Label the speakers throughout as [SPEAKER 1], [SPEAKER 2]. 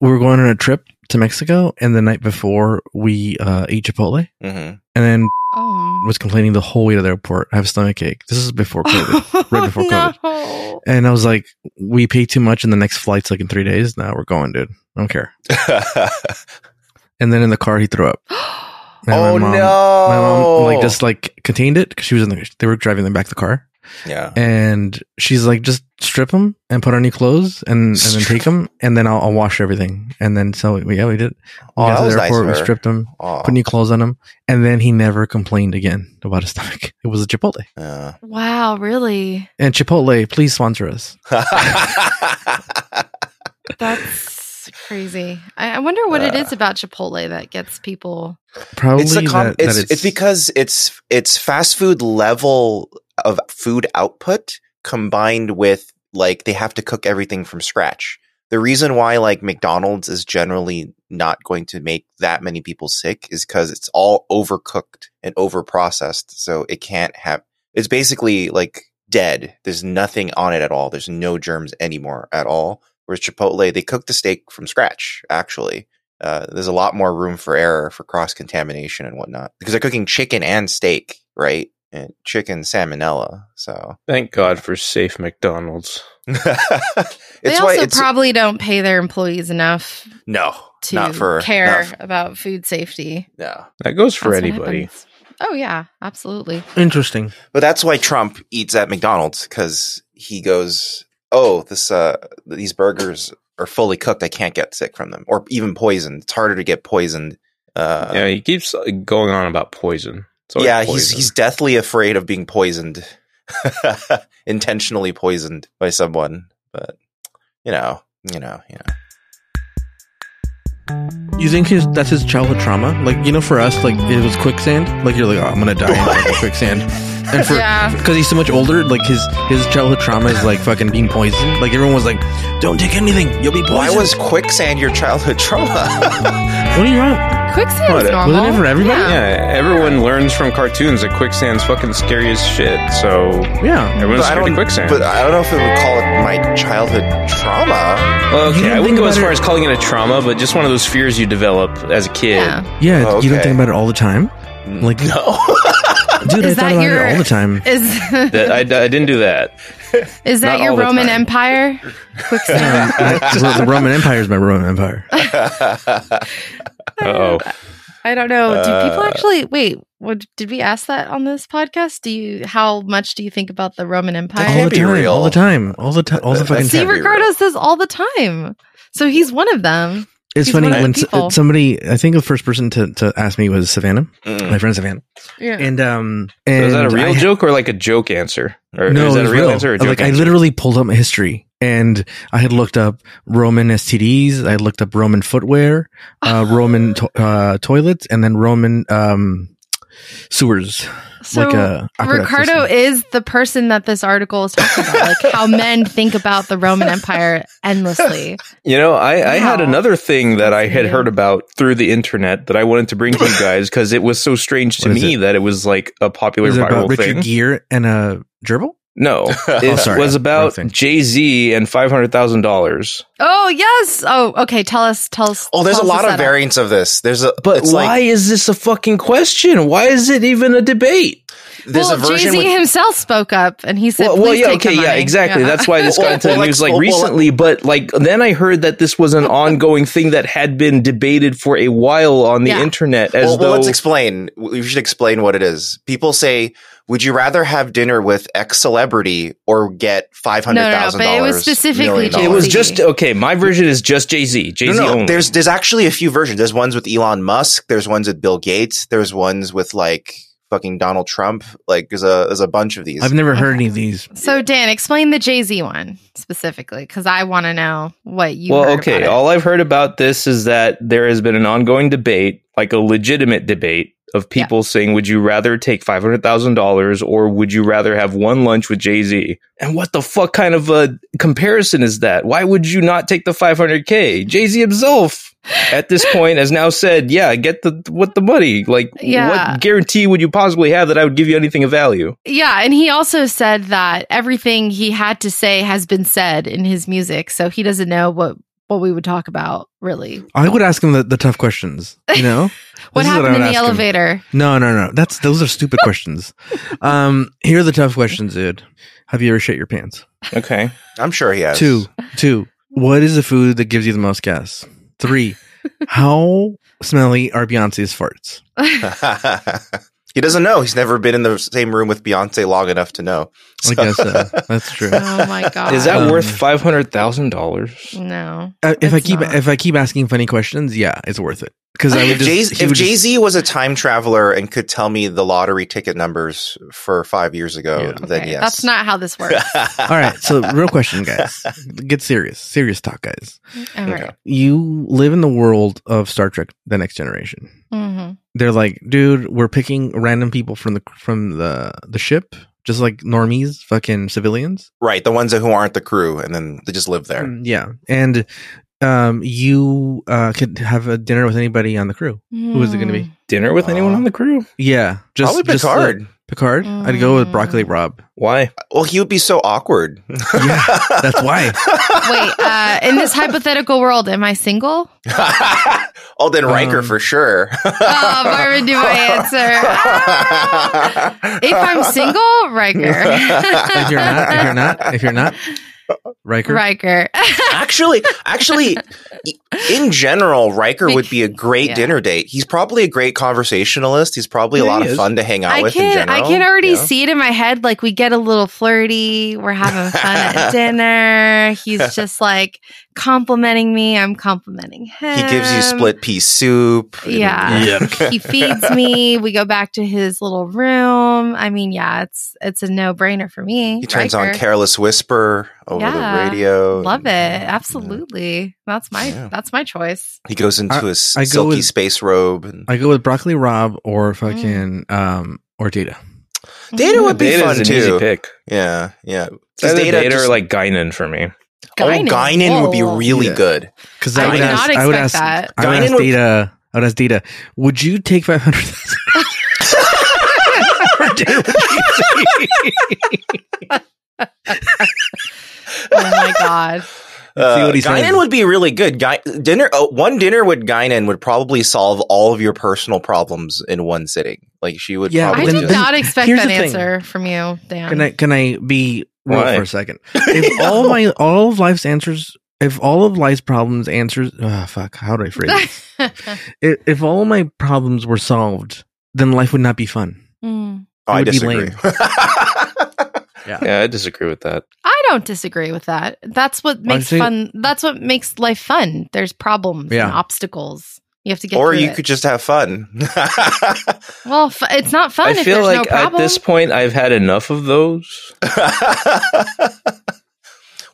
[SPEAKER 1] we were going on a trip to Mexico, and the night before we uh, ate Chipotle, and
[SPEAKER 2] Mm-hmm.
[SPEAKER 1] then
[SPEAKER 3] Oh.
[SPEAKER 1] was complaining the whole way to the airport. I have stomach ache. This is before COVID, right before COVID.
[SPEAKER 3] No.
[SPEAKER 1] and I was like, "We pay too much, and the next flight's like in three days. Now we're going, dude. I don't care." And then in the car, he threw up. And
[SPEAKER 2] oh
[SPEAKER 1] my mom,
[SPEAKER 2] no!
[SPEAKER 1] My mom like just like contained it because she was in the. They were driving them back the car,
[SPEAKER 2] yeah.
[SPEAKER 1] and she's like, "Just strip him and put on new clothes, and, and then take him, and then I'll, I'll wash everything." And then so we, yeah, we did.
[SPEAKER 2] Oh,
[SPEAKER 1] We got
[SPEAKER 2] that
[SPEAKER 1] to
[SPEAKER 2] was
[SPEAKER 1] the
[SPEAKER 2] nice.
[SPEAKER 1] airport,
[SPEAKER 2] of
[SPEAKER 1] we
[SPEAKER 2] her.
[SPEAKER 1] stripped him,
[SPEAKER 2] Aw.
[SPEAKER 1] put new clothes on him, and then he never complained again about his stomach. It was a Chipotle,
[SPEAKER 2] Yeah.
[SPEAKER 3] Wow, really?
[SPEAKER 1] and Chipotle, please sponsor us.
[SPEAKER 3] That's crazy. I, I wonder what it
[SPEAKER 2] Uh.
[SPEAKER 3] is about Chipotle that gets people.
[SPEAKER 1] Probably
[SPEAKER 2] it's the com-
[SPEAKER 1] that, that
[SPEAKER 2] it's, it's because it's it's fast food level of food output combined with like they have to cook everything from scratch. The reason why like McDonald's is generally not going to make that many people sick is because it's all overcooked and overprocessed, so it can't have. It's basically like dead. There's nothing on it at all. There's no germs anymore at all. Whereas Chipotle, they cook the steak from scratch. Actually, uh, there's a lot more room for error for cross contamination and whatnot because they're cooking chicken and steak, right? And chicken salmonella. So
[SPEAKER 4] Thank God for safe McDonald's.
[SPEAKER 2] it's
[SPEAKER 3] They
[SPEAKER 2] why
[SPEAKER 3] also
[SPEAKER 2] it's
[SPEAKER 3] probably don't pay their employees enough
[SPEAKER 2] no,
[SPEAKER 3] to
[SPEAKER 2] not for
[SPEAKER 3] care
[SPEAKER 2] not for-
[SPEAKER 3] about food safety.
[SPEAKER 2] no.
[SPEAKER 4] That goes for
[SPEAKER 3] That's what
[SPEAKER 4] anybody.
[SPEAKER 3] happens. Oh yeah, absolutely.
[SPEAKER 1] interesting.
[SPEAKER 2] But that's why Trump eats at McDonald's because he goes, "Oh, this uh, these burgers are fully cooked. I can't get sick from them, or even poisoned. It's harder to get poisoned." Uh,
[SPEAKER 4] yeah, he keeps uh, going on about poison. It's always
[SPEAKER 2] yeah, he's
[SPEAKER 4] poison.
[SPEAKER 2] he's deathly afraid of being poisoned, intentionally poisoned by someone. But you know, you know, you know.
[SPEAKER 1] You think his that's his childhood trauma? Like you know, for us, like it was quicksand. Like you're like, oh, I'm gonna die in quicksand. And for
[SPEAKER 3] yeah.
[SPEAKER 1] because he's so much older, like his his childhood trauma is like fucking being poisoned. Like everyone was like, don't take anything, you'll be poisoned.
[SPEAKER 2] Why was quicksand your childhood trauma?
[SPEAKER 1] what are you on?
[SPEAKER 3] Quicksand's
[SPEAKER 4] What,
[SPEAKER 3] normal.
[SPEAKER 1] wasn't it for everybody?
[SPEAKER 3] Yeah.
[SPEAKER 4] yeah, everyone learns from cartoons that quicksand's fucking scary as shit. So
[SPEAKER 1] Yeah,
[SPEAKER 2] But
[SPEAKER 4] everyone's
[SPEAKER 2] I
[SPEAKER 4] scared
[SPEAKER 2] don't-
[SPEAKER 4] of quicksand.
[SPEAKER 2] but I don't know if I would call it my childhood trauma.
[SPEAKER 4] Well,
[SPEAKER 1] You
[SPEAKER 4] okay,
[SPEAKER 1] don't
[SPEAKER 4] I
[SPEAKER 1] think
[SPEAKER 4] wouldn't go
[SPEAKER 1] about
[SPEAKER 4] as
[SPEAKER 1] it-
[SPEAKER 4] far as calling it a trauma, but just one of those fears you develop as a kid.
[SPEAKER 3] Yeah.
[SPEAKER 1] yeah.
[SPEAKER 2] Oh,
[SPEAKER 1] You don't
[SPEAKER 2] okay.
[SPEAKER 1] think about it all the time, Like-
[SPEAKER 2] no.
[SPEAKER 1] dude. I thought
[SPEAKER 3] Is that
[SPEAKER 1] about
[SPEAKER 3] your-
[SPEAKER 1] it all the time.
[SPEAKER 3] Is
[SPEAKER 4] That I, I didn't do that.
[SPEAKER 3] is that
[SPEAKER 4] not
[SPEAKER 3] your
[SPEAKER 4] all the
[SPEAKER 3] Roman
[SPEAKER 4] time.
[SPEAKER 3] Empire?
[SPEAKER 1] Um,
[SPEAKER 3] Quicksand.
[SPEAKER 1] the the Roman Empire is my Roman Empire.
[SPEAKER 4] Uh-oh.
[SPEAKER 3] I don't know. Do people
[SPEAKER 2] Uh,
[SPEAKER 3] actually wait? What did we ask that on this podcast? Do you how much do you think about the Roman Empire?
[SPEAKER 2] Can't
[SPEAKER 1] All the
[SPEAKER 2] be
[SPEAKER 1] time,
[SPEAKER 2] real.
[SPEAKER 1] all the time, all the time, all the
[SPEAKER 2] That- that's
[SPEAKER 1] fucking
[SPEAKER 3] See,
[SPEAKER 1] time.
[SPEAKER 2] can't be
[SPEAKER 3] Ricardo
[SPEAKER 2] real.
[SPEAKER 3] says all the time. So he's one of them.
[SPEAKER 1] It's
[SPEAKER 3] he's
[SPEAKER 1] funny
[SPEAKER 3] one of the
[SPEAKER 1] when s-
[SPEAKER 3] people.
[SPEAKER 1] somebody, I think the first person to, to ask me was Savannah,
[SPEAKER 2] Mm.
[SPEAKER 1] my friend Savannah,
[SPEAKER 3] Yeah.
[SPEAKER 1] and um,
[SPEAKER 4] So
[SPEAKER 1] and
[SPEAKER 4] is that a real
[SPEAKER 1] I-
[SPEAKER 4] joke or like a joke answer? Or
[SPEAKER 1] no,
[SPEAKER 4] is that
[SPEAKER 1] it
[SPEAKER 4] a
[SPEAKER 1] was
[SPEAKER 4] real,
[SPEAKER 1] real.
[SPEAKER 4] answer or a joke
[SPEAKER 1] like I
[SPEAKER 4] answer?
[SPEAKER 1] literally pulled up my history and I had looked up Roman STDs, I looked up Roman footwear, uh, Roman to- uh, toilets, and then Roman um, sewers,
[SPEAKER 3] so
[SPEAKER 1] like uh, a aqueduct
[SPEAKER 3] Ricardo
[SPEAKER 1] system.
[SPEAKER 3] is the person that this article is talking about, like how men think about the Roman Empire endlessly.
[SPEAKER 4] You know, I, I had
[SPEAKER 3] Wow.
[SPEAKER 4] another thing that I had
[SPEAKER 3] Yeah.
[SPEAKER 4] heard about through the internet that I wanted to bring to you guys because it was so strange to
[SPEAKER 1] What is
[SPEAKER 4] me that it was like a popular
[SPEAKER 1] Is it about
[SPEAKER 4] viral
[SPEAKER 1] Richard
[SPEAKER 4] thing.
[SPEAKER 1] Gere and a gerbil?
[SPEAKER 4] no, it
[SPEAKER 1] sorry.
[SPEAKER 4] was about
[SPEAKER 1] Wrong thing.
[SPEAKER 4] Jay Z and five hundred thousand dollars.
[SPEAKER 3] Oh yes. Oh okay. Tell us. Tell us.
[SPEAKER 2] oh, there's a
[SPEAKER 3] tell us
[SPEAKER 2] lot
[SPEAKER 3] the
[SPEAKER 2] of
[SPEAKER 3] setup.
[SPEAKER 2] variants of this. There's a
[SPEAKER 4] But
[SPEAKER 2] it's
[SPEAKER 4] why
[SPEAKER 2] like
[SPEAKER 4] is this a fucking question? Why is it even a debate?
[SPEAKER 2] there's
[SPEAKER 3] well,
[SPEAKER 2] a version
[SPEAKER 3] Jay Z
[SPEAKER 2] with-
[SPEAKER 3] himself spoke up and he said,
[SPEAKER 4] well, well,
[SPEAKER 3] "Please
[SPEAKER 4] yeah,
[SPEAKER 3] take the
[SPEAKER 4] okay, yeah,
[SPEAKER 3] money."
[SPEAKER 4] exactly.
[SPEAKER 3] Yeah.
[SPEAKER 4] That's why this
[SPEAKER 2] Well,
[SPEAKER 4] got into
[SPEAKER 2] well,
[SPEAKER 4] the
[SPEAKER 2] like-
[SPEAKER 4] news like
[SPEAKER 2] well, well,
[SPEAKER 4] recently. but like then I heard that this was an ongoing thing that had been debated for a while on the
[SPEAKER 3] Yeah.
[SPEAKER 4] internet. As
[SPEAKER 2] well, well,
[SPEAKER 4] though
[SPEAKER 2] let's explain. We should explain what it is. People say, "Would you rather have dinner with X celebrity or get five
[SPEAKER 3] No, no,
[SPEAKER 2] hundred
[SPEAKER 3] no,
[SPEAKER 2] thousand
[SPEAKER 3] but it was
[SPEAKER 2] dollars?"
[SPEAKER 3] specifically
[SPEAKER 2] million
[SPEAKER 4] it
[SPEAKER 3] Jay-Z.
[SPEAKER 4] was
[SPEAKER 2] dollars?
[SPEAKER 4] just okay. My version is just Jay Z, Jay
[SPEAKER 2] No,
[SPEAKER 4] Z
[SPEAKER 2] no,
[SPEAKER 4] only.
[SPEAKER 2] There's there's actually a few versions. There's ones with Elon Musk. There's ones with Bill Gates. There's ones with like fucking Donald Trump. Like there's a there's a bunch of these.
[SPEAKER 1] I've never heard any of these.
[SPEAKER 3] So Dan, explain the Jay Z one specifically because I want to know what you.
[SPEAKER 4] well,
[SPEAKER 3] heard
[SPEAKER 4] okay.
[SPEAKER 3] about it.
[SPEAKER 4] All I've heard about this is that there has been an ongoing debate, like a legitimate debate, of
[SPEAKER 3] Yeah.
[SPEAKER 4] people saying, "Would you rather take five hundred thousand dollars, or would you rather have one lunch with Jay Z?" And what the fuck kind of a comparison is that? Why would you not take the five hundred k? Jay Z himself, at this point, has now said, "Yeah, get the what the money." Like,
[SPEAKER 3] Yeah.
[SPEAKER 4] what guarantee would you possibly have that I would give you anything of value?
[SPEAKER 3] Yeah, and he also said that everything he had to say has been said in his music, so he doesn't know what what we would talk about, really.
[SPEAKER 1] I would ask him the, the tough questions. You know,
[SPEAKER 3] What
[SPEAKER 1] This is I
[SPEAKER 3] happened in
[SPEAKER 1] would
[SPEAKER 3] the
[SPEAKER 1] ask him.
[SPEAKER 3] elevator?
[SPEAKER 1] No, no, no. That's those are stupid questions. Um, here are the tough questions, dude. Have you ever shit your pants?
[SPEAKER 4] Okay.
[SPEAKER 2] I'm sure he has.
[SPEAKER 1] Two, two. What is the food that gives you the most gas? Three. How smelly are Beyonce's farts?
[SPEAKER 2] he doesn't know. He's never been in the same room with Beyonce long enough to know.
[SPEAKER 1] I guess uh, that's true.
[SPEAKER 3] oh my god!
[SPEAKER 4] Is that
[SPEAKER 1] Um,
[SPEAKER 4] worth five hundred thousand dollars?
[SPEAKER 3] no?
[SPEAKER 1] Uh, if I
[SPEAKER 3] It's
[SPEAKER 1] keep
[SPEAKER 3] not.
[SPEAKER 1] if I keep asking funny questions, yeah, it's worth it. Because I would
[SPEAKER 2] If
[SPEAKER 1] just,
[SPEAKER 2] Jay
[SPEAKER 1] he
[SPEAKER 2] if
[SPEAKER 1] would just-
[SPEAKER 2] Jay Z was a time traveler and could tell me the lottery ticket numbers for five years ago,
[SPEAKER 1] Yeah.
[SPEAKER 2] then
[SPEAKER 3] Okay,
[SPEAKER 2] yes,
[SPEAKER 3] That's not how this works.
[SPEAKER 1] All right, so real question, guys. Get serious, serious talk, guys.
[SPEAKER 3] All
[SPEAKER 2] Okay.
[SPEAKER 1] You live in the world of Star Trek: The Next Generation.
[SPEAKER 3] Mm-hmm.
[SPEAKER 1] They're like, dude, we're picking random people from the from the the ship, just like normies, fucking civilians.
[SPEAKER 2] right. The ones who aren't the crew, and then they just live there.
[SPEAKER 1] Mm, Yeah, and um, you uh, could have a dinner with anybody on the crew. Who is it gonna be?
[SPEAKER 4] Dinner with anyone
[SPEAKER 2] Aw.
[SPEAKER 4] on the crew?
[SPEAKER 1] Yeah, just
[SPEAKER 2] Probably
[SPEAKER 1] just the-
[SPEAKER 2] Picard.
[SPEAKER 1] Picard. I'd go with Broccoli
[SPEAKER 3] Mm.
[SPEAKER 1] Rob.
[SPEAKER 4] Why?
[SPEAKER 2] well, he would be so awkward.
[SPEAKER 1] Yeah, that's why.
[SPEAKER 3] Wait, uh, in this hypothetical world, am I single?
[SPEAKER 2] oh, then Riker
[SPEAKER 1] Um,
[SPEAKER 2] for sure.
[SPEAKER 3] uh, Oh, Marvin, do my answer. Ah! If I'm single, Riker.
[SPEAKER 1] If you're not, if you're not, if you're not, Riker.
[SPEAKER 3] Riker.
[SPEAKER 2] Actually, actually, in general, Riker would be a great
[SPEAKER 3] Yeah.
[SPEAKER 2] dinner date. He's probably a great conversationalist. He's probably a
[SPEAKER 4] Yeah,
[SPEAKER 2] lot
[SPEAKER 4] he
[SPEAKER 2] of
[SPEAKER 4] is.
[SPEAKER 2] fun to hang out
[SPEAKER 3] I
[SPEAKER 2] with. in
[SPEAKER 3] can
[SPEAKER 2] general.
[SPEAKER 3] I can already
[SPEAKER 2] Yeah.
[SPEAKER 3] see it in my head. Like we get a little flirty. We're having fun at dinner. He's just like complimenting me. I'm complimenting him.
[SPEAKER 2] He gives you split pea soup. and-
[SPEAKER 3] Yeah. he feeds me. We go back to his little room. I mean, yeah, it's it's a no brainer for me.
[SPEAKER 2] He turns on
[SPEAKER 3] Riker.
[SPEAKER 2] Careless Whisper over
[SPEAKER 3] Yeah.
[SPEAKER 2] the radio.
[SPEAKER 3] Love it.
[SPEAKER 2] And
[SPEAKER 3] Absolutely. That's my
[SPEAKER 2] Yeah.
[SPEAKER 3] that's my choice.
[SPEAKER 2] He goes into his
[SPEAKER 1] I go
[SPEAKER 2] silky
[SPEAKER 1] with-
[SPEAKER 2] space robe. And...
[SPEAKER 1] I go with broccoli Rob or fucking um or Data.
[SPEAKER 2] Data
[SPEAKER 3] Mm-hmm.
[SPEAKER 2] would be
[SPEAKER 4] Data's
[SPEAKER 2] fun
[SPEAKER 4] an
[SPEAKER 2] too.
[SPEAKER 4] easy pick.
[SPEAKER 2] Yeah, yeah. 'Cause
[SPEAKER 4] Either Data,
[SPEAKER 2] just-
[SPEAKER 4] or like Guinan for me.
[SPEAKER 2] oh, Guinan would be
[SPEAKER 3] Whoa.
[SPEAKER 2] really
[SPEAKER 1] Yeah.
[SPEAKER 2] good.
[SPEAKER 1] Because
[SPEAKER 3] I
[SPEAKER 2] would
[SPEAKER 1] would
[SPEAKER 2] not
[SPEAKER 1] ask, I
[SPEAKER 3] expect
[SPEAKER 1] would ask,
[SPEAKER 3] that.
[SPEAKER 1] I would
[SPEAKER 2] Guinan
[SPEAKER 1] ask
[SPEAKER 2] would-
[SPEAKER 1] Data. I would ask Data. Would you take five hundred thousand?
[SPEAKER 3] Oh my god.
[SPEAKER 1] See what he
[SPEAKER 2] Uh, Guinan
[SPEAKER 1] says.
[SPEAKER 2] would be really good. Guy dinner, uh, one dinner with Guinan would probably solve all of your personal problems in one sitting. Like she would.
[SPEAKER 1] Yeah,
[SPEAKER 3] I
[SPEAKER 2] probably
[SPEAKER 1] but
[SPEAKER 3] did
[SPEAKER 1] then-
[SPEAKER 3] not expect
[SPEAKER 1] here's
[SPEAKER 3] that
[SPEAKER 1] the thing.
[SPEAKER 3] answer from you, Dan.
[SPEAKER 1] Can I can I be real
[SPEAKER 4] Why?
[SPEAKER 1] for a second? If all my all of life's answers, if all of life's problems answers, oh, fuck, how do I phrase it? if, if all my problems were solved, then life would not be fun.
[SPEAKER 3] Mm.
[SPEAKER 2] Oh, I
[SPEAKER 1] would be
[SPEAKER 2] disagree.
[SPEAKER 1] lame.
[SPEAKER 4] Yeah, I disagree with that.
[SPEAKER 3] I don't disagree with that. That's what makes
[SPEAKER 1] saying-
[SPEAKER 3] fun. That's what makes life fun. There's problems
[SPEAKER 1] Yeah.
[SPEAKER 3] and obstacles. You have to get
[SPEAKER 2] or
[SPEAKER 3] through
[SPEAKER 2] you
[SPEAKER 3] it.
[SPEAKER 2] could just have fun.
[SPEAKER 3] Well, f- it's not fun
[SPEAKER 4] I
[SPEAKER 3] if there's no
[SPEAKER 4] feel like at
[SPEAKER 3] problem.
[SPEAKER 4] this point I've had enough of those.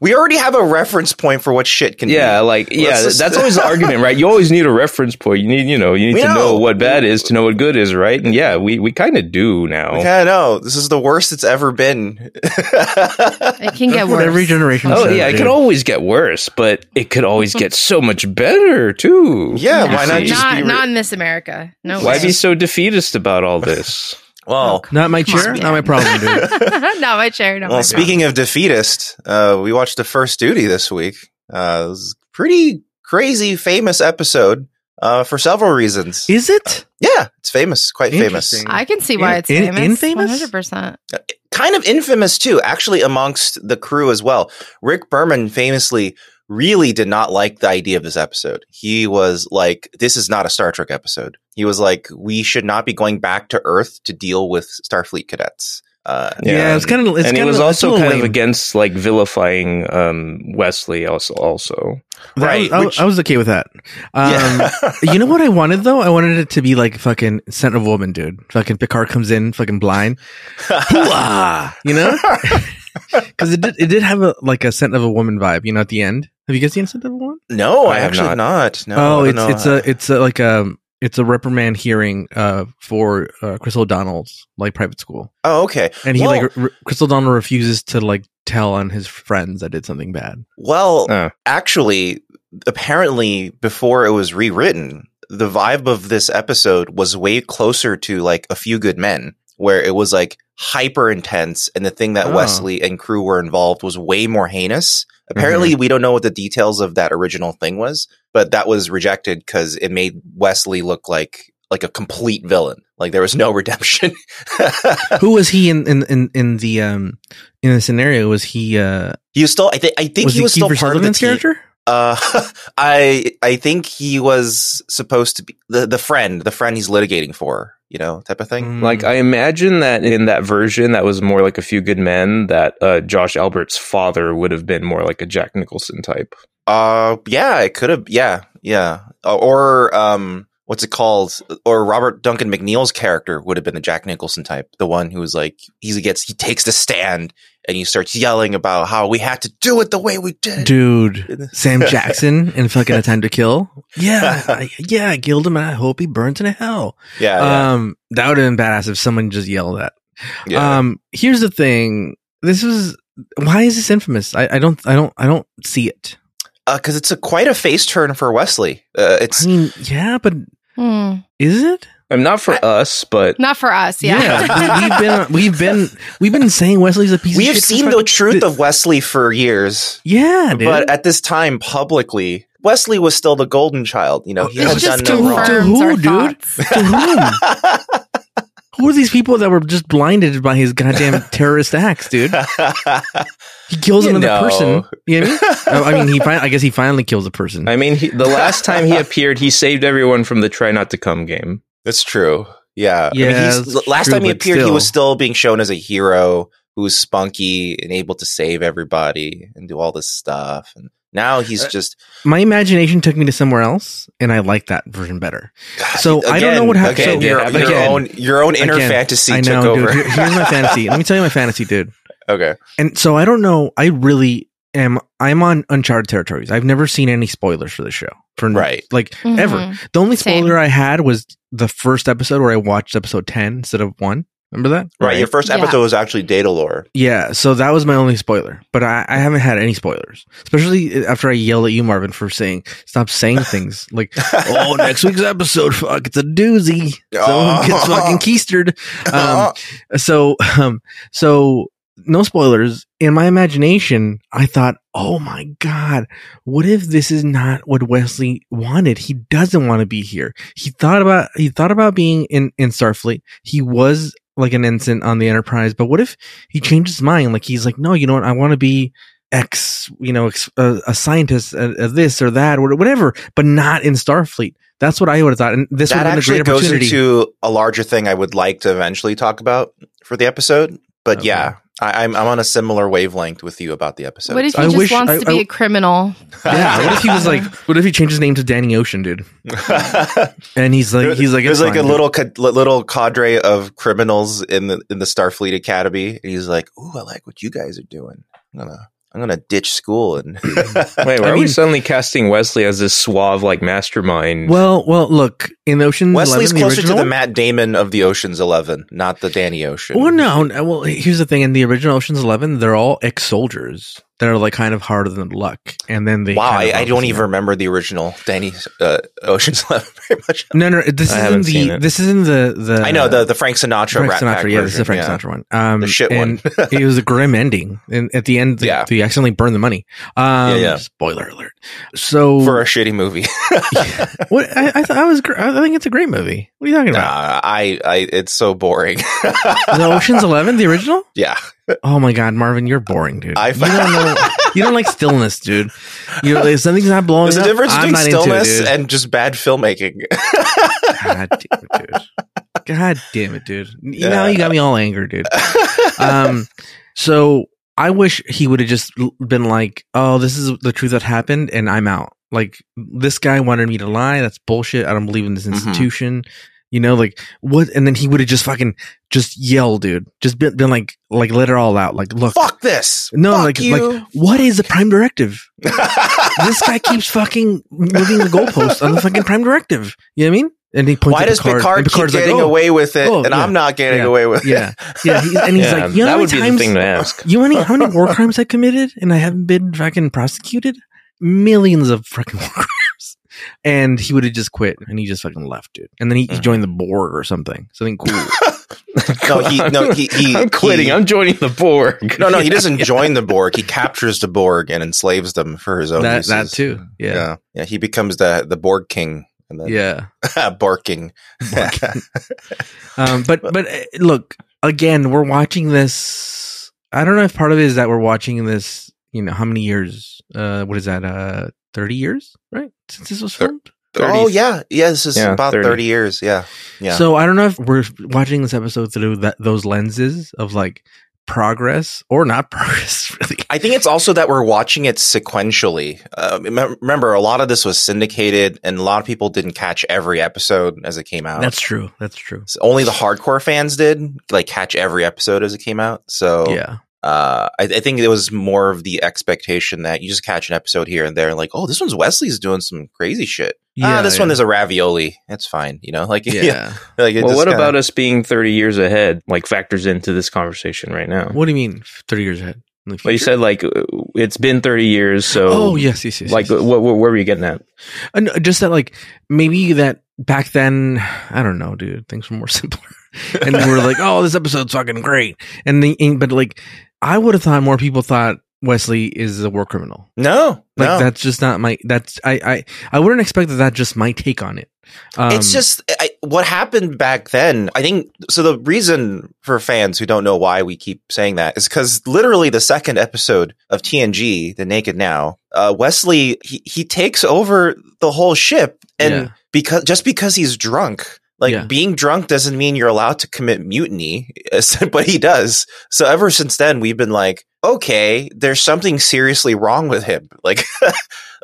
[SPEAKER 2] we already have a reference point for what shit can
[SPEAKER 4] Yeah,
[SPEAKER 2] be.
[SPEAKER 4] like yeah,
[SPEAKER 2] just-
[SPEAKER 4] that's always the argument, right? You always need a reference point. You need you know you need
[SPEAKER 2] We
[SPEAKER 4] to know.
[SPEAKER 2] know.
[SPEAKER 4] what bad is to know what good is, right? And yeah, we we kind of do now.
[SPEAKER 2] Yeah, no, this is the worst it's ever been.
[SPEAKER 3] it can get
[SPEAKER 1] That's what
[SPEAKER 3] worse.
[SPEAKER 1] every generation.
[SPEAKER 4] Oh
[SPEAKER 1] says,
[SPEAKER 4] yeah, it
[SPEAKER 1] dude.
[SPEAKER 4] can always get worse, but it could always get so much better too.
[SPEAKER 2] yeah,
[SPEAKER 3] No.
[SPEAKER 2] why not just
[SPEAKER 3] not,
[SPEAKER 2] be? Re-
[SPEAKER 3] not in this America? No.
[SPEAKER 4] Why
[SPEAKER 3] way.
[SPEAKER 4] be so defeatist about all this?
[SPEAKER 2] well,
[SPEAKER 3] Oh,
[SPEAKER 1] Not my
[SPEAKER 3] Come on,
[SPEAKER 1] chair,
[SPEAKER 3] man.
[SPEAKER 1] not my problem, dude.
[SPEAKER 3] not my chair.
[SPEAKER 1] Oh
[SPEAKER 3] Not my
[SPEAKER 2] Well,
[SPEAKER 3] problem.
[SPEAKER 2] speaking of defeatist, uh, we watched the first duty this week. Uh, it was a pretty crazy, famous episode uh, for several reasons.
[SPEAKER 1] Is it?
[SPEAKER 2] yeah, it's famous, it's quite famous,
[SPEAKER 1] Interesting.
[SPEAKER 3] I can see why
[SPEAKER 1] In-
[SPEAKER 3] it's
[SPEAKER 1] in- infamous?
[SPEAKER 3] famous. 100%.
[SPEAKER 2] kind of infamous too. Actually, amongst the crew as well. Rick Berman famously really did not like the idea of this episode. He was like, "This is not a Star Trek episode." He was like, "We should not be going back to Earth to deal with Starfleet cadets." Uh,
[SPEAKER 1] Yeah, it's kind of. It's
[SPEAKER 4] and
[SPEAKER 1] kinda,
[SPEAKER 4] he was
[SPEAKER 1] it's a
[SPEAKER 4] also
[SPEAKER 1] little
[SPEAKER 4] kind of
[SPEAKER 1] lame.
[SPEAKER 4] against like vilifying um, Wesley also also.
[SPEAKER 1] That
[SPEAKER 2] Right,
[SPEAKER 1] was- I,
[SPEAKER 2] which-
[SPEAKER 1] was, I was okay with that. Um,
[SPEAKER 2] yeah.
[SPEAKER 1] you know what I wanted though? I wanted it to be like fucking Scent of Woman, dude. Fucking Picard comes in, fucking blind. Hoo-ah! you know, because it did. It did have a like a Scent of a Woman vibe. You know, at the end. Have you guys seen Scent of a Woman?
[SPEAKER 2] No,
[SPEAKER 4] I
[SPEAKER 2] I,
[SPEAKER 4] have
[SPEAKER 2] actually
[SPEAKER 4] not.
[SPEAKER 2] have not. No,
[SPEAKER 1] oh,
[SPEAKER 2] I
[SPEAKER 1] it's
[SPEAKER 2] don't
[SPEAKER 1] it's
[SPEAKER 2] know.
[SPEAKER 1] a it's a, like a it's a reprimand hearing uh for uh, Chris O'Donnell's like private school,
[SPEAKER 2] Oh, okay.
[SPEAKER 1] and he
[SPEAKER 2] Well-
[SPEAKER 1] like re- Chris O'Donnell refuses to like tell on his friends that did something bad.
[SPEAKER 2] Well,
[SPEAKER 4] Uh.
[SPEAKER 2] actually, apparently, before it was rewritten, the vibe of this episode was way closer to like A Few Good Men, where it was like hyper intense, and the thing that
[SPEAKER 1] Oh.
[SPEAKER 2] Wesley and crew were involved was way more heinous. Apparently, we don't know what the details of that original thing was, but that was rejected because it made Wesley look like like a complete villain. Like there was no redemption.
[SPEAKER 1] Who was he in in in, in the um in the scenario? Was he uh
[SPEAKER 2] he was still. I, th- I think
[SPEAKER 1] was
[SPEAKER 2] he
[SPEAKER 1] it
[SPEAKER 2] was still
[SPEAKER 1] Kiefer
[SPEAKER 2] part of the
[SPEAKER 1] Sutherland's
[SPEAKER 2] team.
[SPEAKER 1] character?
[SPEAKER 2] Uh, I I think he was supposed to be the the friend, the friend he's litigating for, you know, type of
[SPEAKER 1] Mm. Hmm.
[SPEAKER 2] thing.
[SPEAKER 4] Like I imagine that in that version, that was more like a Few Good Men. That uh, Josh Albert's father would have been more like a Jack Nicholson type.
[SPEAKER 2] Uh, yeah, it could have. Yeah, yeah. Uh, or um, what's it called? Or Robert Duncan McNeil's character would have been the Jack Nicholson type, the one who was like he gets he takes the stand and he starts yelling about how we had to do it the way we did. it.
[SPEAKER 1] dude, Sam Jackson in fucking A Time to Kill. Yeah, I, yeah, I killed him, and I hope he burns in hell.
[SPEAKER 2] Yeah, Oh, yeah,
[SPEAKER 1] Um, that would have been badass if someone just yelled that.
[SPEAKER 2] yeah.
[SPEAKER 1] Um, here's the thing. This was why is this infamous? I, I don't I don't I don't see it.
[SPEAKER 2] because Uh, it's a quite a face turn for Wesley. Uh,
[SPEAKER 1] I
[SPEAKER 2] it's
[SPEAKER 1] mean, yeah, but
[SPEAKER 3] Hmm.
[SPEAKER 1] is it?
[SPEAKER 4] I'm not for us, but
[SPEAKER 3] Not for us. Yeah.
[SPEAKER 1] we, we've been we've been we've been saying Wesley's a piece.
[SPEAKER 2] we
[SPEAKER 1] of
[SPEAKER 2] have
[SPEAKER 1] shit for
[SPEAKER 2] seen the
[SPEAKER 1] fucking-
[SPEAKER 2] truth of Wesley for years.
[SPEAKER 1] Yeah, dude.
[SPEAKER 2] But at this time, publicly, Wesley was still the golden child. You know, he
[SPEAKER 1] It's
[SPEAKER 2] had
[SPEAKER 3] It
[SPEAKER 2] done
[SPEAKER 3] just
[SPEAKER 1] to-
[SPEAKER 2] no wrong.
[SPEAKER 1] to
[SPEAKER 3] confirms
[SPEAKER 1] who,
[SPEAKER 3] our
[SPEAKER 1] dude?
[SPEAKER 3] thoughts.
[SPEAKER 1] to whom? Who are these people that were just blinded by his goddamn terrorist acts, dude? He kills
[SPEAKER 2] You
[SPEAKER 1] another
[SPEAKER 2] know.
[SPEAKER 1] person. You know what I mean? Oh, I mean, he. Fin- I guess he finally kills a person.
[SPEAKER 4] I mean, he, the last time he appeared, he saved everyone from the try not to come game.
[SPEAKER 2] That's true. Yeah. I mean,
[SPEAKER 1] Yeah,
[SPEAKER 2] he's-
[SPEAKER 1] that's
[SPEAKER 2] last
[SPEAKER 1] true,
[SPEAKER 2] time he
[SPEAKER 1] but
[SPEAKER 2] appeared, he
[SPEAKER 1] still.
[SPEAKER 2] was still being shown as a hero who was spunky and able to save everybody and do all this stuff. And now he's
[SPEAKER 1] Uh,
[SPEAKER 2] just
[SPEAKER 1] My imagination took me to somewhere else, and I like that version better. So I don't know what happened.
[SPEAKER 2] Again,
[SPEAKER 1] So-
[SPEAKER 2] your, your
[SPEAKER 1] Again.
[SPEAKER 2] own your own inner
[SPEAKER 1] Again.
[SPEAKER 2] fantasy
[SPEAKER 1] I
[SPEAKER 2] took
[SPEAKER 1] know, dude.
[SPEAKER 2] over.
[SPEAKER 1] Here- here's my fantasy. Let me tell you my fantasy, dude.
[SPEAKER 2] okay.
[SPEAKER 1] And so I don't know. I really am. I'm on uncharted territories. I've never seen any spoilers for the show. For
[SPEAKER 2] Right.
[SPEAKER 1] like ever.
[SPEAKER 3] Mhm.
[SPEAKER 1] The only
[SPEAKER 3] Same.
[SPEAKER 1] spoiler I had was the first episode where I watched episode ten instead of one. Remember that?
[SPEAKER 2] Right. Your first
[SPEAKER 3] Yeah.
[SPEAKER 2] episode was actually Data Lore.
[SPEAKER 1] Yeah, so that was my only spoiler, but I, I haven't had any spoilers, especially uh, after I yelled at you, Marvin, for saying stop saying things like "Oh, next week's episode, fuck, it's a doozy." Someone gets fucking keistered.
[SPEAKER 2] Uh,
[SPEAKER 1] Um, so, um, so no spoilers. In my imagination, I thought, "Oh my god, what if this is not what Wesley wanted? He doesn't want to be here. He thought about he thought about being in in Starfleet. He was." Like an ensign on the Enterprise, but what if he changed his mind. Like he's like, no, you know what? I want to be X, you know, ex, uh, a scientist, uh, uh, this or that, or whatever, but not in Starfleet. That's what I would have thought. And this would have
[SPEAKER 2] that
[SPEAKER 1] been a
[SPEAKER 2] actually
[SPEAKER 1] great
[SPEAKER 2] goes
[SPEAKER 1] opportunity.
[SPEAKER 2] into a larger thing I would like to eventually talk about for the episode. But
[SPEAKER 1] Okay.
[SPEAKER 2] yeah, I, I'm I'm on a similar wavelength with you about the episode.
[SPEAKER 3] What if he
[SPEAKER 1] I
[SPEAKER 3] just
[SPEAKER 1] wish-
[SPEAKER 3] wants
[SPEAKER 1] I-
[SPEAKER 3] to be
[SPEAKER 1] I-
[SPEAKER 3] a criminal?
[SPEAKER 1] yeah. What if he was like, what if he changed his name to Danny Ocean, dude? And he's like, he's like, "It's
[SPEAKER 2] there's like a
[SPEAKER 1] fine,
[SPEAKER 2] little ca- li- little cadre of criminals in the in the Starfleet Academy, and he's like, "Ooh, I like what you guys are doing. I'm gonna I'm gonna ditch school and
[SPEAKER 4] Wait, why
[SPEAKER 1] I
[SPEAKER 4] are we
[SPEAKER 1] mean-
[SPEAKER 4] suddenly casting Wesley as this suave like mastermind?
[SPEAKER 1] dude." Well, well, look, in Ocean's
[SPEAKER 2] Wesley's
[SPEAKER 1] 11, the
[SPEAKER 2] closer to
[SPEAKER 1] original-
[SPEAKER 2] the Matt Damon of the Ocean's Eleven, not the Danny Ocean.
[SPEAKER 1] Well, no. n- Well, here's the thing: in the original Ocean's Eleven, they're all ex-soldiers that are like kind of harder than luck, and then they.
[SPEAKER 2] Wow,
[SPEAKER 1] kind
[SPEAKER 2] I,
[SPEAKER 1] of
[SPEAKER 2] I don't
[SPEAKER 1] obviously-
[SPEAKER 2] even remember the original Danny uh, Ocean's Eleven very much.
[SPEAKER 1] No, no, this is
[SPEAKER 4] I
[SPEAKER 1] in
[SPEAKER 4] haven't seen
[SPEAKER 1] the.
[SPEAKER 4] it.
[SPEAKER 1] This is in the the.
[SPEAKER 2] I know the the Frank Sinatra
[SPEAKER 1] Uh, Frank
[SPEAKER 2] Rat Pack
[SPEAKER 1] Sinatra, yeah, this is
[SPEAKER 2] version,
[SPEAKER 1] the Frank Sinatra
[SPEAKER 2] yeah.
[SPEAKER 1] one. Um,
[SPEAKER 2] The shit
[SPEAKER 1] and
[SPEAKER 2] one.
[SPEAKER 1] it was a grim ending, and at the end, they,
[SPEAKER 2] Yeah.
[SPEAKER 1] they accidentally burned the money. Um,
[SPEAKER 2] Yeah, yeah.
[SPEAKER 1] Spoiler alert. So,
[SPEAKER 2] for a shitty movie.
[SPEAKER 1] what I, I thought I was, gr- I think it's a great movie. What are you talking
[SPEAKER 2] Nah,
[SPEAKER 1] about?
[SPEAKER 2] I, I, it's so boring.
[SPEAKER 1] The Ocean's Eleven, the original.
[SPEAKER 2] yeah,
[SPEAKER 1] Oh my God, Marvin, you're boring, dude.
[SPEAKER 2] I-
[SPEAKER 1] you don't know. You don't like stillness, dude. You know, if something's not blowing
[SPEAKER 2] there's a
[SPEAKER 1] up,
[SPEAKER 2] difference
[SPEAKER 1] Oh, I'm
[SPEAKER 2] between
[SPEAKER 1] not
[SPEAKER 2] stillness
[SPEAKER 1] into it,
[SPEAKER 2] and just bad filmmaking.
[SPEAKER 1] dude. God damn it, dude. God damn it, dude. You Now
[SPEAKER 2] Yeah.
[SPEAKER 1] you got me all angry, dude. um, so I wish he would have just l- been like, "Oh, this is the truth that happened, and I'm out." Like this guy wanted me to lie. That's bullshit. I don't believe in this
[SPEAKER 2] Mhm.
[SPEAKER 1] institution. You know, like what? And then he would have just fucking just yelled, dude. Just been, been like, like let it all out. Like, look,
[SPEAKER 2] Fuck this.
[SPEAKER 1] No,
[SPEAKER 2] Fuck
[SPEAKER 1] like-
[SPEAKER 2] you.
[SPEAKER 1] what is the prime directive?
[SPEAKER 2] Like,
[SPEAKER 1] This guy keeps fucking moving the goalpost on the fucking prime directive. You know what I mean? And he points.
[SPEAKER 2] Why
[SPEAKER 1] at
[SPEAKER 2] does
[SPEAKER 1] Picard,
[SPEAKER 2] Picard,
[SPEAKER 1] and Picard's
[SPEAKER 2] keep
[SPEAKER 1] like,
[SPEAKER 2] getting
[SPEAKER 1] "Oh,
[SPEAKER 2] away with it,
[SPEAKER 1] oh,
[SPEAKER 2] and
[SPEAKER 1] yeah,
[SPEAKER 2] I'm not getting
[SPEAKER 1] yeah,
[SPEAKER 2] away with
[SPEAKER 1] yeah,
[SPEAKER 2] it?
[SPEAKER 1] Yeah, he's, and he's
[SPEAKER 4] Yeah,
[SPEAKER 1] like, you know, how
[SPEAKER 4] that
[SPEAKER 1] many
[SPEAKER 4] would be the
[SPEAKER 1] times-
[SPEAKER 4] thing to ask.
[SPEAKER 1] You know any, how many war crimes I committed and I haven't been fucking prosecuted? Millions of fucking war crimes. And he would have just quit and he just fucking left, dude. And then he, he
[SPEAKER 2] Mhm.
[SPEAKER 1] joined the Borg or something. Something cool.
[SPEAKER 2] No, he no he, he
[SPEAKER 4] I'm quitting.
[SPEAKER 2] he-
[SPEAKER 4] I'm joining the Borg.
[SPEAKER 2] no, no, he doesn't join the Borg. He captures the Borg and enslaves them for his own
[SPEAKER 1] that
[SPEAKER 2] uses.
[SPEAKER 1] that too.
[SPEAKER 2] Oh, Yeah.
[SPEAKER 1] Yeah.
[SPEAKER 2] yeah, He becomes the the Borg King and
[SPEAKER 1] Yeah.
[SPEAKER 2] then barking. Oh,
[SPEAKER 1] Um, but but uh, look again, we're watching this. I don't know if part of it is that we're watching this. You know how many years? Uh, what is that? Uh, thirty years, right? Since this was
[SPEAKER 2] Thir-
[SPEAKER 1] filmed.
[SPEAKER 2] oh yeah, yeah. This is
[SPEAKER 4] Yeah,
[SPEAKER 2] about
[SPEAKER 4] 30.
[SPEAKER 2] thirty, years. Yeah, yeah.
[SPEAKER 1] So I don't know if we're watching this episode through that those lenses of like progress or not progress. Really,
[SPEAKER 2] I think it's also that we're watching it sequentially. Uh, remem- remember, a lot of this was syndicated, and a lot of people didn't catch every episode as it came out.
[SPEAKER 1] that's true. That's true.
[SPEAKER 2] So only the hardcore fans did like catch every episode as it came out. So
[SPEAKER 1] Yeah.
[SPEAKER 2] uh, I, I think it was more of the expectation that you just catch an episode here and there, like, oh, this one's Wesley's doing some crazy shit. ah, this one is a ravioli. That's fine. You know, like,
[SPEAKER 1] Yeah.
[SPEAKER 2] yeah. like it
[SPEAKER 4] Well,
[SPEAKER 2] just
[SPEAKER 4] what
[SPEAKER 2] kinda-
[SPEAKER 4] about us being 30 years ahead? Like factors into this conversation right now.
[SPEAKER 1] What do you mean? Thirty years ahead. In the
[SPEAKER 4] Well, you
[SPEAKER 1] future?
[SPEAKER 4] said like uh, it's been 30 years, so
[SPEAKER 1] Oh yes, yes, yes.
[SPEAKER 4] Like
[SPEAKER 1] yes, yes.
[SPEAKER 4] what, what? Where were you getting at?
[SPEAKER 1] Uh, no, just that, like maybe that back then, I don't know, dude. Things were more simpler, and we were like, "Oh, this episode's fucking great." And the and, but like, I would have thought more people thought Wesley is a war criminal.
[SPEAKER 2] No,
[SPEAKER 1] Like
[SPEAKER 2] no.
[SPEAKER 1] that's just not my. That's I I I wouldn't expect that. That's just my take on it. Um,
[SPEAKER 2] it's just I, what happened back then. I think so. The reason for fans who don't know why we keep saying that is because literally the second episode of TNG, The Naked Now, uh, Wesley he, he takes over the whole ship, and
[SPEAKER 1] Yeah.
[SPEAKER 2] because just because he's drunk. Like
[SPEAKER 1] Yeah.
[SPEAKER 2] being drunk doesn't mean you're allowed to commit mutiny, but he does. So ever since then, we've been like, okay, there's something seriously wrong with him. Like,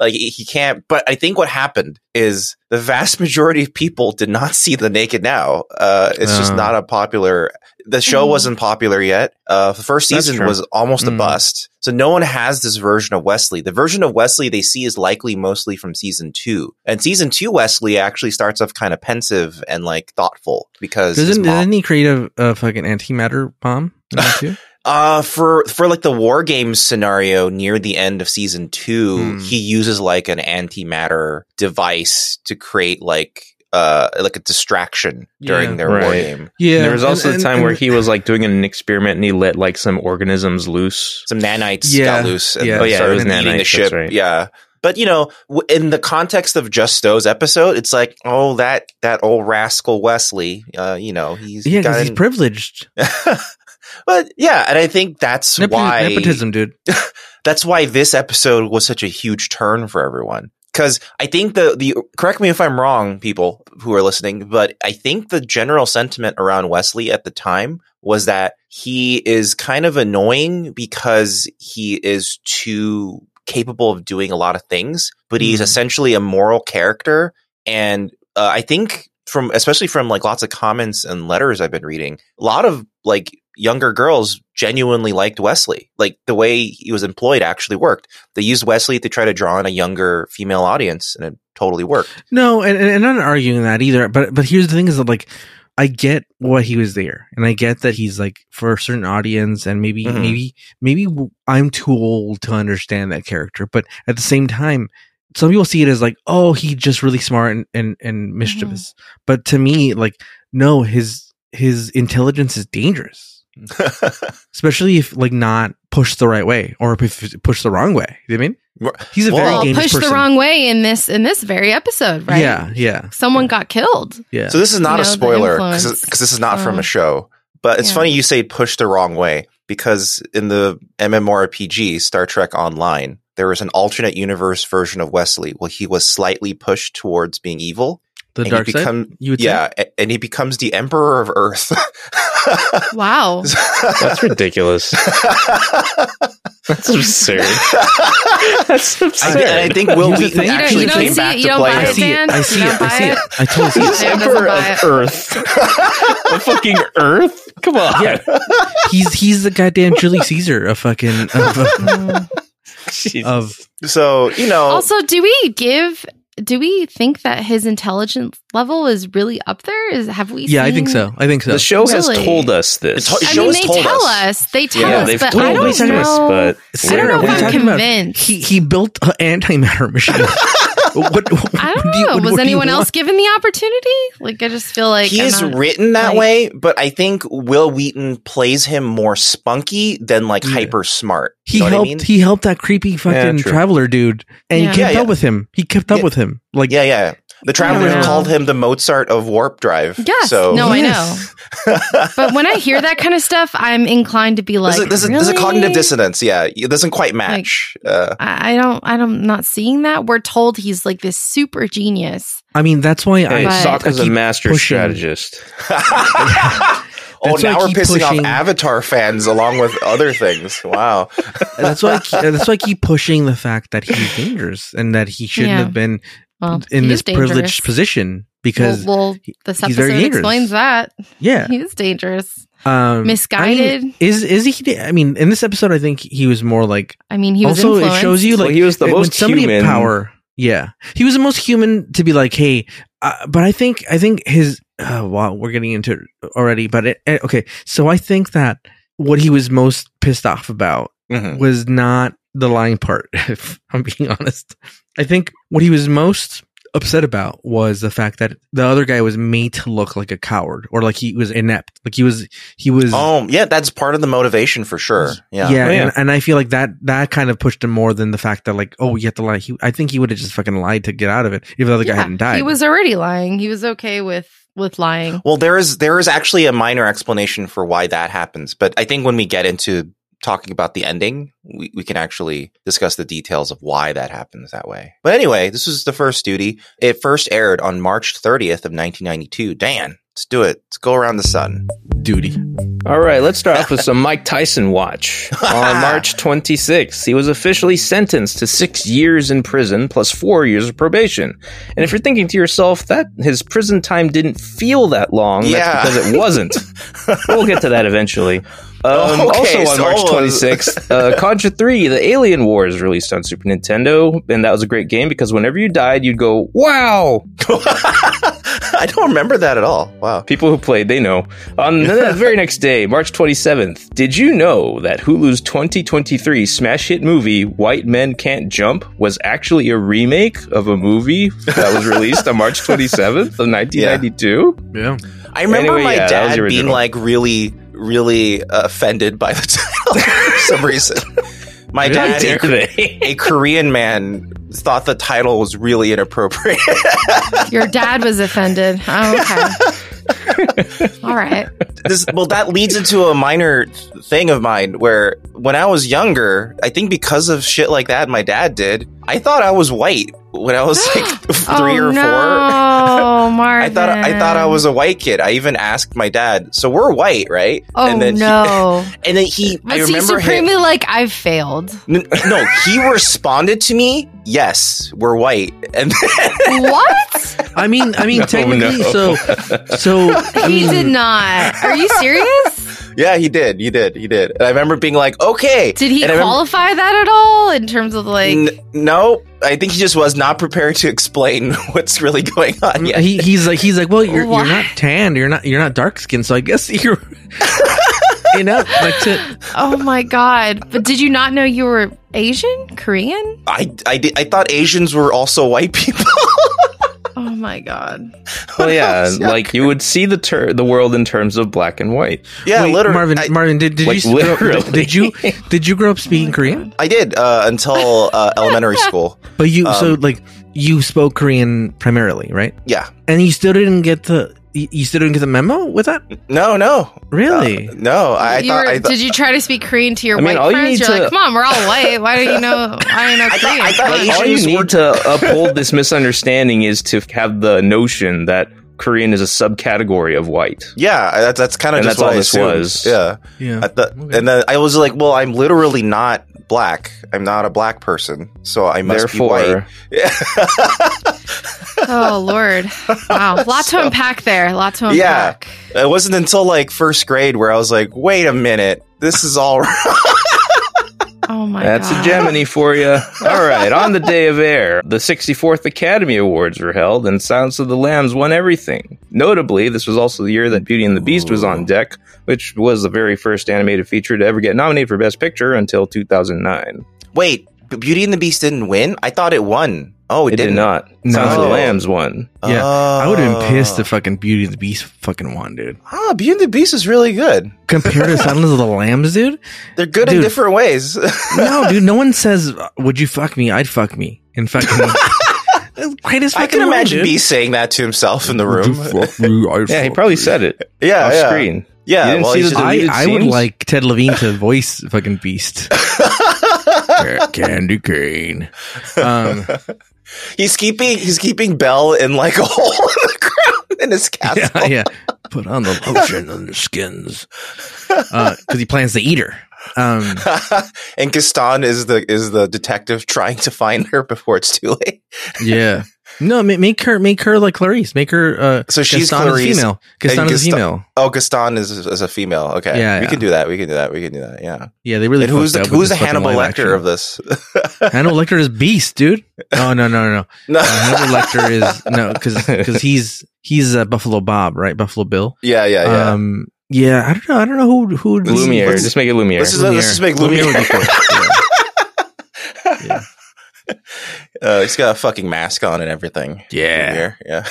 [SPEAKER 2] like he he can't. But I think what happened is the vast majority of people did not see the naked now. Uh, it's just
[SPEAKER 1] Oh.
[SPEAKER 2] not a popular. The show
[SPEAKER 3] Mhm.
[SPEAKER 2] wasn't popular yet. Uh, the first
[SPEAKER 4] That's
[SPEAKER 2] season
[SPEAKER 4] true.
[SPEAKER 2] was almost a
[SPEAKER 1] Mm.
[SPEAKER 2] bust. So no one has this version of Wesley. The version of Wesley they see is likely mostly from season two. And season two Wesley actually starts off kind of pensive and like thoughtful because his
[SPEAKER 1] doesn't
[SPEAKER 2] mom-
[SPEAKER 1] doesn't he create a, a fucking antimatter bomb? in that too?
[SPEAKER 2] Uh, for for like the war games scenario near the end of season two,
[SPEAKER 1] Hmm.
[SPEAKER 2] he uses like an antimatter device to create like uh like a distraction during
[SPEAKER 1] Yeah.
[SPEAKER 2] their war
[SPEAKER 4] Right.
[SPEAKER 2] game.
[SPEAKER 1] yeah.
[SPEAKER 4] there was also
[SPEAKER 1] and-
[SPEAKER 4] the time
[SPEAKER 1] and-
[SPEAKER 4] where he was like doing an experiment and he let like some organisms loose.
[SPEAKER 2] Some nanites
[SPEAKER 1] Yeah.
[SPEAKER 2] got loose and
[SPEAKER 1] Yeah.
[SPEAKER 4] Oh, yeah, it
[SPEAKER 2] started
[SPEAKER 4] was
[SPEAKER 2] eating
[SPEAKER 4] nanites,
[SPEAKER 2] the
[SPEAKER 4] that's
[SPEAKER 2] ship.
[SPEAKER 4] right.
[SPEAKER 2] Yeah. But you know, w- in the context of Just Stowe's episode, it's like, oh, that that old rascal Wesley, uh, you know, he's
[SPEAKER 1] Yeah, because
[SPEAKER 2] got
[SPEAKER 1] he's
[SPEAKER 2] in-
[SPEAKER 1] privileged.
[SPEAKER 2] but yeah, and I think that's
[SPEAKER 1] Nepot-
[SPEAKER 2] why
[SPEAKER 1] nepotism, dude.
[SPEAKER 2] that's why this episode was such a huge turn for everyone. Because I think the the correct me if I'm wrong, people who are listening, but I think the general sentiment around Wesley at the time was that he is kind of annoying because he is too capable of doing a lot of things, but he's
[SPEAKER 1] Mhm.
[SPEAKER 2] essentially a moral character. And uh, I think from especially from like lots of comments and letters I've been reading, a lot of like younger girls genuinely liked Wesley. Like the way he was employed actually worked. They used Wesley to try to draw in a younger female audience, and it totally worked.
[SPEAKER 1] No, and, and and I'm not arguing that either. But but here's the thing: is that like I get what he was there, and I get that he's like for a certain audience, and maybe
[SPEAKER 2] Mhm.
[SPEAKER 1] maybe maybe w- I'm too old to understand that character. But at the same time, some people see it as like, oh, he's just really smart and and,
[SPEAKER 3] Mm-hmm.
[SPEAKER 1] and mischievous. But to me, like, no, his his intelligence is dangerous, especially if like not pushed the right way or if it's pushed the wrong way. You know what I mean? He's a very
[SPEAKER 2] Well,
[SPEAKER 3] Well,
[SPEAKER 1] dangerous
[SPEAKER 3] pushed
[SPEAKER 1] person.
[SPEAKER 3] the wrong way in this in this very episode, right?
[SPEAKER 1] Yeah, yeah,
[SPEAKER 3] Someone got killed.
[SPEAKER 1] yeah.
[SPEAKER 2] so this is not
[SPEAKER 3] You
[SPEAKER 2] a
[SPEAKER 3] know, the
[SPEAKER 2] spoiler
[SPEAKER 3] influence.
[SPEAKER 2] because this is not from
[SPEAKER 3] Um,
[SPEAKER 2] a show. But it's
[SPEAKER 3] yeah.
[SPEAKER 2] funny you say push the wrong way because in the MMORPG Star Trek Online, there was an alternate universe version of Wesley where he was slightly pushed towards being evil.
[SPEAKER 1] the
[SPEAKER 2] and
[SPEAKER 1] dark
[SPEAKER 2] he
[SPEAKER 1] side.
[SPEAKER 2] become,
[SPEAKER 1] You would say?
[SPEAKER 2] yeah, a- and he becomes the Emperor of Earth.
[SPEAKER 3] Wow.
[SPEAKER 4] That's ridiculous. That's absurd. That's
[SPEAKER 2] I,
[SPEAKER 4] absurd.
[SPEAKER 2] and I think Will
[SPEAKER 1] Here's the thing. You
[SPEAKER 2] Wheaton
[SPEAKER 1] don't-
[SPEAKER 2] actually
[SPEAKER 1] you don't
[SPEAKER 2] came
[SPEAKER 1] see
[SPEAKER 2] back
[SPEAKER 3] it, you
[SPEAKER 2] to
[SPEAKER 3] don't
[SPEAKER 2] play
[SPEAKER 3] buy
[SPEAKER 1] I
[SPEAKER 2] him.
[SPEAKER 1] see it.
[SPEAKER 3] Dan?
[SPEAKER 1] I see it.
[SPEAKER 3] You don't
[SPEAKER 1] I see
[SPEAKER 3] buy
[SPEAKER 1] it. I totally see
[SPEAKER 4] He's
[SPEAKER 1] it.
[SPEAKER 3] Sam doesn't
[SPEAKER 4] emperor
[SPEAKER 3] buy
[SPEAKER 4] of
[SPEAKER 3] it.
[SPEAKER 4] Earth. the fucking Earth? Come on.
[SPEAKER 1] Yeah. He's he's the goddamn Julius Caesar of fucking of, of,
[SPEAKER 4] Jeez.
[SPEAKER 1] of-
[SPEAKER 2] So you know,
[SPEAKER 3] Also, do we give do we think that his intelligence level is really up there? Is have we
[SPEAKER 1] yeah. I
[SPEAKER 3] seen-
[SPEAKER 1] think so. I think so.
[SPEAKER 4] the show has
[SPEAKER 3] Really?
[SPEAKER 4] told us this.
[SPEAKER 2] The to-
[SPEAKER 3] I
[SPEAKER 2] show
[SPEAKER 3] mean,
[SPEAKER 2] has
[SPEAKER 3] they
[SPEAKER 2] told
[SPEAKER 3] tell
[SPEAKER 2] us.
[SPEAKER 3] us. They tell
[SPEAKER 4] yeah,
[SPEAKER 3] us,
[SPEAKER 4] they've
[SPEAKER 3] but
[SPEAKER 4] told
[SPEAKER 3] I don't
[SPEAKER 4] us
[SPEAKER 3] know.
[SPEAKER 4] this, but
[SPEAKER 3] I don't
[SPEAKER 1] Sarah,
[SPEAKER 3] know
[SPEAKER 1] what are you
[SPEAKER 3] if I'm
[SPEAKER 1] talking about?
[SPEAKER 3] convinced.
[SPEAKER 1] He he built an antimatter machine. what,
[SPEAKER 3] I
[SPEAKER 1] what
[SPEAKER 3] don't
[SPEAKER 1] do you-
[SPEAKER 3] know.
[SPEAKER 1] what-
[SPEAKER 3] Was
[SPEAKER 1] what do you
[SPEAKER 3] anyone else
[SPEAKER 1] want?
[SPEAKER 3] given the opportunity? Like, I just feel like
[SPEAKER 2] he
[SPEAKER 3] I'm
[SPEAKER 2] is
[SPEAKER 3] not-
[SPEAKER 2] written that
[SPEAKER 3] like-
[SPEAKER 2] way, but I think Will Wheaton plays him more spunky than like
[SPEAKER 1] Yeah.
[SPEAKER 2] hyper smart.
[SPEAKER 1] He
[SPEAKER 2] You know what I
[SPEAKER 1] helped.
[SPEAKER 2] mean?
[SPEAKER 1] He helped that creepy fucking
[SPEAKER 4] true.
[SPEAKER 1] traveler dude, and
[SPEAKER 3] Yeah.
[SPEAKER 1] he kept
[SPEAKER 2] Yeah,
[SPEAKER 1] up
[SPEAKER 2] yeah.
[SPEAKER 1] with him. He kept up
[SPEAKER 2] Yeah.
[SPEAKER 1] with him. Like
[SPEAKER 2] yeah, yeah. The traveler
[SPEAKER 3] Yeah.
[SPEAKER 2] called him the Mozart of warp drive.
[SPEAKER 3] Yes.
[SPEAKER 2] So
[SPEAKER 3] no,
[SPEAKER 1] Yes.
[SPEAKER 2] this,
[SPEAKER 3] I know. But when I hear that kind of stuff, I'm inclined to be like,
[SPEAKER 2] is, this, is, this is
[SPEAKER 3] "Really?"
[SPEAKER 2] cognitive dissonance. Yeah, it doesn't quite match. uh,
[SPEAKER 3] I I don't. I don't. Not seeing that. We're told he's like this super genius.
[SPEAKER 1] I mean, that's why I.
[SPEAKER 4] Hey,
[SPEAKER 3] But-
[SPEAKER 4] Sokka's
[SPEAKER 1] I
[SPEAKER 4] a
[SPEAKER 1] keep
[SPEAKER 4] master
[SPEAKER 1] pushing.
[SPEAKER 4] strategist.
[SPEAKER 2] oh,
[SPEAKER 1] That's why I
[SPEAKER 2] now we're
[SPEAKER 1] keep
[SPEAKER 2] pissing off
[SPEAKER 1] pushing-
[SPEAKER 2] Avatar fans along with other things. Wow.
[SPEAKER 1] That's why. I keep, that's why I keep pushing the fact that he's dangerous and that he shouldn't
[SPEAKER 3] Yeah.
[SPEAKER 1] have been
[SPEAKER 3] Well,
[SPEAKER 1] in
[SPEAKER 3] he
[SPEAKER 1] this
[SPEAKER 3] is dangerous.
[SPEAKER 1] privileged position
[SPEAKER 3] Well,
[SPEAKER 1] because
[SPEAKER 3] well,
[SPEAKER 1] he-
[SPEAKER 3] this
[SPEAKER 1] he's very
[SPEAKER 3] episode
[SPEAKER 1] dangerous.
[SPEAKER 3] explains that
[SPEAKER 1] yeah,
[SPEAKER 3] he is dangerous,
[SPEAKER 1] um,
[SPEAKER 3] misguided.
[SPEAKER 1] I mean, is is he? I mean, in this episode, I think he was more like.
[SPEAKER 3] I mean, he was
[SPEAKER 1] also,
[SPEAKER 3] influenced.
[SPEAKER 1] it shows you
[SPEAKER 4] Well,
[SPEAKER 1] like
[SPEAKER 4] he was the
[SPEAKER 1] when
[SPEAKER 4] most
[SPEAKER 1] somebody in
[SPEAKER 4] human.
[SPEAKER 1] power. Yeah, he was the most human to be like, hey, uh, but I think I think his. Uh, wow, we're getting into it already, but it, eh, okay. So I think that what he was most pissed off about
[SPEAKER 2] Mhm.
[SPEAKER 1] was not the lying part. If I'm being honest, I think what he was most upset about was the fact that the other guy was made to look like a coward or like he was inept, like he was he was
[SPEAKER 2] Oh, yeah, that's part of the motivation for sure. Yeah.
[SPEAKER 1] yeah,
[SPEAKER 4] Oh, yeah.
[SPEAKER 1] And, and I feel like that that kind of pushed him more than the fact that like, oh, you have to lie. He, I think he would have just fucking lied to get out of it if the other guy
[SPEAKER 3] Yeah,
[SPEAKER 1] hadn't died.
[SPEAKER 3] He was already lying. He was okay with with lying.
[SPEAKER 2] Well, there is there is actually a minor explanation for why that happens, but I think when we get into talking about the ending, we, we can actually discuss the details of why that happens that way. But anyway, this was the first duty. It first aired on March 30th of 1992. Dan, let's do it. Let's go around the sun.
[SPEAKER 1] duty.
[SPEAKER 4] All right, let's start off with some Mike Tyson watch. On March 26th, he was officially sentenced to six years in prison plus four years of probation. And if you're thinking to yourself that his prison time didn't feel that long,
[SPEAKER 2] Yeah.
[SPEAKER 4] that's because it wasn't. we'll get to that eventually. Um,
[SPEAKER 2] Okay,
[SPEAKER 4] also on
[SPEAKER 2] so
[SPEAKER 4] March
[SPEAKER 2] all of-
[SPEAKER 4] 26th, uh, Contra 3, The Alien War is released on Super Nintendo. And that was a great game because whenever you died, you'd go, wow,
[SPEAKER 2] I don't remember that at all. Wow.
[SPEAKER 4] People who played, they know. On the very next day, March 27th, did you know that Hulu's 2023 smash hit movie, White Men Can't Jump, was actually a remake of a movie that was released on March 27th of 1992?
[SPEAKER 1] Yeah.
[SPEAKER 2] I remember
[SPEAKER 4] Anyway,
[SPEAKER 2] my
[SPEAKER 4] yeah, that was
[SPEAKER 2] dad
[SPEAKER 4] the
[SPEAKER 2] being
[SPEAKER 4] original.
[SPEAKER 2] like really, really offended by the title for some reason. My
[SPEAKER 4] How
[SPEAKER 2] dad,
[SPEAKER 4] dare they?
[SPEAKER 2] a Korean man thought the title was really inappropriate.
[SPEAKER 3] Your dad was offended. Oh, okay. All right.
[SPEAKER 2] this, well, that leads into a minor thing of mine where when I was younger, I think because of shit like that my dad did, I thought I was white when I was like three
[SPEAKER 3] oh,
[SPEAKER 2] or
[SPEAKER 3] no,
[SPEAKER 2] four. I
[SPEAKER 3] Marvin.
[SPEAKER 2] thought I thought I was a white kid. I even asked my dad, "So we're white, right?"
[SPEAKER 3] Oh
[SPEAKER 2] and then
[SPEAKER 3] no!
[SPEAKER 2] he, and then he, I
[SPEAKER 3] was he
[SPEAKER 2] remember him.
[SPEAKER 3] supremely like I've failed?
[SPEAKER 2] N- no, he responded to me, "Yes, we're white," and
[SPEAKER 3] what?
[SPEAKER 1] I mean, I mean,
[SPEAKER 4] Oh, No,
[SPEAKER 1] technically, so
[SPEAKER 4] no.
[SPEAKER 1] so I
[SPEAKER 3] he
[SPEAKER 1] mean,
[SPEAKER 3] did not. Are you serious?
[SPEAKER 2] yeah, he did, he did, he did. And I remember being like, "Okay."
[SPEAKER 3] Did he
[SPEAKER 2] And I remember-
[SPEAKER 3] qualify that at all in terms of like?
[SPEAKER 2] N- no, I think he just was not prepared to explain what's really going on yet.
[SPEAKER 1] He, he's like he's like well you're, you're
[SPEAKER 3] What?
[SPEAKER 1] not tanned you're not you're not dark skinned so I guess you're you know like to,
[SPEAKER 3] oh my god! But did you not know you were Asian, Korean?
[SPEAKER 2] I, I, did- I thought Asians were also white people.
[SPEAKER 3] Oh my god!
[SPEAKER 4] well, yeah,
[SPEAKER 2] else? Yeah.
[SPEAKER 4] like you would see the ter- the world in terms of black and white.
[SPEAKER 2] yeah,
[SPEAKER 1] Wait,
[SPEAKER 2] literally.
[SPEAKER 1] Marvin
[SPEAKER 2] I,
[SPEAKER 1] Marvin did, did
[SPEAKER 4] Like,
[SPEAKER 1] you grow,
[SPEAKER 4] literally.
[SPEAKER 1] did, you did you grow up speaking Korean
[SPEAKER 2] I did uh, until uh, elementary school.
[SPEAKER 1] but you so
[SPEAKER 2] Um,
[SPEAKER 1] like you spoke Korean primarily right
[SPEAKER 2] Yeah.
[SPEAKER 1] and you still didn't get the you you still didn't get the memo with that
[SPEAKER 2] No, no.
[SPEAKER 1] really
[SPEAKER 2] Uh, no, I, I
[SPEAKER 3] You
[SPEAKER 2] thought.
[SPEAKER 3] were-
[SPEAKER 2] I, thought
[SPEAKER 3] did you try to speak Korean to your
[SPEAKER 4] I mean, all
[SPEAKER 3] white
[SPEAKER 4] you need
[SPEAKER 3] friends? You're
[SPEAKER 4] to-
[SPEAKER 3] like, come on, we're all white. Why do you know? I don't know
[SPEAKER 2] I thought-
[SPEAKER 3] Korean.
[SPEAKER 2] I thought
[SPEAKER 3] Like,
[SPEAKER 2] Asian-
[SPEAKER 4] All you
[SPEAKER 2] Asians were-
[SPEAKER 4] need to uphold this misunderstanding is to have the notion that Korean is a subcategory of white.
[SPEAKER 2] yeah, I- that's that's kind of
[SPEAKER 4] And
[SPEAKER 2] just
[SPEAKER 4] that's
[SPEAKER 2] what
[SPEAKER 4] all
[SPEAKER 2] I
[SPEAKER 4] this
[SPEAKER 2] assumed.
[SPEAKER 4] was.
[SPEAKER 2] Yeah,
[SPEAKER 1] yeah
[SPEAKER 2] I thought-
[SPEAKER 1] Okay.
[SPEAKER 2] and then I was like, well, I'm literally not black. I'm not a black person, so I must be white.
[SPEAKER 4] Therefore,
[SPEAKER 3] oh lord! Wow, lot to unpack there. Lot to
[SPEAKER 2] Yeah.
[SPEAKER 3] unpack.
[SPEAKER 2] It wasn't until like first grade where I was like, wait a minute, this is all
[SPEAKER 3] Oh my
[SPEAKER 4] That's
[SPEAKER 3] god!
[SPEAKER 4] a Gemini for you. All right, on the day of air, the 64th Academy Awards were held, and Silence of the Lambs won everything. Notably, this was also the year that Beauty and the Beast was on deck, which was the very first animated feature to ever get nominated for Best Picture until 2009.
[SPEAKER 2] Wait, Beauty and the Beast didn't win. I thought it won. Oh, it,
[SPEAKER 4] It did
[SPEAKER 2] didn't.
[SPEAKER 4] not.
[SPEAKER 1] No.
[SPEAKER 4] Sounds of the
[SPEAKER 2] Oh.
[SPEAKER 4] Lambs won.
[SPEAKER 1] Yeah, I would have been pissed
[SPEAKER 2] Oh.
[SPEAKER 1] if fucking Beauty and the Beast fucking won, dude.
[SPEAKER 2] Ah, Beauty and the Beast is really good.
[SPEAKER 1] Compared to Silence of the Lambs, dude.
[SPEAKER 2] They're good in
[SPEAKER 1] Dude.
[SPEAKER 2] different ways.
[SPEAKER 1] No, dude. No one says, uh, "Would you fuck me?" I'd fuck me. And fucking, greatest
[SPEAKER 2] I
[SPEAKER 1] fucking
[SPEAKER 2] can
[SPEAKER 1] line,
[SPEAKER 2] imagine
[SPEAKER 1] dude.
[SPEAKER 2] Beast saying that to himself in the
[SPEAKER 1] Would
[SPEAKER 2] room.
[SPEAKER 1] you fuck me? I'd
[SPEAKER 4] Yeah, he
[SPEAKER 1] fuck
[SPEAKER 4] probably
[SPEAKER 1] you.
[SPEAKER 4] said it
[SPEAKER 2] yeah,
[SPEAKER 4] off
[SPEAKER 2] yeah.
[SPEAKER 4] screen. You
[SPEAKER 2] Yeah,
[SPEAKER 4] didn't
[SPEAKER 2] well,
[SPEAKER 4] see
[SPEAKER 2] he
[SPEAKER 4] the
[SPEAKER 2] should-
[SPEAKER 1] I,
[SPEAKER 4] deleted
[SPEAKER 1] I would
[SPEAKER 4] scenes?
[SPEAKER 1] like Ted Levine to voice fucking Beast. Ca- Candy cane. Um,
[SPEAKER 2] he's keeping he's keeping Bell in like a hole in the ground in his castle.
[SPEAKER 1] yeah, yeah. Put on the lotion on the skins. Because he plans to eat her. Um,
[SPEAKER 2] and Gaston is the is the detective trying to find her before it's too late.
[SPEAKER 1] yeah. No, ma- make her make her like Clarice. Make her uh
[SPEAKER 2] So she's
[SPEAKER 1] Gaston is
[SPEAKER 2] Clarice.
[SPEAKER 1] female. Gaston is
[SPEAKER 2] Gaston-
[SPEAKER 1] female.
[SPEAKER 2] Oh, Gaston is is a female. Okay,
[SPEAKER 1] Yeah,
[SPEAKER 2] we
[SPEAKER 1] yeah.
[SPEAKER 2] can do that. We can do that. We can do that. Yeah.
[SPEAKER 1] Yeah, they really.
[SPEAKER 2] and who's
[SPEAKER 1] fucked
[SPEAKER 2] the
[SPEAKER 1] up with
[SPEAKER 2] who's the
[SPEAKER 1] this fucking
[SPEAKER 2] Hannibal
[SPEAKER 1] live
[SPEAKER 2] Lecter
[SPEAKER 1] action.
[SPEAKER 2] of this?
[SPEAKER 1] Hannibal Lecter is beast, dude. No, no, no, no.
[SPEAKER 2] no.
[SPEAKER 1] Uh, Hannibal Lecter is no, because he's he's uh, Buffalo Bob, right? Buffalo Bill.
[SPEAKER 2] yeah, yeah, Uh, yeah.
[SPEAKER 1] Um, yeah, I don't know. I don't know who who would be-
[SPEAKER 4] Lumiere.
[SPEAKER 1] what's-
[SPEAKER 4] Just make it Lumiere.
[SPEAKER 2] Let's just, let's just make
[SPEAKER 1] Lumiere.
[SPEAKER 2] Lumiere.
[SPEAKER 1] Lumiere would be Yeah.
[SPEAKER 2] uh, he's got a fucking mask on and everything.
[SPEAKER 1] Yeah,
[SPEAKER 2] Lumiere, yeah.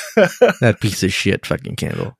[SPEAKER 1] that piece of shit, fucking candle.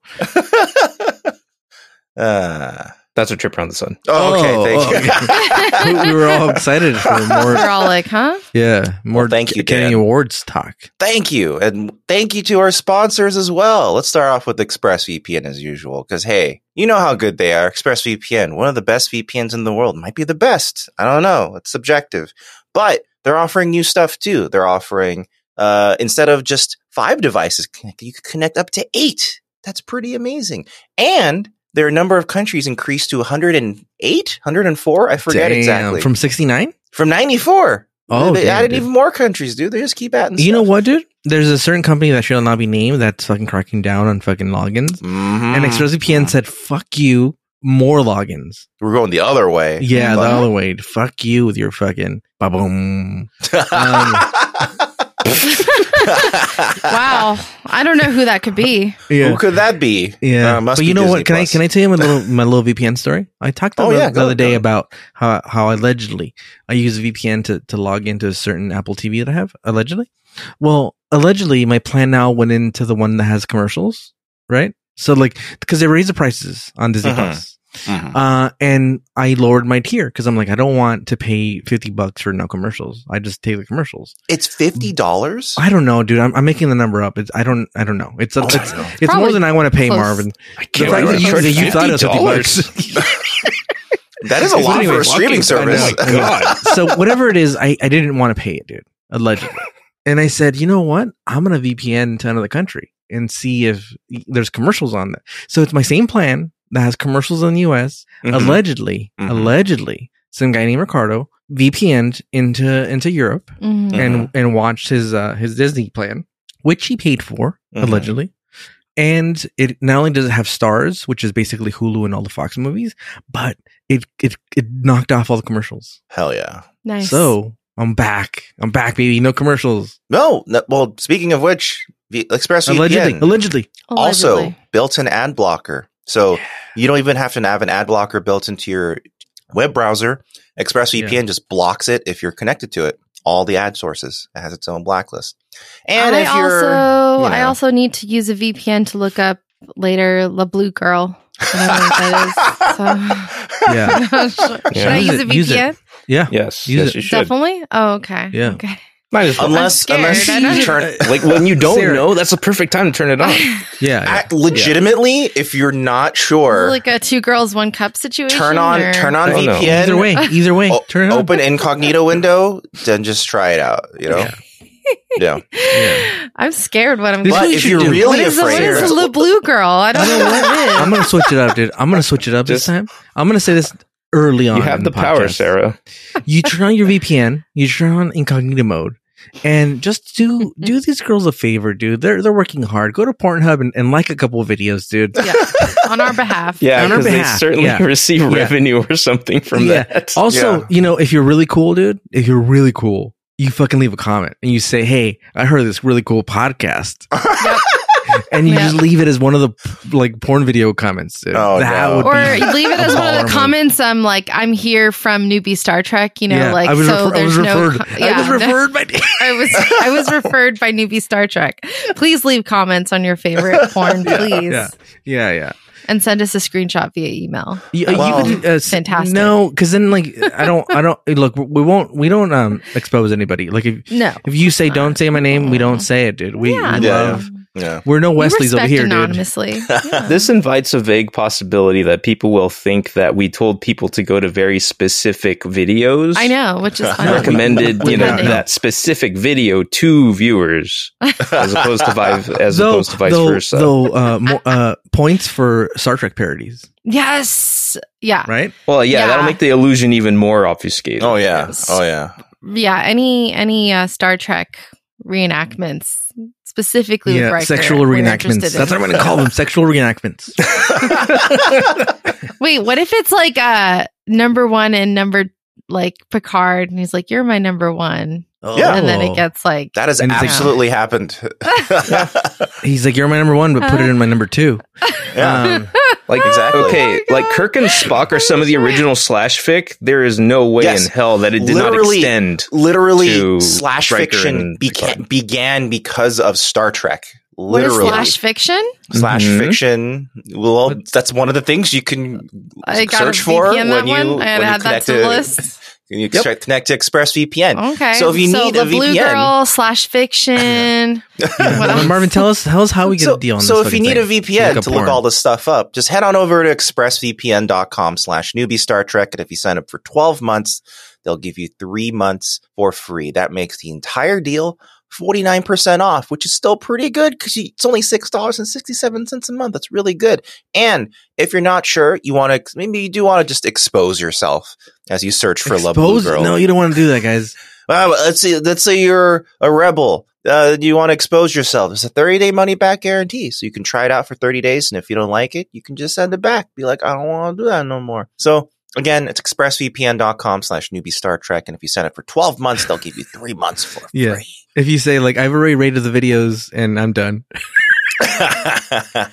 [SPEAKER 2] Uh,
[SPEAKER 4] That's a trip around the sun.
[SPEAKER 2] oh, okay.
[SPEAKER 1] Oh,
[SPEAKER 2] Thank
[SPEAKER 1] oh,
[SPEAKER 2] you.
[SPEAKER 1] we we were all excited for more.
[SPEAKER 3] We're all like, huh?
[SPEAKER 1] Yeah, more
[SPEAKER 2] Well, thank you,
[SPEAKER 1] Academy
[SPEAKER 2] Dan.
[SPEAKER 1] Awards talk.
[SPEAKER 2] thank you. And thank you to our sponsors as well. Let's start off with ExpressVPN as usual, because hey, you know how good they are. ExpressVPN, one of the best VPNs in the world, might be the best. I don't know. It's subjective. But they're offering new stuff too. They're offering, uh, instead of just five devices connected, you could connect up to eight. That's pretty amazing. And their number of countries increased to 108, 104. I forget
[SPEAKER 1] Damn,
[SPEAKER 2] exactly. From,
[SPEAKER 1] From sixty nine.
[SPEAKER 2] from 94.
[SPEAKER 1] Oh,
[SPEAKER 2] they
[SPEAKER 1] damn,
[SPEAKER 2] added
[SPEAKER 1] dude.
[SPEAKER 2] even more countries, dude. They just keep adding
[SPEAKER 1] You know what, dude? There's a certain company that shall not be named that's fucking cracking down on fucking logins.
[SPEAKER 2] Mm-hmm.
[SPEAKER 1] And ExpressVPN said, "Fuck you, more logins."
[SPEAKER 2] We're going the other way.
[SPEAKER 1] Yeah, the other way. Fuck you with your fucking ba boom. Um,
[SPEAKER 3] Wow. I don't know who that could be.
[SPEAKER 2] Who could that be?
[SPEAKER 1] Yeah,
[SPEAKER 2] Uh, must
[SPEAKER 1] but
[SPEAKER 2] be
[SPEAKER 1] you know
[SPEAKER 2] Disney
[SPEAKER 1] what? Can
[SPEAKER 2] Plus.
[SPEAKER 1] I can I tell you my little my little VPN story? I talked
[SPEAKER 2] Oh,
[SPEAKER 1] the,
[SPEAKER 2] yeah,
[SPEAKER 1] the
[SPEAKER 2] go,
[SPEAKER 1] other day
[SPEAKER 2] go.
[SPEAKER 1] about how how allegedly I use VPN to to log into a certain Apple TV that I have. Allegedly, well, allegedly my plan now went into the one that has commercials, right? So like because they raised the prices on Disney
[SPEAKER 2] Mhm.
[SPEAKER 1] Plus, uh, and I lowered my tier because I'm like I don't want to pay fifty bucks for no commercials. I just take the commercials.
[SPEAKER 2] It's fifty dollars.
[SPEAKER 1] I don't know, dude. I'm, I'm making the number up. It's I don't I don't know. It's it's, it's more
[SPEAKER 3] Probably
[SPEAKER 1] than I want to pay,
[SPEAKER 3] close.
[SPEAKER 1] Marvin.
[SPEAKER 4] I
[SPEAKER 1] The fact that you, that you thought it was fifty bucks.
[SPEAKER 2] That is a
[SPEAKER 1] It's
[SPEAKER 2] lot
[SPEAKER 1] anyway,
[SPEAKER 2] for a streaming
[SPEAKER 1] fucking- I
[SPEAKER 2] service.
[SPEAKER 1] know. so whatever it is, I, I didn't want to pay it, dude, allegedly. And I said, you know what? I'm gonna VPN to another country and see if there's commercials on that. So it's my same plan that has commercials in the US.
[SPEAKER 2] Mhm.
[SPEAKER 1] Allegedly,
[SPEAKER 2] Mhm.
[SPEAKER 1] allegedly, some guy named Ricardo VPN'd into into Europe and
[SPEAKER 3] Mhm.
[SPEAKER 2] Mm-hmm.
[SPEAKER 1] and watched his uh, his Disney plan, which he paid for
[SPEAKER 4] Mm-hmm.
[SPEAKER 2] Mhm.
[SPEAKER 1] allegedly. And it not only does it have stars, which is basically Hulu and all the Fox movies, but it it it knocked off all the commercials.
[SPEAKER 2] Hell yeah.
[SPEAKER 3] Nice.
[SPEAKER 1] So I'm back. I'm back, baby. No commercials.
[SPEAKER 2] No, no. Well, speaking of which, the ExpressVPN
[SPEAKER 1] Allegedly. Allegedly.
[SPEAKER 2] also
[SPEAKER 3] Oh, Allegedly.
[SPEAKER 2] built-in ad blocker. So you don't even have to have an ad blocker built into your web browser. ExpressVPN just blocks it if you're connected to it. All the ad sources. It has its own blacklist. And
[SPEAKER 3] I
[SPEAKER 2] if
[SPEAKER 3] also
[SPEAKER 2] you're
[SPEAKER 3] I
[SPEAKER 2] know.
[SPEAKER 3] also need to use a VPN to look up later La Blue Girl. Whatever that
[SPEAKER 1] Yeah.
[SPEAKER 3] is. So. Should I
[SPEAKER 1] Use
[SPEAKER 3] use a
[SPEAKER 1] it, use it.
[SPEAKER 3] VPN?
[SPEAKER 1] Yeah.
[SPEAKER 4] Yes,
[SPEAKER 1] Use
[SPEAKER 4] yes,
[SPEAKER 1] it.
[SPEAKER 4] you should.
[SPEAKER 3] Definitely. Oh, okay.
[SPEAKER 1] Yeah.
[SPEAKER 3] Okay.
[SPEAKER 4] Might as well.
[SPEAKER 2] unless
[SPEAKER 3] I'm
[SPEAKER 2] unless
[SPEAKER 3] scared.
[SPEAKER 2] you turn
[SPEAKER 4] like when you don't
[SPEAKER 1] Sarah.
[SPEAKER 4] know, that's the perfect time to turn it on.
[SPEAKER 1] Yeah. yeah.
[SPEAKER 2] act- legitimately, if you're not sure,
[SPEAKER 3] like a two girls one cup situation.
[SPEAKER 2] turn on
[SPEAKER 3] or-
[SPEAKER 2] turn on
[SPEAKER 4] I don't know.
[SPEAKER 2] VPN.
[SPEAKER 1] either way. Either way.
[SPEAKER 2] o-
[SPEAKER 1] turn it on.
[SPEAKER 2] open incognito window, then just try it out. You know, yeah.
[SPEAKER 1] Yeah.
[SPEAKER 3] I'm scared when I'm.
[SPEAKER 1] This is
[SPEAKER 2] But
[SPEAKER 1] what you
[SPEAKER 2] if
[SPEAKER 1] should
[SPEAKER 2] you're
[SPEAKER 1] do.
[SPEAKER 3] what
[SPEAKER 2] really
[SPEAKER 3] is, the, what
[SPEAKER 2] afraid,
[SPEAKER 3] is the little blue girl? I don't know
[SPEAKER 1] I'm
[SPEAKER 3] what it is.
[SPEAKER 1] gonna switch it up, dude. I'm gonna switch it up this
[SPEAKER 4] Just-
[SPEAKER 1] time. I'm gonna say this early on.
[SPEAKER 4] You have
[SPEAKER 1] in
[SPEAKER 4] the power,
[SPEAKER 1] podcast.
[SPEAKER 4] Sarah.
[SPEAKER 1] You turn on your VPN. You turn on incognito mode. And just do do these girls a favor, dude. They're they're working hard. Go to Pornhub and, and like a couple of videos, dude.
[SPEAKER 3] Yeah. On our behalf.
[SPEAKER 4] Yeah,
[SPEAKER 1] On our
[SPEAKER 4] because they
[SPEAKER 1] behalf,
[SPEAKER 4] certainly
[SPEAKER 1] yeah.
[SPEAKER 4] receive revenue or something from
[SPEAKER 1] Yeah.
[SPEAKER 4] that.
[SPEAKER 1] Also,
[SPEAKER 2] Yeah.
[SPEAKER 1] you know, if you're really cool, dude, if you're really cool, you fucking leave a comment and you say, "Hey, I heard this really cool podcast." and you
[SPEAKER 3] Yeah.
[SPEAKER 1] just leave it as one of the like porn video comments. dude.
[SPEAKER 2] Oh, no.
[SPEAKER 1] would
[SPEAKER 3] or
[SPEAKER 1] be-
[SPEAKER 3] you leave it as one of
[SPEAKER 1] baller
[SPEAKER 3] the
[SPEAKER 1] move.
[SPEAKER 3] comments. I'm like, I'm here from newbie Star Trek, you know,
[SPEAKER 1] Yeah,
[SPEAKER 3] like
[SPEAKER 1] I was
[SPEAKER 3] so.
[SPEAKER 1] refer- I was
[SPEAKER 3] there's no,
[SPEAKER 1] referred.
[SPEAKER 3] com-
[SPEAKER 1] I was
[SPEAKER 3] yeah,
[SPEAKER 1] referred by.
[SPEAKER 3] I was I was referred by newbie Star Trek. Please leave comments on your favorite porn, please,
[SPEAKER 1] yeah. Yeah, yeah.
[SPEAKER 3] and send us a screenshot via email.
[SPEAKER 1] You, uh, you
[SPEAKER 2] Well-
[SPEAKER 1] could, uh, s-
[SPEAKER 3] Fantastic.
[SPEAKER 1] No, because then like I don't, I don't look. We won't, we don't um expose anybody. Like if
[SPEAKER 3] No,
[SPEAKER 1] if you say don't say my name, we don't say it, dude. We,
[SPEAKER 3] Yeah.
[SPEAKER 1] we
[SPEAKER 2] Yeah.
[SPEAKER 1] love.
[SPEAKER 2] yeah.
[SPEAKER 1] We're no Wesley's
[SPEAKER 3] we
[SPEAKER 1] over
[SPEAKER 3] respect
[SPEAKER 1] here, dude.
[SPEAKER 3] anonymously. Yeah.
[SPEAKER 4] This invites a vague possibility that people will think that we told people to go to very specific videos.
[SPEAKER 3] I know, which is
[SPEAKER 2] I
[SPEAKER 3] fun.
[SPEAKER 4] Recommended,
[SPEAKER 1] We
[SPEAKER 4] you know,
[SPEAKER 1] don't know.
[SPEAKER 4] that specific video to viewers as opposed to vice, as
[SPEAKER 1] though,
[SPEAKER 4] opposed to vice
[SPEAKER 1] though,
[SPEAKER 4] versa.
[SPEAKER 1] though, uh, mo- uh, points for Star Trek parodies,
[SPEAKER 3] Yes, yeah,
[SPEAKER 1] right?
[SPEAKER 4] well, yeah,
[SPEAKER 3] Yeah.
[SPEAKER 4] that'll make the illusion even more obfuscated.
[SPEAKER 2] Oh yeah.
[SPEAKER 3] Yes.
[SPEAKER 2] Oh yeah.
[SPEAKER 3] yeah. Any any uh, Star Trek reenactments. Specifically, with
[SPEAKER 1] yeah,
[SPEAKER 3] Riker,
[SPEAKER 1] sexual
[SPEAKER 3] we're
[SPEAKER 1] reenactments.
[SPEAKER 3] interested in.
[SPEAKER 1] That's what I'm going to call them. Sexual reenactments.
[SPEAKER 3] Wait, what if it's like uh number one and number like Picard, and he's like, "You're my number one,"
[SPEAKER 2] Yeah.
[SPEAKER 3] and then
[SPEAKER 1] Oh.
[SPEAKER 3] it gets like,
[SPEAKER 2] Oh. That has
[SPEAKER 1] And it's like-
[SPEAKER 2] absolutely happened.
[SPEAKER 1] He's like, you're my number one, but put it in my number two.
[SPEAKER 4] Uh,
[SPEAKER 2] yeah.
[SPEAKER 1] Um,
[SPEAKER 4] Like
[SPEAKER 2] Exactly.
[SPEAKER 4] Ah, Okay,
[SPEAKER 3] Oh my
[SPEAKER 4] like
[SPEAKER 3] God.
[SPEAKER 4] Kirk and Spock are some of the original slash fic. There is no way
[SPEAKER 2] Yes.
[SPEAKER 4] in hell that it did not
[SPEAKER 2] Literally-
[SPEAKER 4] extend.
[SPEAKER 2] Literally,
[SPEAKER 4] To
[SPEAKER 2] slash
[SPEAKER 4] Riker
[SPEAKER 2] fiction
[SPEAKER 4] and
[SPEAKER 2] beca-
[SPEAKER 4] Picard.
[SPEAKER 2] began because of Star Trek.
[SPEAKER 3] "What is
[SPEAKER 2] Literally,
[SPEAKER 3] slash fiction?"
[SPEAKER 2] Slash
[SPEAKER 4] Mhm.
[SPEAKER 2] fiction. Well, that's one of the things you can
[SPEAKER 3] I got
[SPEAKER 2] search for
[SPEAKER 3] VPN
[SPEAKER 2] when
[SPEAKER 3] that
[SPEAKER 2] you
[SPEAKER 3] one. I
[SPEAKER 2] when you
[SPEAKER 3] had that
[SPEAKER 2] connect
[SPEAKER 3] to the list.
[SPEAKER 2] When you
[SPEAKER 4] Yep.
[SPEAKER 2] try- connect to ExpressVPN.
[SPEAKER 3] Okay,
[SPEAKER 2] So if you need
[SPEAKER 3] the
[SPEAKER 2] a
[SPEAKER 3] blue
[SPEAKER 2] VPN
[SPEAKER 3] girl slash fiction,
[SPEAKER 1] yeah.
[SPEAKER 3] What else?
[SPEAKER 1] Marvin, tell us, tell us how we get
[SPEAKER 2] so,
[SPEAKER 1] a deal on
[SPEAKER 2] so
[SPEAKER 1] this.
[SPEAKER 2] if you need a VPN to look all this stuff up, just head on over to expressvpn.com slash newbie Star Trek. And if you sign up for 12 months, they'll give you three months for free. That makes the entire deal 49% off, which is still pretty good because it's only $6.67 a month. That's really good. And if you're not sure, you want to, maybe you do want to just expose yourself as you search for Love Blue
[SPEAKER 1] Expose-
[SPEAKER 2] Girl.
[SPEAKER 1] No, you don't want to do that, guys.
[SPEAKER 2] Uh, let's see. Let's say you're a rebel. Uh, you want to expose yourself. It's a 30 day money back guarantee. So you can try it out for 30 days. And if you don't like it, you can just send it back. Be like, I don't want to do that no more. So again, it's expressvpn.com slash newbie Star Trek. And if you sign up for 12 months, they'll give you three months for
[SPEAKER 1] Yeah.
[SPEAKER 2] free.
[SPEAKER 1] If you say like, I've already rated the videos and I'm done.
[SPEAKER 2] uh,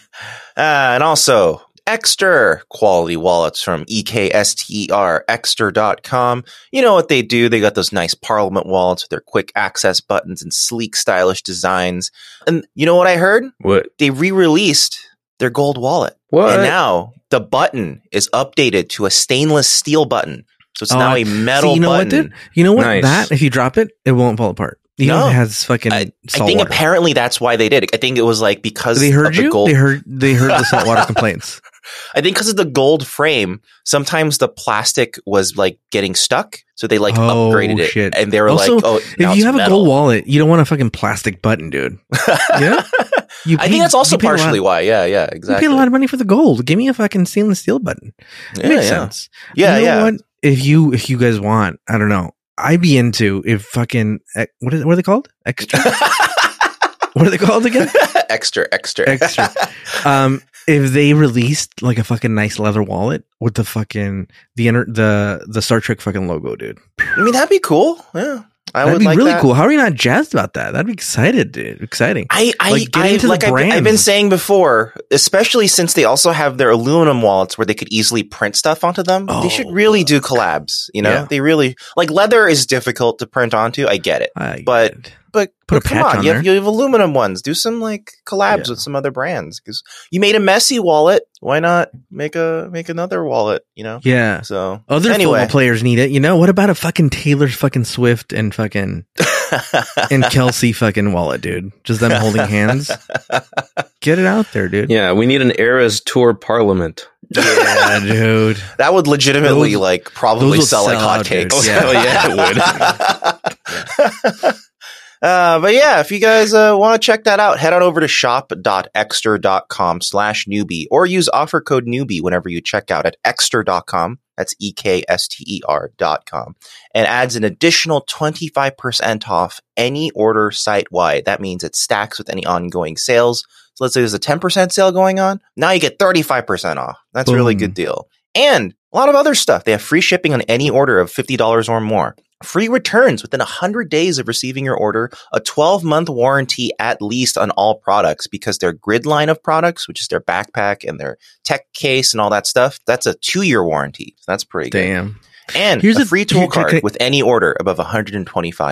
[SPEAKER 2] and also Exter quality wallets from E EKSTER, Exter.com. You know what they do? They got those nice Parliament wallets with their quick access buttons and sleek, stylish designs. And you know what I heard?
[SPEAKER 4] What?
[SPEAKER 2] They re released their gold wallet.
[SPEAKER 4] What?
[SPEAKER 2] And now the button is updated to a stainless steel button. So it's
[SPEAKER 1] Oh,
[SPEAKER 2] now
[SPEAKER 1] I-
[SPEAKER 2] a metal
[SPEAKER 1] See, you know what,
[SPEAKER 2] button.
[SPEAKER 1] dude? You know what?
[SPEAKER 4] Nice.
[SPEAKER 1] That if you drop it, it won't fall apart. You
[SPEAKER 2] No.
[SPEAKER 1] know, it has fucking
[SPEAKER 2] I
[SPEAKER 1] salt
[SPEAKER 2] think
[SPEAKER 1] water.
[SPEAKER 2] apparently that's why they did it. I think it was like because
[SPEAKER 1] They
[SPEAKER 2] of
[SPEAKER 1] heard
[SPEAKER 2] the
[SPEAKER 1] you.
[SPEAKER 2] gold.
[SPEAKER 1] They heard. They heard the saltwater complaints.
[SPEAKER 2] I think because of the gold frame, sometimes the plastic was like getting stuck, so they like
[SPEAKER 1] Oh,
[SPEAKER 2] upgraded it,
[SPEAKER 1] shit.
[SPEAKER 2] and they were
[SPEAKER 1] Also,
[SPEAKER 2] like, "Oh,
[SPEAKER 1] If
[SPEAKER 2] now it's
[SPEAKER 1] you have a
[SPEAKER 2] metal.
[SPEAKER 1] gold wallet, you don't want a fucking plastic button, dude. Yeah, you
[SPEAKER 2] I
[SPEAKER 1] paid-
[SPEAKER 2] think that's also
[SPEAKER 1] you paid a lot-
[SPEAKER 2] partially why. Yeah, yeah, exactly.
[SPEAKER 1] You paid a lot of money for the gold. Give me a fucking stainless steel button. It
[SPEAKER 2] yeah,
[SPEAKER 1] makes
[SPEAKER 2] yeah.
[SPEAKER 1] sense.
[SPEAKER 2] Yeah,
[SPEAKER 1] you know
[SPEAKER 2] yeah.
[SPEAKER 1] What? If you if you guys want, I don't know. I'd be into if fucking eh, what is what are they called? Extra. what are they called again?
[SPEAKER 2] extra, extra,
[SPEAKER 1] Extra. Um, if they released like a fucking nice leather wallet with the fucking the inner the the Star Trek fucking logo, dude,
[SPEAKER 2] I mean, that'd be cool. Yeah, I
[SPEAKER 1] that'd
[SPEAKER 2] would
[SPEAKER 1] be
[SPEAKER 2] like
[SPEAKER 1] really
[SPEAKER 2] that.
[SPEAKER 1] cool. How are you not jazzed about that? That'd be excited, dude. Exciting.
[SPEAKER 2] I, I,
[SPEAKER 1] Like, get
[SPEAKER 2] I,
[SPEAKER 1] into the
[SPEAKER 2] like I've, been- I've been
[SPEAKER 1] brands.
[SPEAKER 2] saying before, especially since they also have their aluminum wallets where they could easily print stuff onto them. they should
[SPEAKER 1] Oh,
[SPEAKER 2] really do collabs. You know,
[SPEAKER 1] Yeah.
[SPEAKER 2] they really like leather is difficult to print onto. I get it.
[SPEAKER 1] I
[SPEAKER 2] But-
[SPEAKER 1] get it.
[SPEAKER 2] But,
[SPEAKER 1] Put a
[SPEAKER 2] but come
[SPEAKER 1] patch
[SPEAKER 2] on,
[SPEAKER 1] on
[SPEAKER 2] you,
[SPEAKER 1] there.
[SPEAKER 2] have, you have aluminum ones. Do some like collabs
[SPEAKER 1] Yeah.
[SPEAKER 2] with some other brands because you made a messy wallet. Why not make a make another wallet? You know.
[SPEAKER 1] yeah.
[SPEAKER 2] So
[SPEAKER 1] Other
[SPEAKER 2] anyway,
[SPEAKER 1] football players need it, you know. What about a fucking Taylor fucking Swift and fucking and Kelsey fucking wallet, dude? Just them holding hands. Get it out there, dude.
[SPEAKER 4] Yeah, we need an Eras Tour Parliament.
[SPEAKER 1] Yeah, dude.
[SPEAKER 2] that would legitimately
[SPEAKER 1] Those-
[SPEAKER 2] like probably
[SPEAKER 1] those would
[SPEAKER 2] sell like
[SPEAKER 1] sell out, dude.
[SPEAKER 2] hotcakes.
[SPEAKER 1] Yeah.
[SPEAKER 4] Oh, yeah,
[SPEAKER 2] it would. Uh, but yeah, if you guys uh, want to check that out, head on over to shop.exter.com slash newbie or use offer code newbie whenever you check out at exter.com. That's E E-K-S-T-E-R dot com. And adds an additional 25% off any order site-wide. That means it stacks with any ongoing sales. So let's say there's a 10% sale going on. Now you get 35% off. That's a really
[SPEAKER 1] Boom.
[SPEAKER 2] good deal. And a lot of other stuff. They have free shipping on any order of $50 or more. Free returns within 100 days of receiving your order, a 12 month warranty at least on all products because their grid line of products, which is their backpack and their tech case and all that stuff, that's a two year warranty. So that's pretty good.
[SPEAKER 1] Damn.
[SPEAKER 2] And
[SPEAKER 1] Here's
[SPEAKER 2] a
[SPEAKER 1] a-
[SPEAKER 2] free tool
[SPEAKER 1] here, can-
[SPEAKER 2] card
[SPEAKER 1] can-
[SPEAKER 2] with any order above $125.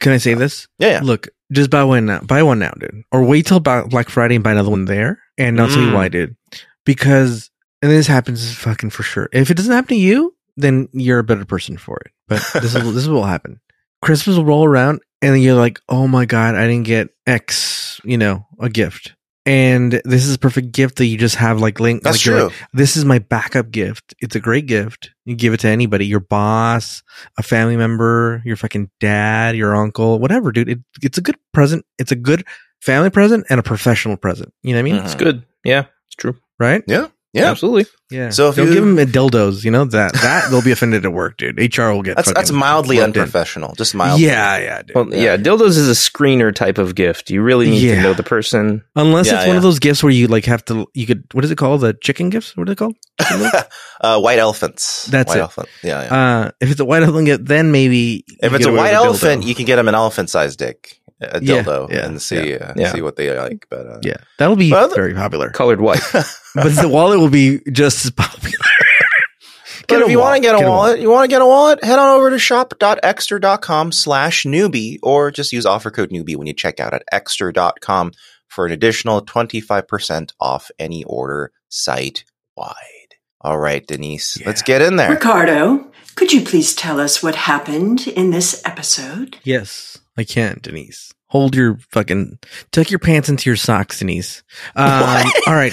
[SPEAKER 1] Can I say this?
[SPEAKER 2] Yeah, yeah.
[SPEAKER 1] Look, just buy one now. Buy one now, dude. Or wait till Ba- Black Friday and buy another one there. And I'll tell you
[SPEAKER 2] Mm.
[SPEAKER 1] why, dude. Because, and this happens fucking for sure. If it doesn't happen to you, then you're a better person for it. But this is this is what will happen. Christmas will roll around, and then you're like, oh my god, I didn't get X, you know, a gift. And this is a perfect gift that you just have like link.
[SPEAKER 2] That's
[SPEAKER 1] like, you're
[SPEAKER 2] true.
[SPEAKER 1] like, this is my backup gift. It's a great gift. You give it to anybody, your boss, a family member, your fucking dad, your uncle, whatever, dude. It, it's a good present. It's a good family present and a professional present. You know what I mean?
[SPEAKER 2] Mhm.
[SPEAKER 4] It's good. Yeah, it's true.
[SPEAKER 1] Right?
[SPEAKER 2] Yeah.
[SPEAKER 4] Absolutely.
[SPEAKER 1] Mm-hmm. Yeah.
[SPEAKER 2] So if
[SPEAKER 1] don't
[SPEAKER 2] you-
[SPEAKER 1] give them dildos, you know that that they'll be offended at work, dude. HR will get
[SPEAKER 2] That's, that's
[SPEAKER 1] fucking
[SPEAKER 2] mildly
[SPEAKER 1] roped in.
[SPEAKER 2] unprofessional. Just mildly.
[SPEAKER 1] Yeah, yeah, dude.
[SPEAKER 4] Well, yeah. dildos is a screener type of gift. You really need
[SPEAKER 1] Yeah.
[SPEAKER 4] to know the person.
[SPEAKER 1] Unless
[SPEAKER 2] Yeah,
[SPEAKER 1] it's one of
[SPEAKER 2] yeah.
[SPEAKER 1] those gifts where you like have to, you could. What is it called? The chicken gifts? What are they called?
[SPEAKER 2] uh, white elephants.
[SPEAKER 1] That's
[SPEAKER 2] white
[SPEAKER 1] it.
[SPEAKER 2] elephant. Yeah, yeah.
[SPEAKER 1] Uh, if it's a white elephant gift, then maybe.
[SPEAKER 2] if
[SPEAKER 1] you
[SPEAKER 2] it's
[SPEAKER 1] get
[SPEAKER 2] a
[SPEAKER 1] away
[SPEAKER 2] white
[SPEAKER 1] with
[SPEAKER 2] elephant,
[SPEAKER 1] dildo.
[SPEAKER 2] you can get them an elephant-sized dick, a
[SPEAKER 1] Yeah,
[SPEAKER 2] dildo,
[SPEAKER 1] yeah,
[SPEAKER 2] and see uh,
[SPEAKER 4] yeah.
[SPEAKER 2] see what they like. But uh,
[SPEAKER 1] yeah, that'll be
[SPEAKER 2] Well,
[SPEAKER 1] very popular.
[SPEAKER 4] Colored white.
[SPEAKER 1] but the wallet will be just as popular.
[SPEAKER 2] But
[SPEAKER 1] Get
[SPEAKER 2] if
[SPEAKER 1] a
[SPEAKER 2] you want
[SPEAKER 1] wallet.
[SPEAKER 2] to get a
[SPEAKER 1] Get a
[SPEAKER 2] wallet, you want to get a wallet, head on over to shop.exter.com slash newbie or just use offer code newbie when you check out at exter.com for an additional 25% off any order site wide. All right, Denise, let's get in there.
[SPEAKER 5] Ricardo, could you please tell us what happened in this episode?
[SPEAKER 1] Yes, I can, Denise. Hold your fucking tuck your pants into your socks, Denise. Um,
[SPEAKER 2] What?
[SPEAKER 1] all right.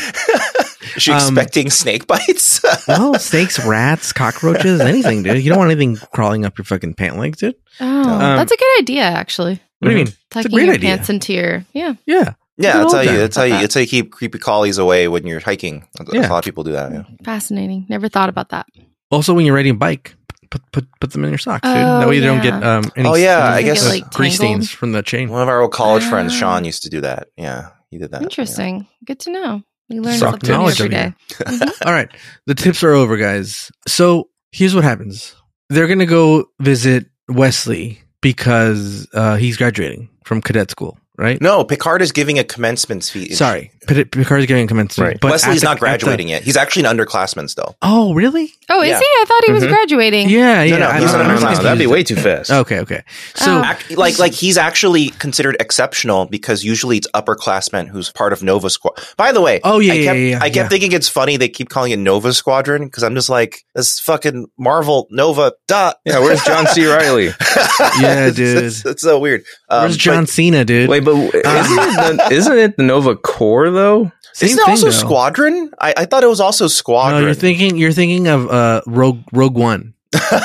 [SPEAKER 2] Is she
[SPEAKER 1] Um,
[SPEAKER 2] expecting snake bites?
[SPEAKER 1] Well, snakes, rats, cockroaches, anything, dude. You don't want anything crawling up your fucking pant legs, dude.
[SPEAKER 3] Oh,
[SPEAKER 1] Um,
[SPEAKER 3] that's a good idea, actually.
[SPEAKER 1] What do you mean? a
[SPEAKER 3] Tucking
[SPEAKER 1] great
[SPEAKER 3] your
[SPEAKER 1] idea.
[SPEAKER 3] pants into your yeah.
[SPEAKER 1] Yeah,
[SPEAKER 2] yeah,
[SPEAKER 1] Look
[SPEAKER 2] that's
[SPEAKER 1] at
[SPEAKER 2] how
[SPEAKER 1] all
[SPEAKER 2] you
[SPEAKER 1] that.
[SPEAKER 2] that's how you
[SPEAKER 3] Okay.
[SPEAKER 2] that's how you keep creepy collies away when you're hiking. That's- that's
[SPEAKER 1] Yeah.
[SPEAKER 2] A lot of people do that. Yeah.
[SPEAKER 3] Fascinating. Never thought about that.
[SPEAKER 1] Also, when you're riding a bike, put put put them in your socks, dude. That
[SPEAKER 3] Oh,
[SPEAKER 1] way you don't
[SPEAKER 3] yeah.
[SPEAKER 1] get um. Any
[SPEAKER 2] Oh, yeah, I
[SPEAKER 1] any
[SPEAKER 2] guess-
[SPEAKER 1] grease
[SPEAKER 2] They get,
[SPEAKER 3] like, tangled.
[SPEAKER 1] stains from the chain.
[SPEAKER 2] One of our old college friends,
[SPEAKER 3] Ah.
[SPEAKER 2] Sean, used to do that. Yeah, he did that.
[SPEAKER 3] Interesting. Good to know. You learn
[SPEAKER 1] Suck
[SPEAKER 3] something new
[SPEAKER 1] knowledge
[SPEAKER 3] every
[SPEAKER 1] over
[SPEAKER 3] day.
[SPEAKER 1] here. All right, the tips are over, guys. So here's what happens: they're gonna go visit Wesley because uh, he's graduating from cadet school, right?
[SPEAKER 2] No, Picard is giving a commencement speech.
[SPEAKER 1] Sorry, Picard- Picard's getting commencement.
[SPEAKER 4] Right.
[SPEAKER 1] but
[SPEAKER 2] Wesley's
[SPEAKER 1] at the-
[SPEAKER 2] not
[SPEAKER 1] at the-
[SPEAKER 2] graduating yet. He's actually an underclassman still.
[SPEAKER 1] oh, really?
[SPEAKER 3] Oh, is
[SPEAKER 2] Yeah.
[SPEAKER 3] he? I thought he was
[SPEAKER 4] Mhm.
[SPEAKER 1] Yeah,
[SPEAKER 3] graduating.
[SPEAKER 1] Mm-hmm. yeah.
[SPEAKER 2] no,
[SPEAKER 1] I
[SPEAKER 2] he's
[SPEAKER 1] don't
[SPEAKER 2] an
[SPEAKER 1] know. I was
[SPEAKER 2] underclassman.
[SPEAKER 1] confused.
[SPEAKER 4] That'd be way too fast.
[SPEAKER 1] Okay, okay. So
[SPEAKER 3] Oh.
[SPEAKER 2] Act, like, like he's actually considered exceptional because usually it's upperclassmen who's part of Nova Squad. By the way,
[SPEAKER 1] Oh, yeah,
[SPEAKER 2] I
[SPEAKER 1] yeah,
[SPEAKER 2] kept,
[SPEAKER 1] yeah, yeah,
[SPEAKER 2] I kept
[SPEAKER 1] yeah.
[SPEAKER 2] thinking it's funny they keep calling it Nova Squadron because I'm just like this fucking Marvel Nova. Duh.
[SPEAKER 4] Yeah, where's John C. Riley?
[SPEAKER 1] Yeah,
[SPEAKER 2] It's-
[SPEAKER 1] dude.
[SPEAKER 2] it's, it's so weird. Um,
[SPEAKER 1] where's
[SPEAKER 2] but
[SPEAKER 1] John Cena, dude?
[SPEAKER 4] Wait, but isn't it, the, isn't it the Nova Core though?
[SPEAKER 1] Same
[SPEAKER 2] Isn't it also
[SPEAKER 1] though.
[SPEAKER 2] Squadron? I, I thought it was also
[SPEAKER 1] No,
[SPEAKER 2] Squadron.
[SPEAKER 1] you're thinking you're thinking of uh Rogue Rogue One.
[SPEAKER 2] well,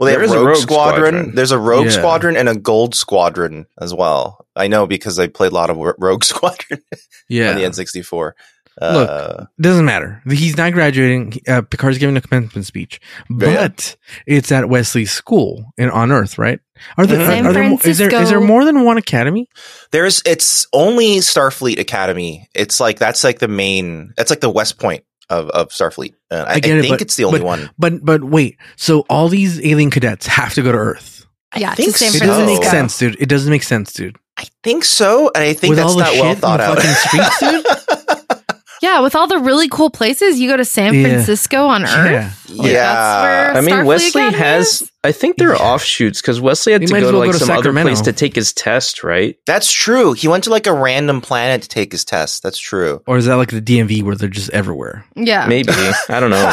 [SPEAKER 2] they
[SPEAKER 4] There
[SPEAKER 2] have
[SPEAKER 4] is a
[SPEAKER 2] Rogue,
[SPEAKER 4] Rogue
[SPEAKER 2] Squadron.
[SPEAKER 4] Squadron.
[SPEAKER 2] There's a Rogue
[SPEAKER 1] Yeah.
[SPEAKER 2] Squadron and a Gold Squadron as well. I know because I played a lot of Ro- Rogue Squadron
[SPEAKER 1] Yeah,
[SPEAKER 2] on the N64.
[SPEAKER 1] Look,
[SPEAKER 2] Uh,
[SPEAKER 1] doesn't matter. He's not graduating. Uh, Picard's giving a commencement speech,
[SPEAKER 2] Yeah, yeah.
[SPEAKER 1] but it's at Wesley's school in on Earth, right? Are there,
[SPEAKER 2] San
[SPEAKER 1] are there is there is there
[SPEAKER 3] Francisco.
[SPEAKER 1] more than one academy?
[SPEAKER 2] There's it's only Starfleet Academy. It's like that's like the main. That's like the West Point of of Starfleet. Uh, I,
[SPEAKER 1] I get
[SPEAKER 2] I
[SPEAKER 1] it,
[SPEAKER 2] think
[SPEAKER 1] but-
[SPEAKER 2] it's the only one.
[SPEAKER 1] But but wait, so all these alien cadets have to go to Earth.
[SPEAKER 3] Yeah, to
[SPEAKER 2] think
[SPEAKER 3] San
[SPEAKER 1] It
[SPEAKER 2] so.
[SPEAKER 1] doesn't make
[SPEAKER 3] Francisco.
[SPEAKER 1] sense, dude. It doesn't make sense, dude.
[SPEAKER 2] I think so, and I think
[SPEAKER 1] With
[SPEAKER 2] that's
[SPEAKER 1] all the
[SPEAKER 2] not well
[SPEAKER 1] shit in
[SPEAKER 2] thought
[SPEAKER 1] the
[SPEAKER 2] out.
[SPEAKER 1] fucking streets, dude.
[SPEAKER 3] Yeah, with all the really cool places, you go to San
[SPEAKER 1] Yeah.
[SPEAKER 3] Francisco on Earth.
[SPEAKER 1] Yeah,
[SPEAKER 3] Like, that's where-
[SPEAKER 2] yeah,
[SPEAKER 4] I mean,
[SPEAKER 3] Starfleet
[SPEAKER 4] Wesley
[SPEAKER 3] Academy
[SPEAKER 4] has.
[SPEAKER 3] is?
[SPEAKER 4] I think there are
[SPEAKER 1] Yeah.
[SPEAKER 4] offshoots because Wesley had
[SPEAKER 1] We
[SPEAKER 4] to
[SPEAKER 1] might
[SPEAKER 4] go
[SPEAKER 1] as
[SPEAKER 4] to
[SPEAKER 1] well
[SPEAKER 4] like
[SPEAKER 1] go to
[SPEAKER 4] some
[SPEAKER 1] Sacramento.
[SPEAKER 4] other place to take his test, right?
[SPEAKER 2] that's true. He went to like a random planet to take his test. That's true.
[SPEAKER 1] or is that like the DMV where they're just everywhere?
[SPEAKER 3] Yeah.
[SPEAKER 4] Maybe I don't know.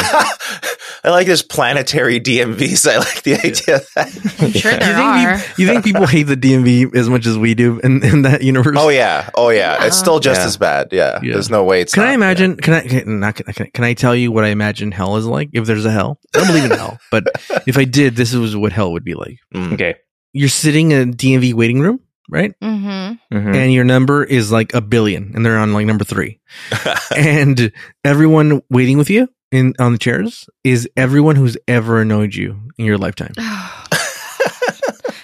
[SPEAKER 2] I like this planetary DMVs. I like the idea of that.
[SPEAKER 3] I'm sure
[SPEAKER 1] You
[SPEAKER 4] Yeah.
[SPEAKER 3] there
[SPEAKER 1] think,
[SPEAKER 3] are.
[SPEAKER 1] peop- you think people hate the DMV as much as we do in, in that universe?
[SPEAKER 2] Oh yeah, oh
[SPEAKER 3] Uh-huh.
[SPEAKER 2] yeah. It's still just
[SPEAKER 4] Yeah.
[SPEAKER 2] as bad. Yeah.
[SPEAKER 1] Yeah.
[SPEAKER 2] there's no way it's.
[SPEAKER 1] Can
[SPEAKER 2] not.
[SPEAKER 1] I imagine? Can I can, not, can, I- can I tell you what I imagine hell is like? If there's a hell, I don't believe in hell, but if I did, this is what hell would be like.
[SPEAKER 2] Yeah. Mm.
[SPEAKER 4] Okay.
[SPEAKER 1] You're sitting in a DMV waiting room, right?
[SPEAKER 3] Mm-hmm.
[SPEAKER 2] Mm.
[SPEAKER 4] Mhm.
[SPEAKER 1] And your number is like a billion, and they're on like number three. and everyone waiting with you in on the chairs is everyone who's ever annoyed you in your lifetime.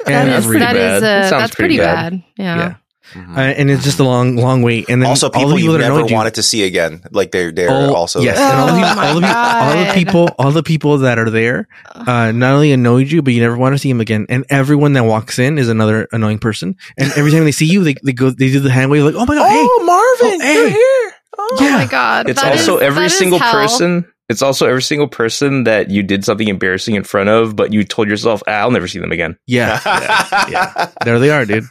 [SPEAKER 3] That
[SPEAKER 1] And
[SPEAKER 3] is,
[SPEAKER 1] every-
[SPEAKER 3] that is,
[SPEAKER 4] bad.
[SPEAKER 3] uh,
[SPEAKER 4] That sounds
[SPEAKER 3] that's pretty
[SPEAKER 4] pretty
[SPEAKER 3] bad.
[SPEAKER 4] bad.
[SPEAKER 3] Yeah.
[SPEAKER 1] yeah.
[SPEAKER 2] Mhm.
[SPEAKER 1] uh, and it's just a long, long wait. And then
[SPEAKER 2] also,
[SPEAKER 1] all the
[SPEAKER 2] people you
[SPEAKER 1] that
[SPEAKER 2] never
[SPEAKER 1] annoyed you-
[SPEAKER 2] wanted to see again. Like they're they're
[SPEAKER 1] Oh,
[SPEAKER 2] also
[SPEAKER 1] yes,
[SPEAKER 2] there.
[SPEAKER 1] and all, the,
[SPEAKER 3] Oh my
[SPEAKER 1] all, the, all the
[SPEAKER 3] God.
[SPEAKER 1] people, all the people that are there, uh, not only annoyed you, but you never want to see them again. And everyone that walks in is another annoying person. And every time they see you, they, they go, they do the hand wave, like, oh my god, hey, Oh,
[SPEAKER 2] Marvin,
[SPEAKER 1] hey. you're
[SPEAKER 2] here.
[SPEAKER 3] Oh my god.
[SPEAKER 4] It's
[SPEAKER 3] that
[SPEAKER 4] also
[SPEAKER 3] is- that
[SPEAKER 4] every
[SPEAKER 3] is
[SPEAKER 4] single
[SPEAKER 3] hell.
[SPEAKER 4] person. It's also every single person that you did something embarrassing in front of, but you told yourself, ah, "I'll never see them again."
[SPEAKER 1] yeah, there they are, dude.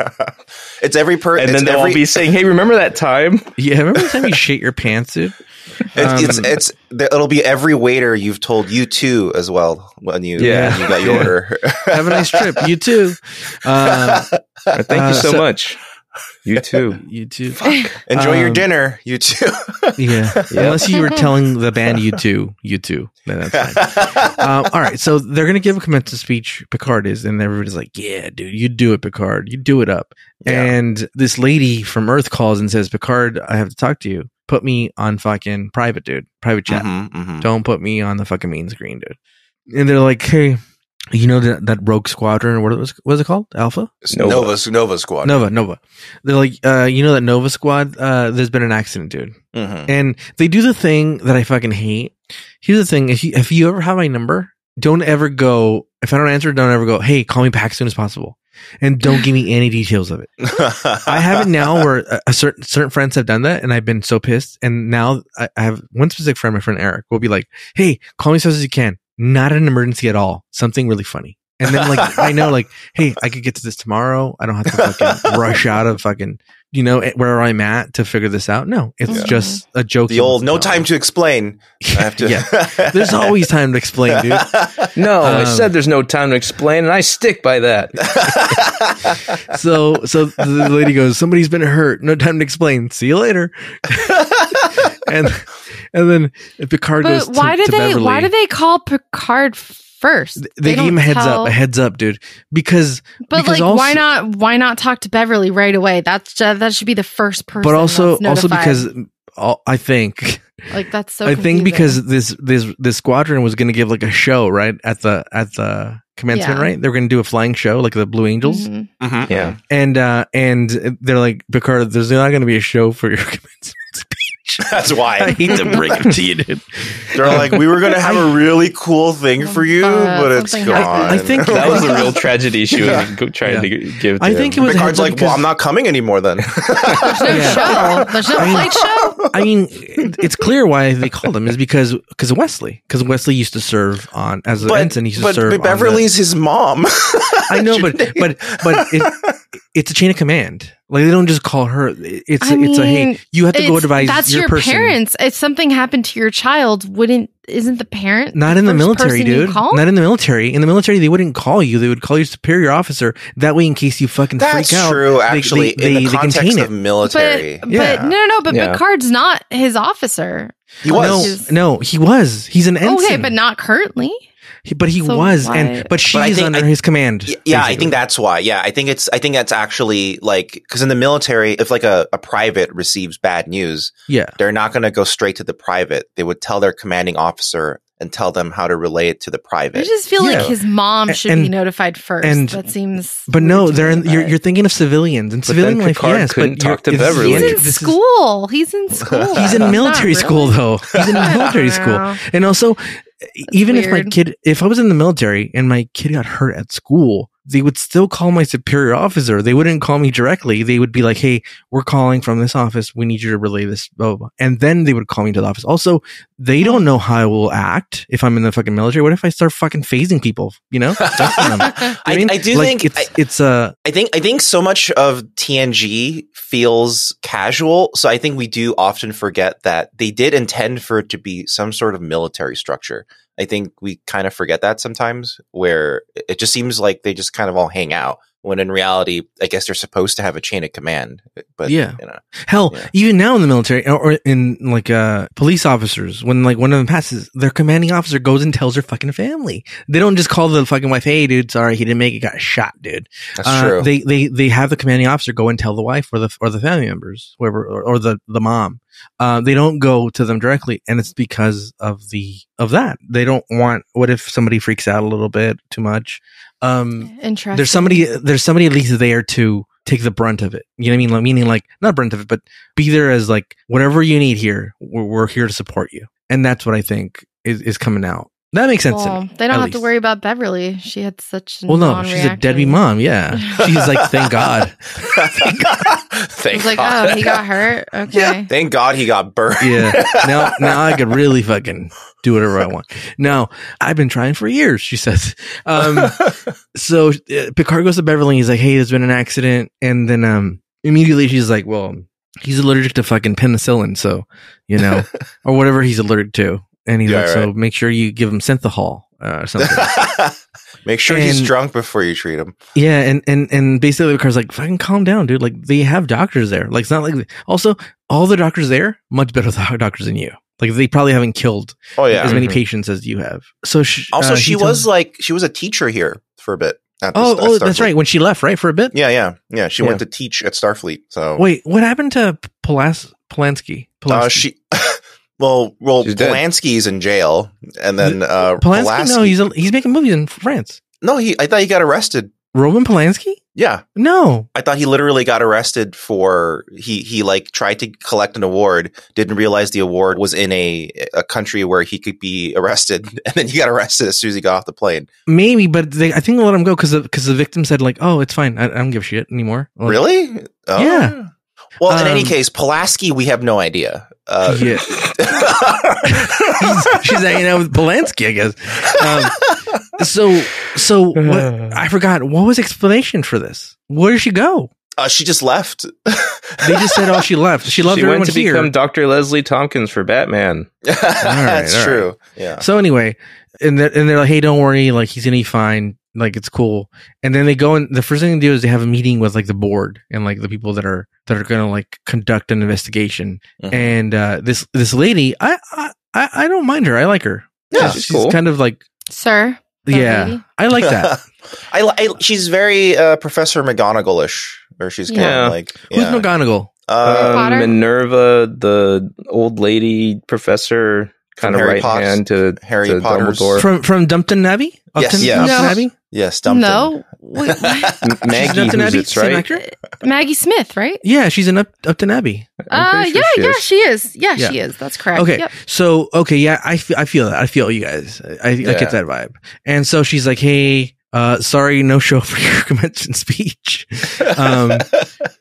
[SPEAKER 2] it's every person.
[SPEAKER 4] And then they'll
[SPEAKER 2] every,
[SPEAKER 4] all be saying, "Hey, remember that time?"
[SPEAKER 1] Yeah, remember the time you shit your pants, dude?
[SPEAKER 2] It's, it's
[SPEAKER 1] Um,
[SPEAKER 2] it's there- it'll be every waiter you've told you too as well when you
[SPEAKER 4] Yeah.
[SPEAKER 2] when you got your
[SPEAKER 1] Yeah.
[SPEAKER 2] order.
[SPEAKER 1] Have a nice trip. You too. Uh,
[SPEAKER 4] Thank
[SPEAKER 1] Uh,
[SPEAKER 4] you so,
[SPEAKER 1] so-
[SPEAKER 4] much. You too.
[SPEAKER 1] you too.
[SPEAKER 2] Enjoy your
[SPEAKER 1] Um,
[SPEAKER 2] dinner, you too.
[SPEAKER 1] Yeah. Unless you were telling the band you too, you too. Then that's fine. um, all right, so they're gonna give a commencement speech. Picard is, and everybody's like, "Yeah, dude, you do it, Picard. You do it up."
[SPEAKER 2] Yeah.
[SPEAKER 1] And this lady from Earth calls and says, "Picard, I have to talk to you. Put me on fucking private, dude. Private chat.
[SPEAKER 2] Mhm, mhm.
[SPEAKER 1] Don't put me on the fucking main screen, dude." And they're like, "Hey, you know that that Rogue Squadron? What was what's it called? Alpha?
[SPEAKER 4] Nova.
[SPEAKER 2] Nova Nova Squad.
[SPEAKER 1] Nova? Nova? They're like, uh, you know that Nova Squad? Uh, there's been an accident, dude."
[SPEAKER 2] Mhm.
[SPEAKER 1] And they do the thing that I fucking hate. Here's the thing: if you, if you ever have my number, don't ever go. If I don't answer, don't ever go. Hey, call me back as soon as possible, and don't give me any details of it. I have it now where a, a certain certain friends have done that, and I've been so pissed. And now I, I have one specific friend, my friend Eric, will be like, "Hey, call me as fast as you can. Not an emergency at all. Something really funny." And then like I know like, hey, I could get to this tomorrow. I don't have to fucking rush out of fucking you know eh, where I'm at to figure this out. No, it's
[SPEAKER 3] Yeah.
[SPEAKER 1] just a joke.
[SPEAKER 2] the
[SPEAKER 1] he
[SPEAKER 2] old
[SPEAKER 1] wants
[SPEAKER 2] no
[SPEAKER 1] know.
[SPEAKER 2] time to explain. I have to.
[SPEAKER 1] yeah, there's always time to explain, dude.
[SPEAKER 4] No, I
[SPEAKER 1] Um,
[SPEAKER 4] said there's no time to explain, and I stick by that.
[SPEAKER 1] So, so the lady goes, "Somebody's been hurt. No time to explain. See you later." and and then Picard
[SPEAKER 3] But
[SPEAKER 1] goes. to-
[SPEAKER 3] why
[SPEAKER 1] to
[SPEAKER 3] did they
[SPEAKER 1] Beverly.
[SPEAKER 3] why did they call Picard first?
[SPEAKER 1] They, gave
[SPEAKER 3] don't
[SPEAKER 1] him a heads
[SPEAKER 3] tell-
[SPEAKER 1] up, a heads up, dude. Because
[SPEAKER 3] But
[SPEAKER 1] because
[SPEAKER 3] like,
[SPEAKER 1] also-
[SPEAKER 3] why not? Why not talk to Beverly right away? That's uh, that should be the first person.
[SPEAKER 1] but also
[SPEAKER 3] that's
[SPEAKER 1] also
[SPEAKER 3] notified.
[SPEAKER 1] because all, I think
[SPEAKER 3] like that's so.
[SPEAKER 1] I think
[SPEAKER 3] confusing.
[SPEAKER 1] because this this this squadron was going to give like a show right at the at the commencement
[SPEAKER 3] Yeah.
[SPEAKER 1] right they were going to do a flying show like the Blue Angels
[SPEAKER 3] Mhm.
[SPEAKER 2] Mhm.
[SPEAKER 4] Yeah.
[SPEAKER 1] and uh and they're like Picard there's not going to be a show for your commencement speech.
[SPEAKER 2] That's why
[SPEAKER 1] hate to break it to you, dude.
[SPEAKER 2] they're like, we were gonna have a really cool thing for you,
[SPEAKER 3] Uh,
[SPEAKER 2] but it's
[SPEAKER 3] something
[SPEAKER 2] gone.
[SPEAKER 3] happened.
[SPEAKER 1] I think-
[SPEAKER 4] That was the real tragedy she was
[SPEAKER 2] Yeah.
[SPEAKER 4] go- trying to g- give. To
[SPEAKER 1] I think it
[SPEAKER 4] him.
[SPEAKER 1] was a
[SPEAKER 2] Picard's
[SPEAKER 1] heads up
[SPEAKER 2] like,
[SPEAKER 1] because-
[SPEAKER 2] well, I'm not coming anymore then.
[SPEAKER 3] There's no
[SPEAKER 1] Yeah.
[SPEAKER 3] show. There's no
[SPEAKER 1] I-
[SPEAKER 3] flight show.
[SPEAKER 1] I mean, it- it's clear why they called him is because because Wesley because Wesley used to serve on as an ensign. He used to
[SPEAKER 2] but,
[SPEAKER 1] serve.
[SPEAKER 2] but
[SPEAKER 1] on the-
[SPEAKER 2] Beverly's his mom.
[SPEAKER 1] I know, but but but it, it's a chain of command. Like they don't just call her. It's
[SPEAKER 3] I
[SPEAKER 1] it's a
[SPEAKER 3] mean,
[SPEAKER 1] hey, you have to go
[SPEAKER 3] It's-
[SPEAKER 1] advise
[SPEAKER 3] that's
[SPEAKER 1] your,
[SPEAKER 3] your,
[SPEAKER 1] person.
[SPEAKER 3] parents. If something happened to your child, wouldn't isn't the parent
[SPEAKER 1] Not in the
[SPEAKER 3] first
[SPEAKER 1] military,
[SPEAKER 3] person you
[SPEAKER 1] dude.
[SPEAKER 3] call?
[SPEAKER 1] Not in the military. In the military, they wouldn't call you. They would call your superior officer. That way, in case you fucking
[SPEAKER 2] That's
[SPEAKER 1] freak out,
[SPEAKER 2] true,
[SPEAKER 1] they-
[SPEAKER 2] actually,
[SPEAKER 1] they-
[SPEAKER 2] in
[SPEAKER 1] they
[SPEAKER 2] the context
[SPEAKER 1] contain
[SPEAKER 2] of
[SPEAKER 1] it.
[SPEAKER 2] military.
[SPEAKER 3] But,
[SPEAKER 1] Yeah.
[SPEAKER 3] but no, no, no, but
[SPEAKER 4] Yeah.
[SPEAKER 3] Picard's not his officer.
[SPEAKER 2] he was.
[SPEAKER 3] His-
[SPEAKER 1] No, no, he was. He's an ensign.
[SPEAKER 3] Okay, but not currently.
[SPEAKER 1] He- but he
[SPEAKER 3] So
[SPEAKER 1] was,
[SPEAKER 3] why-
[SPEAKER 1] and but she
[SPEAKER 2] But I
[SPEAKER 1] is
[SPEAKER 2] think-
[SPEAKER 1] under
[SPEAKER 2] I-
[SPEAKER 1] his command.
[SPEAKER 2] Y- Yeah, I
[SPEAKER 1] basically.
[SPEAKER 2] think that's why. Yeah, I think it's. I think that's actually like because in the military, if like a, a private receives bad news,
[SPEAKER 1] Yeah,
[SPEAKER 2] they're not going to go straight to the private. They would tell their commanding officer and tell them how to relay it to the
[SPEAKER 3] I
[SPEAKER 2] private.
[SPEAKER 3] just feel
[SPEAKER 1] Yeah.
[SPEAKER 3] like his mom
[SPEAKER 1] A-
[SPEAKER 3] should
[SPEAKER 1] and-
[SPEAKER 3] be notified first.
[SPEAKER 1] and-
[SPEAKER 3] that seems.
[SPEAKER 1] But
[SPEAKER 3] weird
[SPEAKER 1] no,
[SPEAKER 3] to
[SPEAKER 1] they're
[SPEAKER 3] me,
[SPEAKER 1] in,
[SPEAKER 2] uh,
[SPEAKER 1] you're,
[SPEAKER 3] but-
[SPEAKER 1] you're thinking of civilians and
[SPEAKER 4] But
[SPEAKER 1] civilian
[SPEAKER 4] then
[SPEAKER 1] life.
[SPEAKER 4] Picard
[SPEAKER 1] yes,
[SPEAKER 4] couldn't
[SPEAKER 1] but you're-
[SPEAKER 4] talk to
[SPEAKER 1] it's-
[SPEAKER 4] Beverly.
[SPEAKER 3] He's
[SPEAKER 4] Really?
[SPEAKER 3] in
[SPEAKER 1] this is-
[SPEAKER 3] school. he's in school.
[SPEAKER 1] he's in
[SPEAKER 3] Not
[SPEAKER 1] military
[SPEAKER 3] really.
[SPEAKER 1] school though. He's in
[SPEAKER 3] I don't
[SPEAKER 1] military school,
[SPEAKER 3] know.
[SPEAKER 1] and also even if my
[SPEAKER 3] weird.
[SPEAKER 1] kid, if I was in the military and my kid got hurt at school, they would still call my superior officer. They wouldn't call me directly. They would be like, "Hey, we're calling from this office. We need you to relay this." Blah, blah, blah. And then they would call me to the office. Also, they don't know how I will act if I'm in the fucking military. What if I start fucking phasing people? You know, Ducking them.
[SPEAKER 2] I,
[SPEAKER 1] mean,
[SPEAKER 2] I do
[SPEAKER 1] like,
[SPEAKER 2] think
[SPEAKER 1] it's it's a
[SPEAKER 2] I think I think so much of TNG feels casual, so I think we do often forget that they did intend for it to be some sort of military structure. I think we kind of forget that sometimes, where it- it just seems like they just kind of all hang out. When in reality, I guess they're supposed to have a chain of command. But
[SPEAKER 1] Yeah.
[SPEAKER 2] you know,
[SPEAKER 1] Hell,
[SPEAKER 2] Yeah.
[SPEAKER 1] even now in the military or, or in like uh police officers, when like one of them passes, their commanding officer goes and tells their fucking family. They don't just call the fucking wife, "Hey, dude, sorry, he didn't make it, got shot, dude."
[SPEAKER 2] that's
[SPEAKER 1] Uh,
[SPEAKER 2] true.
[SPEAKER 1] They they they have the commanding officer go and tell the wife or the or the family members, whoever or, or the the mom. Uh, they don't go to them directly, and it's because of the of that. They don't want. What if somebody freaks out a little bit too much? Um,
[SPEAKER 3] Interesting.
[SPEAKER 1] there's somebody there's somebody at least there to take the brunt of it. You know what I mean? Like, meaning like not brunt of it, but be there as like whatever you need here. We're, we're here to support you, and that's what I think is, is coming out. That makes sense to
[SPEAKER 3] Well,
[SPEAKER 1] me.
[SPEAKER 3] they don't
[SPEAKER 1] at
[SPEAKER 3] have to
[SPEAKER 1] least.
[SPEAKER 3] worry about Beverly. She had such. An
[SPEAKER 1] Well, no, she's a deadbeat mom. Yeah, she's like, thank God.
[SPEAKER 2] thank
[SPEAKER 3] I
[SPEAKER 2] God.
[SPEAKER 3] was like, oh, he got hurt. Okay.
[SPEAKER 2] Yeah. Thank God he got burned.
[SPEAKER 1] Yeah. Now, now I could really fucking do whatever I want. No, I've been trying for years. She says. Um, so uh, Picard goes to Beverly. And he's like, "Hey, there's been an accident," and then um, immediately she's like, "Well, he's allergic to fucking penicillin, so you know, or whatever he's allergic to." And he's
[SPEAKER 2] Yeah,
[SPEAKER 1] like, "So make sure you give him synthahol uh, or something."
[SPEAKER 2] Make sure he's
[SPEAKER 1] And-
[SPEAKER 2] drunk before you treat him.
[SPEAKER 1] yeah, and and and basically Picard's like, "Fucking calm down, dude. Like they have doctors there. Like it's not like also all the doctors there much better doc- doctors than you. Like they probably haven't killed
[SPEAKER 2] Oh yeah.
[SPEAKER 1] as many
[SPEAKER 4] Mhm.
[SPEAKER 1] patients as you have." So she,
[SPEAKER 2] Also,
[SPEAKER 1] uh,
[SPEAKER 2] she
[SPEAKER 1] he
[SPEAKER 2] was
[SPEAKER 1] tells-
[SPEAKER 2] like she was a teacher here for a bit. at the-
[SPEAKER 1] "Oh,
[SPEAKER 2] at
[SPEAKER 1] oh,
[SPEAKER 2] Starfleet.
[SPEAKER 1] that's right. When she left, right for a bit."
[SPEAKER 2] Yeah, yeah, yeah. She
[SPEAKER 1] Yeah.
[SPEAKER 2] went to teach at Starfleet. So
[SPEAKER 1] Wait, what happened to Polas- Polanski? Polanski?
[SPEAKER 2] Oh. Uh, she, well, well,
[SPEAKER 4] She's dead.
[SPEAKER 2] Polanski's in jail, and then uh,
[SPEAKER 1] Polanski?
[SPEAKER 2] Pulaski-
[SPEAKER 1] No, he's he's making movies in France.
[SPEAKER 2] no, he. I thought he got arrested.
[SPEAKER 1] Roman Polanski?
[SPEAKER 2] Yeah,
[SPEAKER 1] No.
[SPEAKER 2] I thought he literally got arrested for he he like tried to collect an award, didn't realize the award was in a a country where he could be arrested, and then he got arrested as soon as he got off the plane.
[SPEAKER 1] Maybe, but they, I think they let him go because because the victim said like, "Oh, it's fine. I, I don't give a shit anymore." Like,
[SPEAKER 2] really? Oh.
[SPEAKER 1] Yeah.
[SPEAKER 2] Well, in any
[SPEAKER 1] Um,
[SPEAKER 2] case, Pulaski, we have no idea. Uh,
[SPEAKER 1] Yeah. He's, she's hanging out with Polanski, I guess. Um, so so
[SPEAKER 4] Uh-huh.
[SPEAKER 1] what, I forgot what was explanation for this. Where did she go?
[SPEAKER 2] uh, she just left.
[SPEAKER 1] They just said, "Oh, she left. She loved
[SPEAKER 4] she
[SPEAKER 1] everyone
[SPEAKER 4] went to
[SPEAKER 1] here."
[SPEAKER 4] become Dr. Leslie Tompkins for Batman.
[SPEAKER 2] That's
[SPEAKER 1] all right.
[SPEAKER 2] true. Yeah.
[SPEAKER 1] So anyway, and they're, and they're like, "Hey, don't worry. Like he's gonna be fine. Like it's cool." And then they go and the first thing they do is they have a meeting with like the board and like the people that are that are gonna like conduct an investigation.
[SPEAKER 2] Mhm.
[SPEAKER 1] And uh, this this lady, I I I I don't mind her. I like her.
[SPEAKER 2] Yeah,
[SPEAKER 1] she's,
[SPEAKER 4] she's cool.
[SPEAKER 1] kind of like
[SPEAKER 3] Sir. that
[SPEAKER 1] yeah.
[SPEAKER 3] lady?
[SPEAKER 1] I like that.
[SPEAKER 2] I, li- I she's very uh, Professor McGonagall-ish, or she's kind
[SPEAKER 4] Yeah.
[SPEAKER 2] of like
[SPEAKER 1] Who's
[SPEAKER 2] yeah.
[SPEAKER 1] McGonagall?
[SPEAKER 2] uh,
[SPEAKER 3] Potter?
[SPEAKER 4] um, Minerva, the old lady professor,
[SPEAKER 2] From
[SPEAKER 4] kind of
[SPEAKER 2] Harry
[SPEAKER 4] right
[SPEAKER 2] Potter's-
[SPEAKER 4] hand to
[SPEAKER 2] Harry
[SPEAKER 4] to
[SPEAKER 2] Potter's-
[SPEAKER 4] Dumbledore.
[SPEAKER 1] From from Dumpton Abbey?
[SPEAKER 2] Yes,
[SPEAKER 1] Upton-
[SPEAKER 2] yeah.
[SPEAKER 1] Dumpton
[SPEAKER 3] No.
[SPEAKER 1] Abbey?
[SPEAKER 2] yes, Dumpton.
[SPEAKER 3] No. Wait, what?
[SPEAKER 4] M- Maggie,
[SPEAKER 1] Dumpton
[SPEAKER 4] who's
[SPEAKER 1] Abbey?
[SPEAKER 4] it's
[SPEAKER 1] Same
[SPEAKER 4] right.
[SPEAKER 1] actor?
[SPEAKER 3] Maggie Smith, right?
[SPEAKER 1] Yeah, she's in Up, Upton Abbey.
[SPEAKER 3] Uh,
[SPEAKER 4] I'm pretty
[SPEAKER 3] yeah,
[SPEAKER 4] sure
[SPEAKER 3] yeah,
[SPEAKER 4] is.
[SPEAKER 3] she is. Yeah,
[SPEAKER 1] Yeah.
[SPEAKER 3] she is. That's correct.
[SPEAKER 1] Okay,
[SPEAKER 3] Yep.
[SPEAKER 1] so okay, yeah, I feel, I feel that. I feel you guys. I, I
[SPEAKER 2] Yeah.
[SPEAKER 1] get that vibe. And so she's like, "Hey, uh, sorry, no show for your convention speech, Um,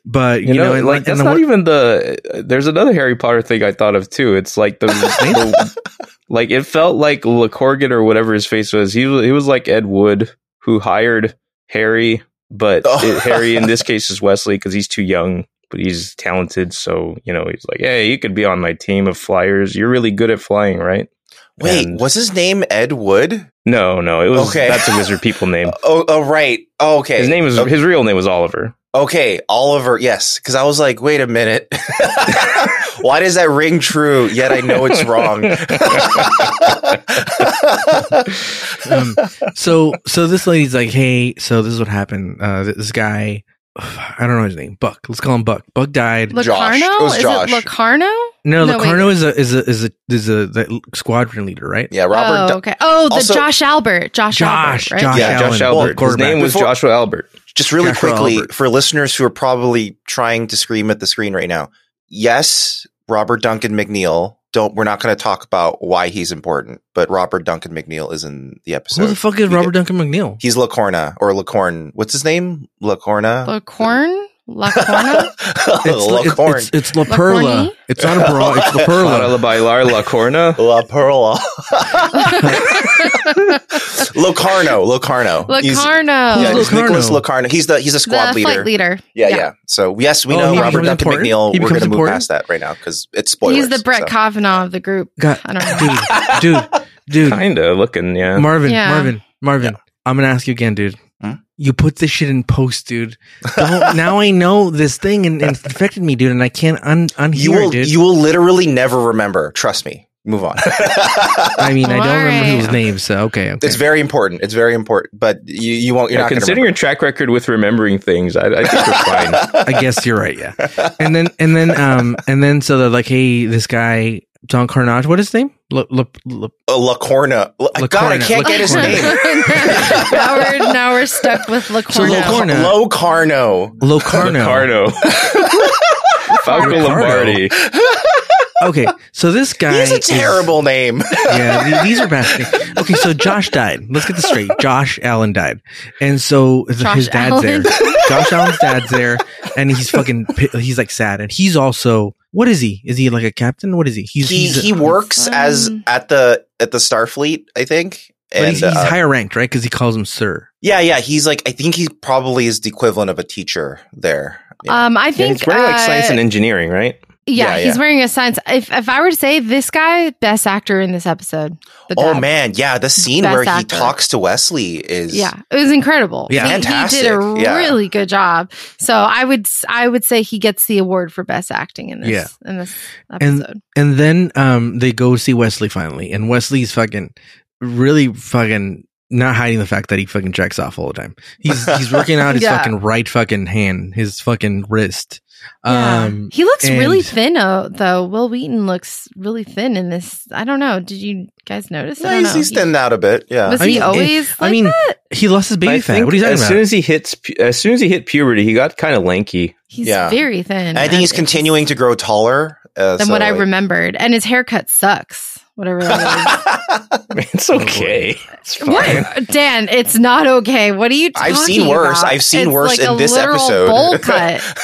[SPEAKER 1] but you, know, and
[SPEAKER 4] like
[SPEAKER 1] and
[SPEAKER 4] that's
[SPEAKER 1] the
[SPEAKER 4] not
[SPEAKER 1] one-
[SPEAKER 4] even the. There's another Harry Potter thing I thought of too. It's like the, the- like it felt like LeCorgan or whatever his face was. He was, he was like Ed Wood who hired Harry, but
[SPEAKER 2] Oh.
[SPEAKER 4] it- Harry in this case is Wesley because he's too young, but he's talented. So you know he's like, hey, you could be on my team of flyers. You're really good at flying, right?
[SPEAKER 2] Wait,
[SPEAKER 1] Um,
[SPEAKER 4] And-
[SPEAKER 2] was his name Ed Wood?
[SPEAKER 4] No, no, it was
[SPEAKER 2] Okay.
[SPEAKER 4] that's a wizard people name.
[SPEAKER 2] Oh, oh right. Oh, okay.
[SPEAKER 4] His name is
[SPEAKER 2] okay,
[SPEAKER 4] his real name was Oliver.
[SPEAKER 2] okay, Oliver. Yes, because I was like, wait a minute. Why does that ring true? Yet I know it's wrong.
[SPEAKER 1] Um, so so this lady's like, "Hey, so this is what happened. Uh, th- this guy, I don't know his name, Buck. Let's call him Buck. Buck died.
[SPEAKER 3] Locarno?
[SPEAKER 2] Josh. It was
[SPEAKER 3] is
[SPEAKER 2] Josh.
[SPEAKER 3] it Locarno?
[SPEAKER 1] no,
[SPEAKER 3] no,
[SPEAKER 1] Locarno is a is a is a is a the squadron leader, right?
[SPEAKER 2] yeah, Robert.
[SPEAKER 3] oh,
[SPEAKER 2] Du-
[SPEAKER 3] okay. Oh, the
[SPEAKER 2] Also-
[SPEAKER 3] Josh Albert. Josh,
[SPEAKER 1] Josh,
[SPEAKER 3] Albert, right?
[SPEAKER 1] Josh,
[SPEAKER 2] Yeah,
[SPEAKER 1] Allen,
[SPEAKER 4] Josh Albert. His
[SPEAKER 1] quarterback.
[SPEAKER 4] name was
[SPEAKER 2] Before-
[SPEAKER 4] Joshua Albert.
[SPEAKER 2] just really
[SPEAKER 1] Joshua
[SPEAKER 2] quickly
[SPEAKER 1] Albert.
[SPEAKER 2] for listeners who are probably trying to scream at the screen right now. Yes, Robert Duncan McNeil. Don't we're not going to talk about why he's important, but Robert Duncan McNeil is in the episode.
[SPEAKER 1] Who the fuck
[SPEAKER 4] uh,
[SPEAKER 1] is
[SPEAKER 2] we
[SPEAKER 1] Robert Duncan McNeil?
[SPEAKER 2] He's Lacorna or Lacorn. What's his name? Lacorna.
[SPEAKER 3] Lacorn? Lacorna?
[SPEAKER 1] It's La, it's,
[SPEAKER 2] Lacorn.
[SPEAKER 1] it's, it's La Perla.
[SPEAKER 3] Lacorny?
[SPEAKER 1] It's not a bra. It's La Perla.
[SPEAKER 4] Para la bailar la corna.
[SPEAKER 2] La Perla. Locarno. Locarno. He's-
[SPEAKER 3] Locarno.
[SPEAKER 2] Yeah,
[SPEAKER 1] Who's
[SPEAKER 2] it's
[SPEAKER 1] Locarno?
[SPEAKER 2] Nicholas Locarno. He's the he's a
[SPEAKER 3] the
[SPEAKER 2] squad leader.
[SPEAKER 3] flight leader.
[SPEAKER 2] Yeah, yeah, So yes, we
[SPEAKER 1] Oh,
[SPEAKER 2] know
[SPEAKER 1] he
[SPEAKER 2] Robert
[SPEAKER 1] becomes
[SPEAKER 2] Duncan
[SPEAKER 1] important?
[SPEAKER 2] McNeil.
[SPEAKER 1] He
[SPEAKER 2] We're going
[SPEAKER 1] becomes
[SPEAKER 2] to move
[SPEAKER 1] important?
[SPEAKER 2] past that right now because it's spoilers.
[SPEAKER 3] He's the Brett
[SPEAKER 2] so.
[SPEAKER 3] Kavanaugh of the group.
[SPEAKER 1] God,
[SPEAKER 3] I don't know.
[SPEAKER 1] dude, dude, dude.
[SPEAKER 4] Kinda looking, yeah.
[SPEAKER 1] Marvin,
[SPEAKER 3] Yeah.
[SPEAKER 1] Marvin, Marvin. I'm gonna ask you again, dude.
[SPEAKER 2] Hmm?
[SPEAKER 1] You put this shit in post, dude. Don't, now I know this thing and, and it's affected me, dude, and I can't un unhear
[SPEAKER 2] you will
[SPEAKER 1] it, dude.
[SPEAKER 2] you will literally never remember. Trust me. Move on.
[SPEAKER 1] I mean, I don't remember
[SPEAKER 3] Alright.
[SPEAKER 1] his name, so okay, okay.
[SPEAKER 2] it's very important. It's very important, but you, you won't. You're
[SPEAKER 4] Yeah,
[SPEAKER 2] not going to
[SPEAKER 4] considering your track record with remembering things, I, I think we're fine.
[SPEAKER 1] I guess you're right, yeah. And then and then um and then so they're like, hey, this guy John Carnage. What is his name? Le, Le, Le-
[SPEAKER 2] Uh, Lacorna. La-
[SPEAKER 1] Lacorna.
[SPEAKER 2] God, I can't get his
[SPEAKER 1] Lacorna.
[SPEAKER 2] name.
[SPEAKER 3] now we're now we're stuck with Lacorna.
[SPEAKER 1] Lacorna- Lacorna.
[SPEAKER 2] Locarno.
[SPEAKER 1] Locarno.
[SPEAKER 4] Carno. Falco
[SPEAKER 1] Ricardo.
[SPEAKER 4] Lombardi.
[SPEAKER 1] Okay, so this guy
[SPEAKER 2] He's a
[SPEAKER 1] is-
[SPEAKER 2] terrible name.
[SPEAKER 1] yeah, th- these are bad things. Okay, so Josh died. Let's get this straight. Josh Allen died, and so th-
[SPEAKER 3] Josh
[SPEAKER 1] his dad's
[SPEAKER 3] Allen.
[SPEAKER 1] there. Josh Allen's dad's there, and he's fucking. pi- He's like sad, and he's also. What is he? Is he like a captain? What is he? He's
[SPEAKER 2] he
[SPEAKER 1] he's, a-
[SPEAKER 2] he works as
[SPEAKER 3] Um,
[SPEAKER 2] at the at the Starfleet, I think.
[SPEAKER 1] but
[SPEAKER 2] And
[SPEAKER 1] he's, he's
[SPEAKER 2] uh,
[SPEAKER 1] higher ranked, right? Because he calls him sir.
[SPEAKER 2] yeah, yeah, he's like I think he probably is the equivalent of a teacher there. Yeah.
[SPEAKER 3] Um, I
[SPEAKER 4] Yeah,
[SPEAKER 3] think
[SPEAKER 4] it's running like science
[SPEAKER 3] uh,
[SPEAKER 4] and engineering, right?
[SPEAKER 3] yeah,
[SPEAKER 2] Yeah,
[SPEAKER 3] he's
[SPEAKER 2] yeah.
[SPEAKER 3] wearing a science. If if I were to say this guy, best actor in this episode. The
[SPEAKER 2] oh
[SPEAKER 3] dad.
[SPEAKER 2] man, yeah, the scene
[SPEAKER 3] Best
[SPEAKER 2] where he
[SPEAKER 3] actor.
[SPEAKER 2] talks to Wesley is
[SPEAKER 3] Yeah, it was incredible.
[SPEAKER 1] Yeah.
[SPEAKER 3] he, he did a
[SPEAKER 2] Fantastic, yeah.
[SPEAKER 3] really good job. So I would s- I would say he gets the award for best acting in this
[SPEAKER 1] Yeah.
[SPEAKER 3] in this
[SPEAKER 1] And-
[SPEAKER 3] episode.
[SPEAKER 1] And then um, they go see Wesley finally, and Wesley's fucking really fucking not hiding the fact that he fucking jacks off all the time. He's he's working out his
[SPEAKER 3] Yeah.
[SPEAKER 1] fucking right fucking hand, his fucking wrist.
[SPEAKER 3] Yeah.
[SPEAKER 1] Um,
[SPEAKER 3] he looks really
[SPEAKER 1] and-
[SPEAKER 3] thin, uh, though. Will Wheaton looks really thin in this. I don't know. Did you guys notice? I
[SPEAKER 2] Well,
[SPEAKER 3] don't
[SPEAKER 2] he's,
[SPEAKER 3] know.
[SPEAKER 2] he's thinned out a bit. Yeah.
[SPEAKER 3] Was
[SPEAKER 1] I
[SPEAKER 3] he
[SPEAKER 1] mean,
[SPEAKER 3] always?
[SPEAKER 1] I
[SPEAKER 3] like
[SPEAKER 1] mean,
[SPEAKER 3] that?
[SPEAKER 1] he lost his baby
[SPEAKER 4] I
[SPEAKER 1] fat.
[SPEAKER 4] think
[SPEAKER 1] What are you talking
[SPEAKER 4] as
[SPEAKER 1] about?
[SPEAKER 4] soon as he hits, pu- as soon as he hit puberty, he got kind of lanky.
[SPEAKER 3] he's
[SPEAKER 2] yeah.
[SPEAKER 3] very thin.
[SPEAKER 2] And I think he's continuing to grow taller. Uh,
[SPEAKER 3] than
[SPEAKER 2] so
[SPEAKER 3] what I
[SPEAKER 2] it-
[SPEAKER 3] remembered. And his haircut sucks. Whatever that
[SPEAKER 4] It's
[SPEAKER 1] Oh,
[SPEAKER 4] okay. It's
[SPEAKER 3] is.
[SPEAKER 4] fine.
[SPEAKER 3] what Dan? It's not okay. What are you? Talking
[SPEAKER 2] I've seen worse.
[SPEAKER 3] about?
[SPEAKER 2] I've seen
[SPEAKER 3] It's
[SPEAKER 2] worse
[SPEAKER 3] like
[SPEAKER 2] in
[SPEAKER 3] a
[SPEAKER 2] this
[SPEAKER 3] literal
[SPEAKER 2] episode.
[SPEAKER 3] Bowl cut.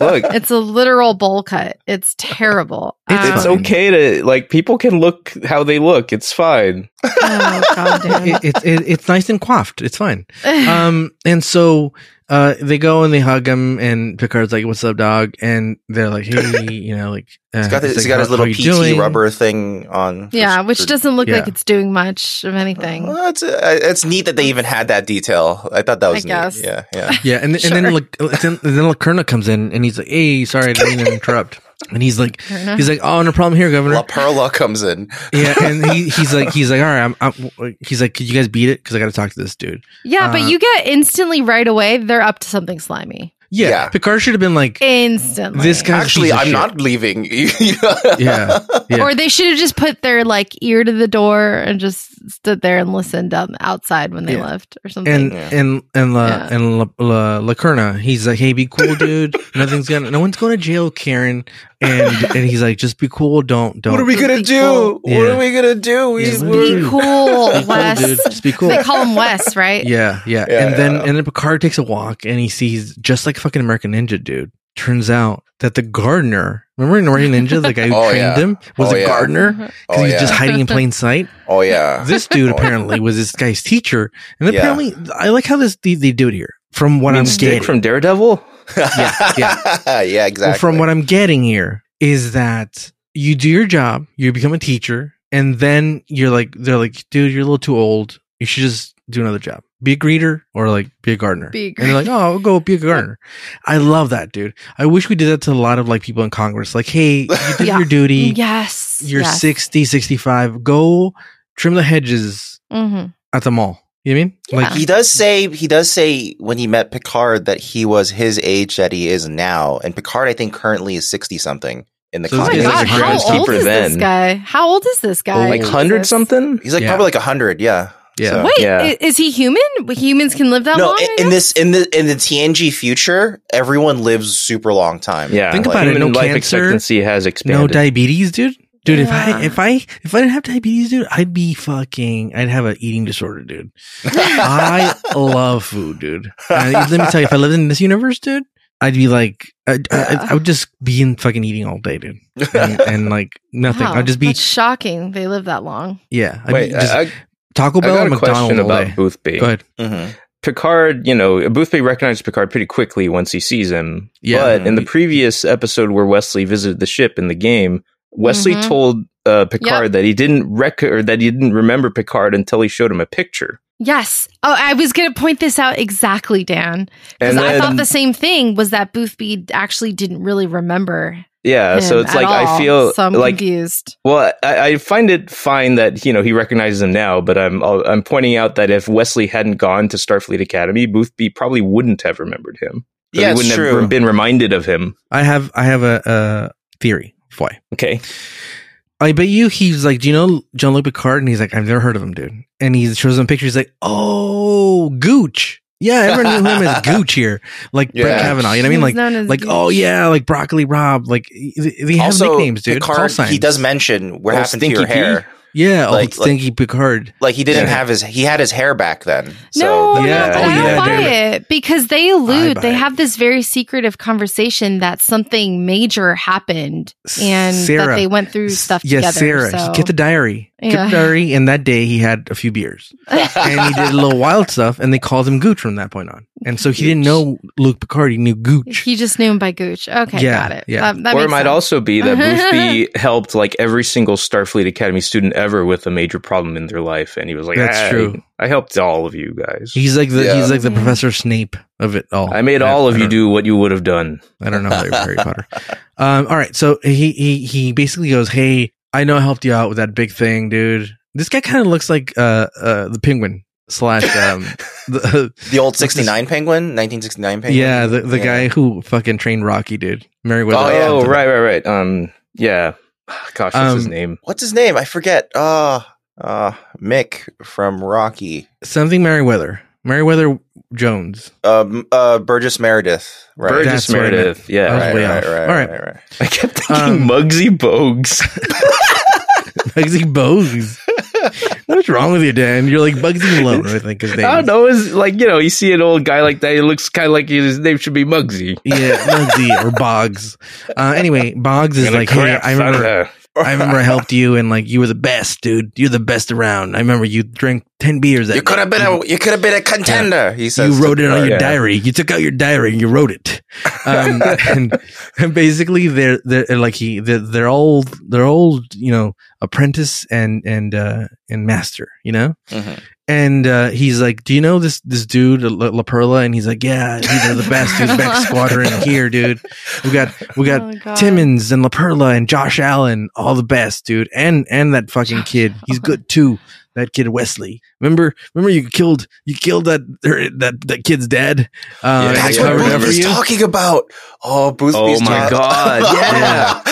[SPEAKER 4] Look,
[SPEAKER 3] It's a literal bowl cut. It's terrible. Um,
[SPEAKER 1] It's
[SPEAKER 4] it's
[SPEAKER 1] fine.
[SPEAKER 4] okay to like. People can look how they look. It's fine.
[SPEAKER 3] Oh, God, Dan.
[SPEAKER 1] it, it, it, it's nice and coiffed. It's fine. Um, and so uh, they go and they hug him, and Picard's like, "What's up, dog?" And they're like, "Hey, you know, like." Uh,
[SPEAKER 2] He's got,
[SPEAKER 1] it's
[SPEAKER 2] his, he's
[SPEAKER 1] like,
[SPEAKER 2] got his
[SPEAKER 1] "How- how
[SPEAKER 2] little
[SPEAKER 1] you
[SPEAKER 2] PT
[SPEAKER 1] doing?"
[SPEAKER 2] rubber thing on. for-
[SPEAKER 3] yeah, which
[SPEAKER 2] for-
[SPEAKER 3] doesn't look
[SPEAKER 1] yeah.
[SPEAKER 3] like it's doing much of anything.
[SPEAKER 2] Well, it's, uh, it's neat that they even had that detail. I thought that was neat.
[SPEAKER 3] guess.
[SPEAKER 2] Yeah, yeah.
[SPEAKER 1] Yeah, and, and
[SPEAKER 3] Sure.
[SPEAKER 1] then like then, then Lacerna comes in, and he's like, "Hey, sorry, I didn't mean to interrupt." And he's like,
[SPEAKER 3] Lacerna?
[SPEAKER 1] he's like, "Oh, no problem here,
[SPEAKER 2] La
[SPEAKER 1] Governor."
[SPEAKER 2] Perla comes in.
[SPEAKER 1] yeah, and he, he's like, he's like, "All right, I'm, I'm, he's like, could you guys beat it? Because I got to talk to this dude."
[SPEAKER 3] Yeah, but
[SPEAKER 1] Uh,
[SPEAKER 3] you get instantly right away. They're up to something slimy.
[SPEAKER 1] Yeah,
[SPEAKER 2] Yeah.
[SPEAKER 1] Picard should have been like,
[SPEAKER 3] Instantly.
[SPEAKER 1] This guy- He's a
[SPEAKER 2] Actually,
[SPEAKER 1] piece of
[SPEAKER 2] I'm
[SPEAKER 1] shit.
[SPEAKER 2] not leaving.
[SPEAKER 1] yeah, yeah.
[SPEAKER 3] Or they should have just put their like ear to the door and just stood there and listened down outside when they
[SPEAKER 1] Yeah.
[SPEAKER 3] left or something.
[SPEAKER 1] and
[SPEAKER 2] Yeah.
[SPEAKER 1] and and La
[SPEAKER 3] Yeah.
[SPEAKER 1] and La, La, Lacerna, he's like, "Hey, be cool, dude. Nothing's gonna, no one's going to jail, Karen." And and he's like, "Just be cool. Don't don't."
[SPEAKER 2] what are we gonna
[SPEAKER 3] Be
[SPEAKER 2] do?
[SPEAKER 1] cool.
[SPEAKER 2] What
[SPEAKER 1] Yeah.
[SPEAKER 2] are we gonna do? We,
[SPEAKER 1] Yeah, what do we
[SPEAKER 2] we're-
[SPEAKER 3] be
[SPEAKER 1] do?
[SPEAKER 3] cool,
[SPEAKER 1] Be cool, dude.
[SPEAKER 3] Wes.
[SPEAKER 1] Just be cool.
[SPEAKER 3] They call him Wes, right?
[SPEAKER 1] Yeah, yeah.
[SPEAKER 2] Yeah,
[SPEAKER 1] and then
[SPEAKER 2] yeah.
[SPEAKER 1] and then Picard takes a walk and he sees just like fucking American Ninja dude. Turns out that the gardener, remember in American Ninja, the guy who
[SPEAKER 2] Oh,
[SPEAKER 1] trained
[SPEAKER 2] yeah.
[SPEAKER 1] him was
[SPEAKER 2] Oh,
[SPEAKER 1] a
[SPEAKER 2] yeah.
[SPEAKER 1] gardener
[SPEAKER 3] Mm-hmm.
[SPEAKER 1] because
[SPEAKER 2] oh
[SPEAKER 1] he was
[SPEAKER 2] yeah.
[SPEAKER 1] just hiding in plain sight.
[SPEAKER 2] oh yeah.
[SPEAKER 1] This dude
[SPEAKER 2] Oh, yeah.
[SPEAKER 1] apparently was this guy's teacher, and
[SPEAKER 2] Yeah.
[SPEAKER 1] apparently I like how this they, they do it here. From what
[SPEAKER 4] I mean,
[SPEAKER 1] I'm
[SPEAKER 4] Stick
[SPEAKER 1] getting,
[SPEAKER 4] from Daredevil.
[SPEAKER 1] Yeah,
[SPEAKER 2] yeah, yeah. Exactly.
[SPEAKER 1] well, from what I'm getting here is that you do your job, you become a teacher, and then you're like they're like, dude, you're a little too old. You should just do another job. Be a greeter or like be a gardener.
[SPEAKER 3] Be a
[SPEAKER 1] And they're like, oh, I'll go be a gardener. I love that, dude. I wish we did that to a lot of like people in Congress. Like, hey, you did
[SPEAKER 3] Yeah.
[SPEAKER 1] your duty.
[SPEAKER 3] Yes.
[SPEAKER 1] You're
[SPEAKER 3] yes.
[SPEAKER 1] 60, 65. Go trim the hedges
[SPEAKER 3] Mhm.
[SPEAKER 1] at the mall. You know what I mean?
[SPEAKER 3] Yeah.
[SPEAKER 2] he does say he does say when he met Picard that he was his age that he is now, and Picard I think currently is sixty something in the
[SPEAKER 1] So
[SPEAKER 3] Oh
[SPEAKER 1] He's
[SPEAKER 3] my
[SPEAKER 2] comics.
[SPEAKER 1] getting
[SPEAKER 3] god!
[SPEAKER 1] like a
[SPEAKER 3] How
[SPEAKER 1] groundskeeper
[SPEAKER 3] old is this
[SPEAKER 4] then.
[SPEAKER 3] guy? How old is this guy?
[SPEAKER 4] like
[SPEAKER 3] Jesus.
[SPEAKER 4] hundred something.
[SPEAKER 2] He's like
[SPEAKER 1] Yeah.
[SPEAKER 2] probably like hundred. Yeah.
[SPEAKER 1] Yeah.
[SPEAKER 2] So-
[SPEAKER 3] Wait,
[SPEAKER 4] Yeah.
[SPEAKER 3] i- is he human? Humans can live that
[SPEAKER 2] No,
[SPEAKER 3] long? I
[SPEAKER 2] in, in this in the in the TNG future, everyone lives super long time.
[SPEAKER 4] Yeah,
[SPEAKER 1] Think about it,
[SPEAKER 4] human
[SPEAKER 1] no
[SPEAKER 4] life
[SPEAKER 1] cancer,
[SPEAKER 4] expectancy has expanded.
[SPEAKER 1] No diabetes, dude. Dude,
[SPEAKER 3] Yeah.
[SPEAKER 1] if I if I if I didn't have diabetes, dude, I'd be fucking. I'd have an eating disorder, dude. I love food, dude. And let me tell you, if I lived in this universe, dude, I'd be like, I, I, I would just be in fucking eating all day, dude, and, and like nothing.
[SPEAKER 3] Wow,
[SPEAKER 1] I'd just be,
[SPEAKER 3] That's shocking. They live that long.
[SPEAKER 1] yeah. I'd
[SPEAKER 4] Wait,
[SPEAKER 1] be just
[SPEAKER 4] I, I
[SPEAKER 1] Taco Bell and
[SPEAKER 4] got a
[SPEAKER 1] McDonald's
[SPEAKER 4] question
[SPEAKER 1] all
[SPEAKER 4] about
[SPEAKER 1] day.
[SPEAKER 4] Boothby.
[SPEAKER 1] Go ahead.
[SPEAKER 2] Mhm.
[SPEAKER 4] Picard, you know, Boothby recognizes Picard pretty quickly once he sees him.
[SPEAKER 1] Yeah. Mm-hmm.
[SPEAKER 4] But in the previous episode where Wesley visited the ship in the game, Wesley
[SPEAKER 3] Mhm.
[SPEAKER 4] told uh, Picard that he didn't rec- or that he didn't remember Picard until he showed him a picture.
[SPEAKER 3] Yes. Oh, I was going to point this out exactly, Dan, because
[SPEAKER 4] And
[SPEAKER 3] I
[SPEAKER 4] then-
[SPEAKER 3] thought the same thing was that Boothby actually didn't really remember.
[SPEAKER 4] Yeah,
[SPEAKER 3] him
[SPEAKER 4] so it's
[SPEAKER 3] at
[SPEAKER 4] like I
[SPEAKER 3] all.
[SPEAKER 4] feel
[SPEAKER 3] so I'm
[SPEAKER 4] like
[SPEAKER 3] confused.
[SPEAKER 4] well, I, I find it fine that you know he recognizes him now, but I'm I'll, I'm pointing out that if Wesley hadn't gone to Starfleet Academy, Boothby probably wouldn't have remembered him. Or
[SPEAKER 2] Yeah,
[SPEAKER 4] he
[SPEAKER 2] it's
[SPEAKER 4] wouldn't
[SPEAKER 2] true.
[SPEAKER 4] have been reminded of him.
[SPEAKER 1] I have I have a, a theory. Why?
[SPEAKER 4] Okay,
[SPEAKER 1] I bet you he's like, do you know John Luke Picard? And he's like, I've never heard of him, dude. And he shows him pictures. He's like, oh, Gooch. Yeah, everyone knew him as Gooch here, like Brett
[SPEAKER 2] Yeah.
[SPEAKER 1] Kavanaugh. You know what I mean?
[SPEAKER 3] He's
[SPEAKER 1] Like,
[SPEAKER 3] known as
[SPEAKER 1] like
[SPEAKER 3] Gooch.
[SPEAKER 1] oh yeah, like Broccoli Rob. Like they they have
[SPEAKER 2] also,
[SPEAKER 1] nicknames, dude. Call
[SPEAKER 2] Picard,
[SPEAKER 1] signs.
[SPEAKER 2] he does mention what
[SPEAKER 4] Oh,
[SPEAKER 2] happened to your
[SPEAKER 4] Stinky P?
[SPEAKER 2] hair.
[SPEAKER 1] Yeah, oh,
[SPEAKER 2] like-
[SPEAKER 1] stinky Picard.
[SPEAKER 2] Like he didn't
[SPEAKER 1] Yeah.
[SPEAKER 2] have his he had his hair back then.
[SPEAKER 3] no,
[SPEAKER 2] So
[SPEAKER 3] no,
[SPEAKER 1] Yeah,
[SPEAKER 3] but
[SPEAKER 1] oh,
[SPEAKER 3] I don't
[SPEAKER 1] yeah,
[SPEAKER 3] buy
[SPEAKER 1] dude.
[SPEAKER 3] it because they allude.
[SPEAKER 1] buy
[SPEAKER 3] They
[SPEAKER 1] it.
[SPEAKER 3] have this very secretive conversation that something major happened and that
[SPEAKER 1] Sarah.
[SPEAKER 3] they went through stuff
[SPEAKER 1] yeah,
[SPEAKER 3] together.
[SPEAKER 1] Sarah.
[SPEAKER 3] so-
[SPEAKER 1] He kept a diary. Kept
[SPEAKER 3] Yeah.
[SPEAKER 1] a diary, and that day he had a few beers, and he did a little wild stuff, and they called him Gooch from that point on. And so he didn't
[SPEAKER 4] Gooch.
[SPEAKER 1] know Luke Picard; he knew Gooch.
[SPEAKER 3] He just knew him by Gooch. Okay,
[SPEAKER 1] Yeah,
[SPEAKER 3] got it.
[SPEAKER 1] yeah.
[SPEAKER 3] That, that
[SPEAKER 4] or it
[SPEAKER 3] makes
[SPEAKER 4] might
[SPEAKER 3] sense.
[SPEAKER 4] also be that Boothby helped like every single Starfleet Academy student ever with a major problem in their life, and he was like,
[SPEAKER 1] That's
[SPEAKER 4] "I-
[SPEAKER 1] true.
[SPEAKER 4] I helped all of you guys.
[SPEAKER 1] He's like the
[SPEAKER 2] Yeah.
[SPEAKER 1] he's like the
[SPEAKER 3] Yeah.
[SPEAKER 1] Professor Snape of it all.
[SPEAKER 4] I made
[SPEAKER 1] Yeah,
[SPEAKER 4] all
[SPEAKER 1] I
[SPEAKER 4] of you
[SPEAKER 1] don't-
[SPEAKER 4] do what you would have done."
[SPEAKER 1] I don't know about Harry Potter. Um, all right, so he he he basically goes, "Hey, I know I helped you out with that big thing, dude. This guy kind of looks like uh uh the Penguin slash um the,
[SPEAKER 2] the old
[SPEAKER 1] What's his-
[SPEAKER 2] sixty nine penguin, nineteen sixty nine penguin.
[SPEAKER 1] yeah the the
[SPEAKER 2] Yeah.
[SPEAKER 1] guy who fucking trained Rocky, dude. Merryweather.
[SPEAKER 2] Oh, yeah.
[SPEAKER 4] Oh, right, right, right. Um, yeah. Gosh, what's his
[SPEAKER 1] Um,
[SPEAKER 4] name?
[SPEAKER 2] What's his name? I forget. Uh uh Mick from Rocky.
[SPEAKER 1] something Merriweather. Merriweather Jones.
[SPEAKER 2] Um uh Burgess Meredith. Right.
[SPEAKER 4] Burgess
[SPEAKER 1] That's what I meant.
[SPEAKER 4] Meredith. Yeah,
[SPEAKER 1] I was
[SPEAKER 2] Right,
[SPEAKER 1] way
[SPEAKER 2] right,
[SPEAKER 1] off.
[SPEAKER 2] right,
[SPEAKER 1] All right.
[SPEAKER 2] right, right, right.
[SPEAKER 4] I kept thinking
[SPEAKER 1] Um,
[SPEAKER 4] Mugsy Bogues.
[SPEAKER 1] Bugsy Bogues. What's wrong with you, Dan? You're like Bugsy Malone, I think his name.
[SPEAKER 4] I
[SPEAKER 1] is.
[SPEAKER 4] don't know. Is like you know, you see an old guy like that. He looks kind of like his name should be Mugsy.
[SPEAKER 1] Yeah, Mugsy or Boggs. Uh, anyway, Boggs is
[SPEAKER 4] Gonna
[SPEAKER 1] like, hey,
[SPEAKER 4] crap
[SPEAKER 1] I remember
[SPEAKER 4] out of-
[SPEAKER 1] I remember I helped you, and like you were the best, dude. You're the best around. I remember you drank ten beers. That
[SPEAKER 2] You could have been a you could have been a contender. He
[SPEAKER 1] you
[SPEAKER 2] says Oh,
[SPEAKER 1] wrote it on
[SPEAKER 2] Picard.
[SPEAKER 1] your
[SPEAKER 4] Yeah.
[SPEAKER 1] diary. You took out your diary and you wrote it. Um, and, and basically, they're they're like he they're, they're old they're old you know apprentice and and uh, and master. You know,
[SPEAKER 2] Mhm.
[SPEAKER 1] and uh, he's like, "Do you know this this dude La, La Perla?" And he's like, "Yeah, they're the best dude. Back squadron here, dude. We got we got
[SPEAKER 3] Oh, God.
[SPEAKER 1] Timmons and La Perla and Josh Allen, all the best, dude. And and that fucking
[SPEAKER 3] Josh
[SPEAKER 1] kid, he's good too. That kid Wesley. Remember, remember you killed you killed that er, that that kid's dad. Uh,
[SPEAKER 4] Yeah,
[SPEAKER 1] yeah,
[SPEAKER 2] That's
[SPEAKER 4] yeah.
[SPEAKER 2] what
[SPEAKER 4] Covered
[SPEAKER 1] for
[SPEAKER 2] Boothby's
[SPEAKER 1] you.
[SPEAKER 2] talking about. Oh, Boothby's
[SPEAKER 4] Oh my
[SPEAKER 2] talk-
[SPEAKER 4] God,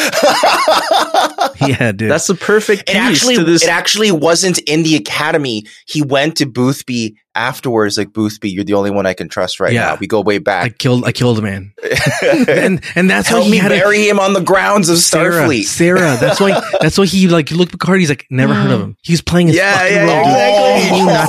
[SPEAKER 2] yeah.
[SPEAKER 1] yeah, dude.
[SPEAKER 4] That's the perfect
[SPEAKER 2] It
[SPEAKER 4] piece
[SPEAKER 2] actually,
[SPEAKER 4] to this.
[SPEAKER 2] it actually wasn't in the academy. He went to Boothby afterwards. Like Boothby, you're the only one I can trust right
[SPEAKER 1] Yeah.
[SPEAKER 2] now. We go way
[SPEAKER 1] I
[SPEAKER 2] back.
[SPEAKER 1] killed I killed a man, and and that's why
[SPEAKER 2] Help
[SPEAKER 1] he
[SPEAKER 2] me
[SPEAKER 1] had a
[SPEAKER 2] bury him on the grounds of
[SPEAKER 1] Sarah.
[SPEAKER 2] Starfleet.
[SPEAKER 1] Sarah. That's why that's why he like you look Picard. He's like never heard of him. He's playing his
[SPEAKER 4] Yeah,
[SPEAKER 1] fucking
[SPEAKER 4] yeah,
[SPEAKER 1] role. dude.
[SPEAKER 4] exactly.
[SPEAKER 1] He knew not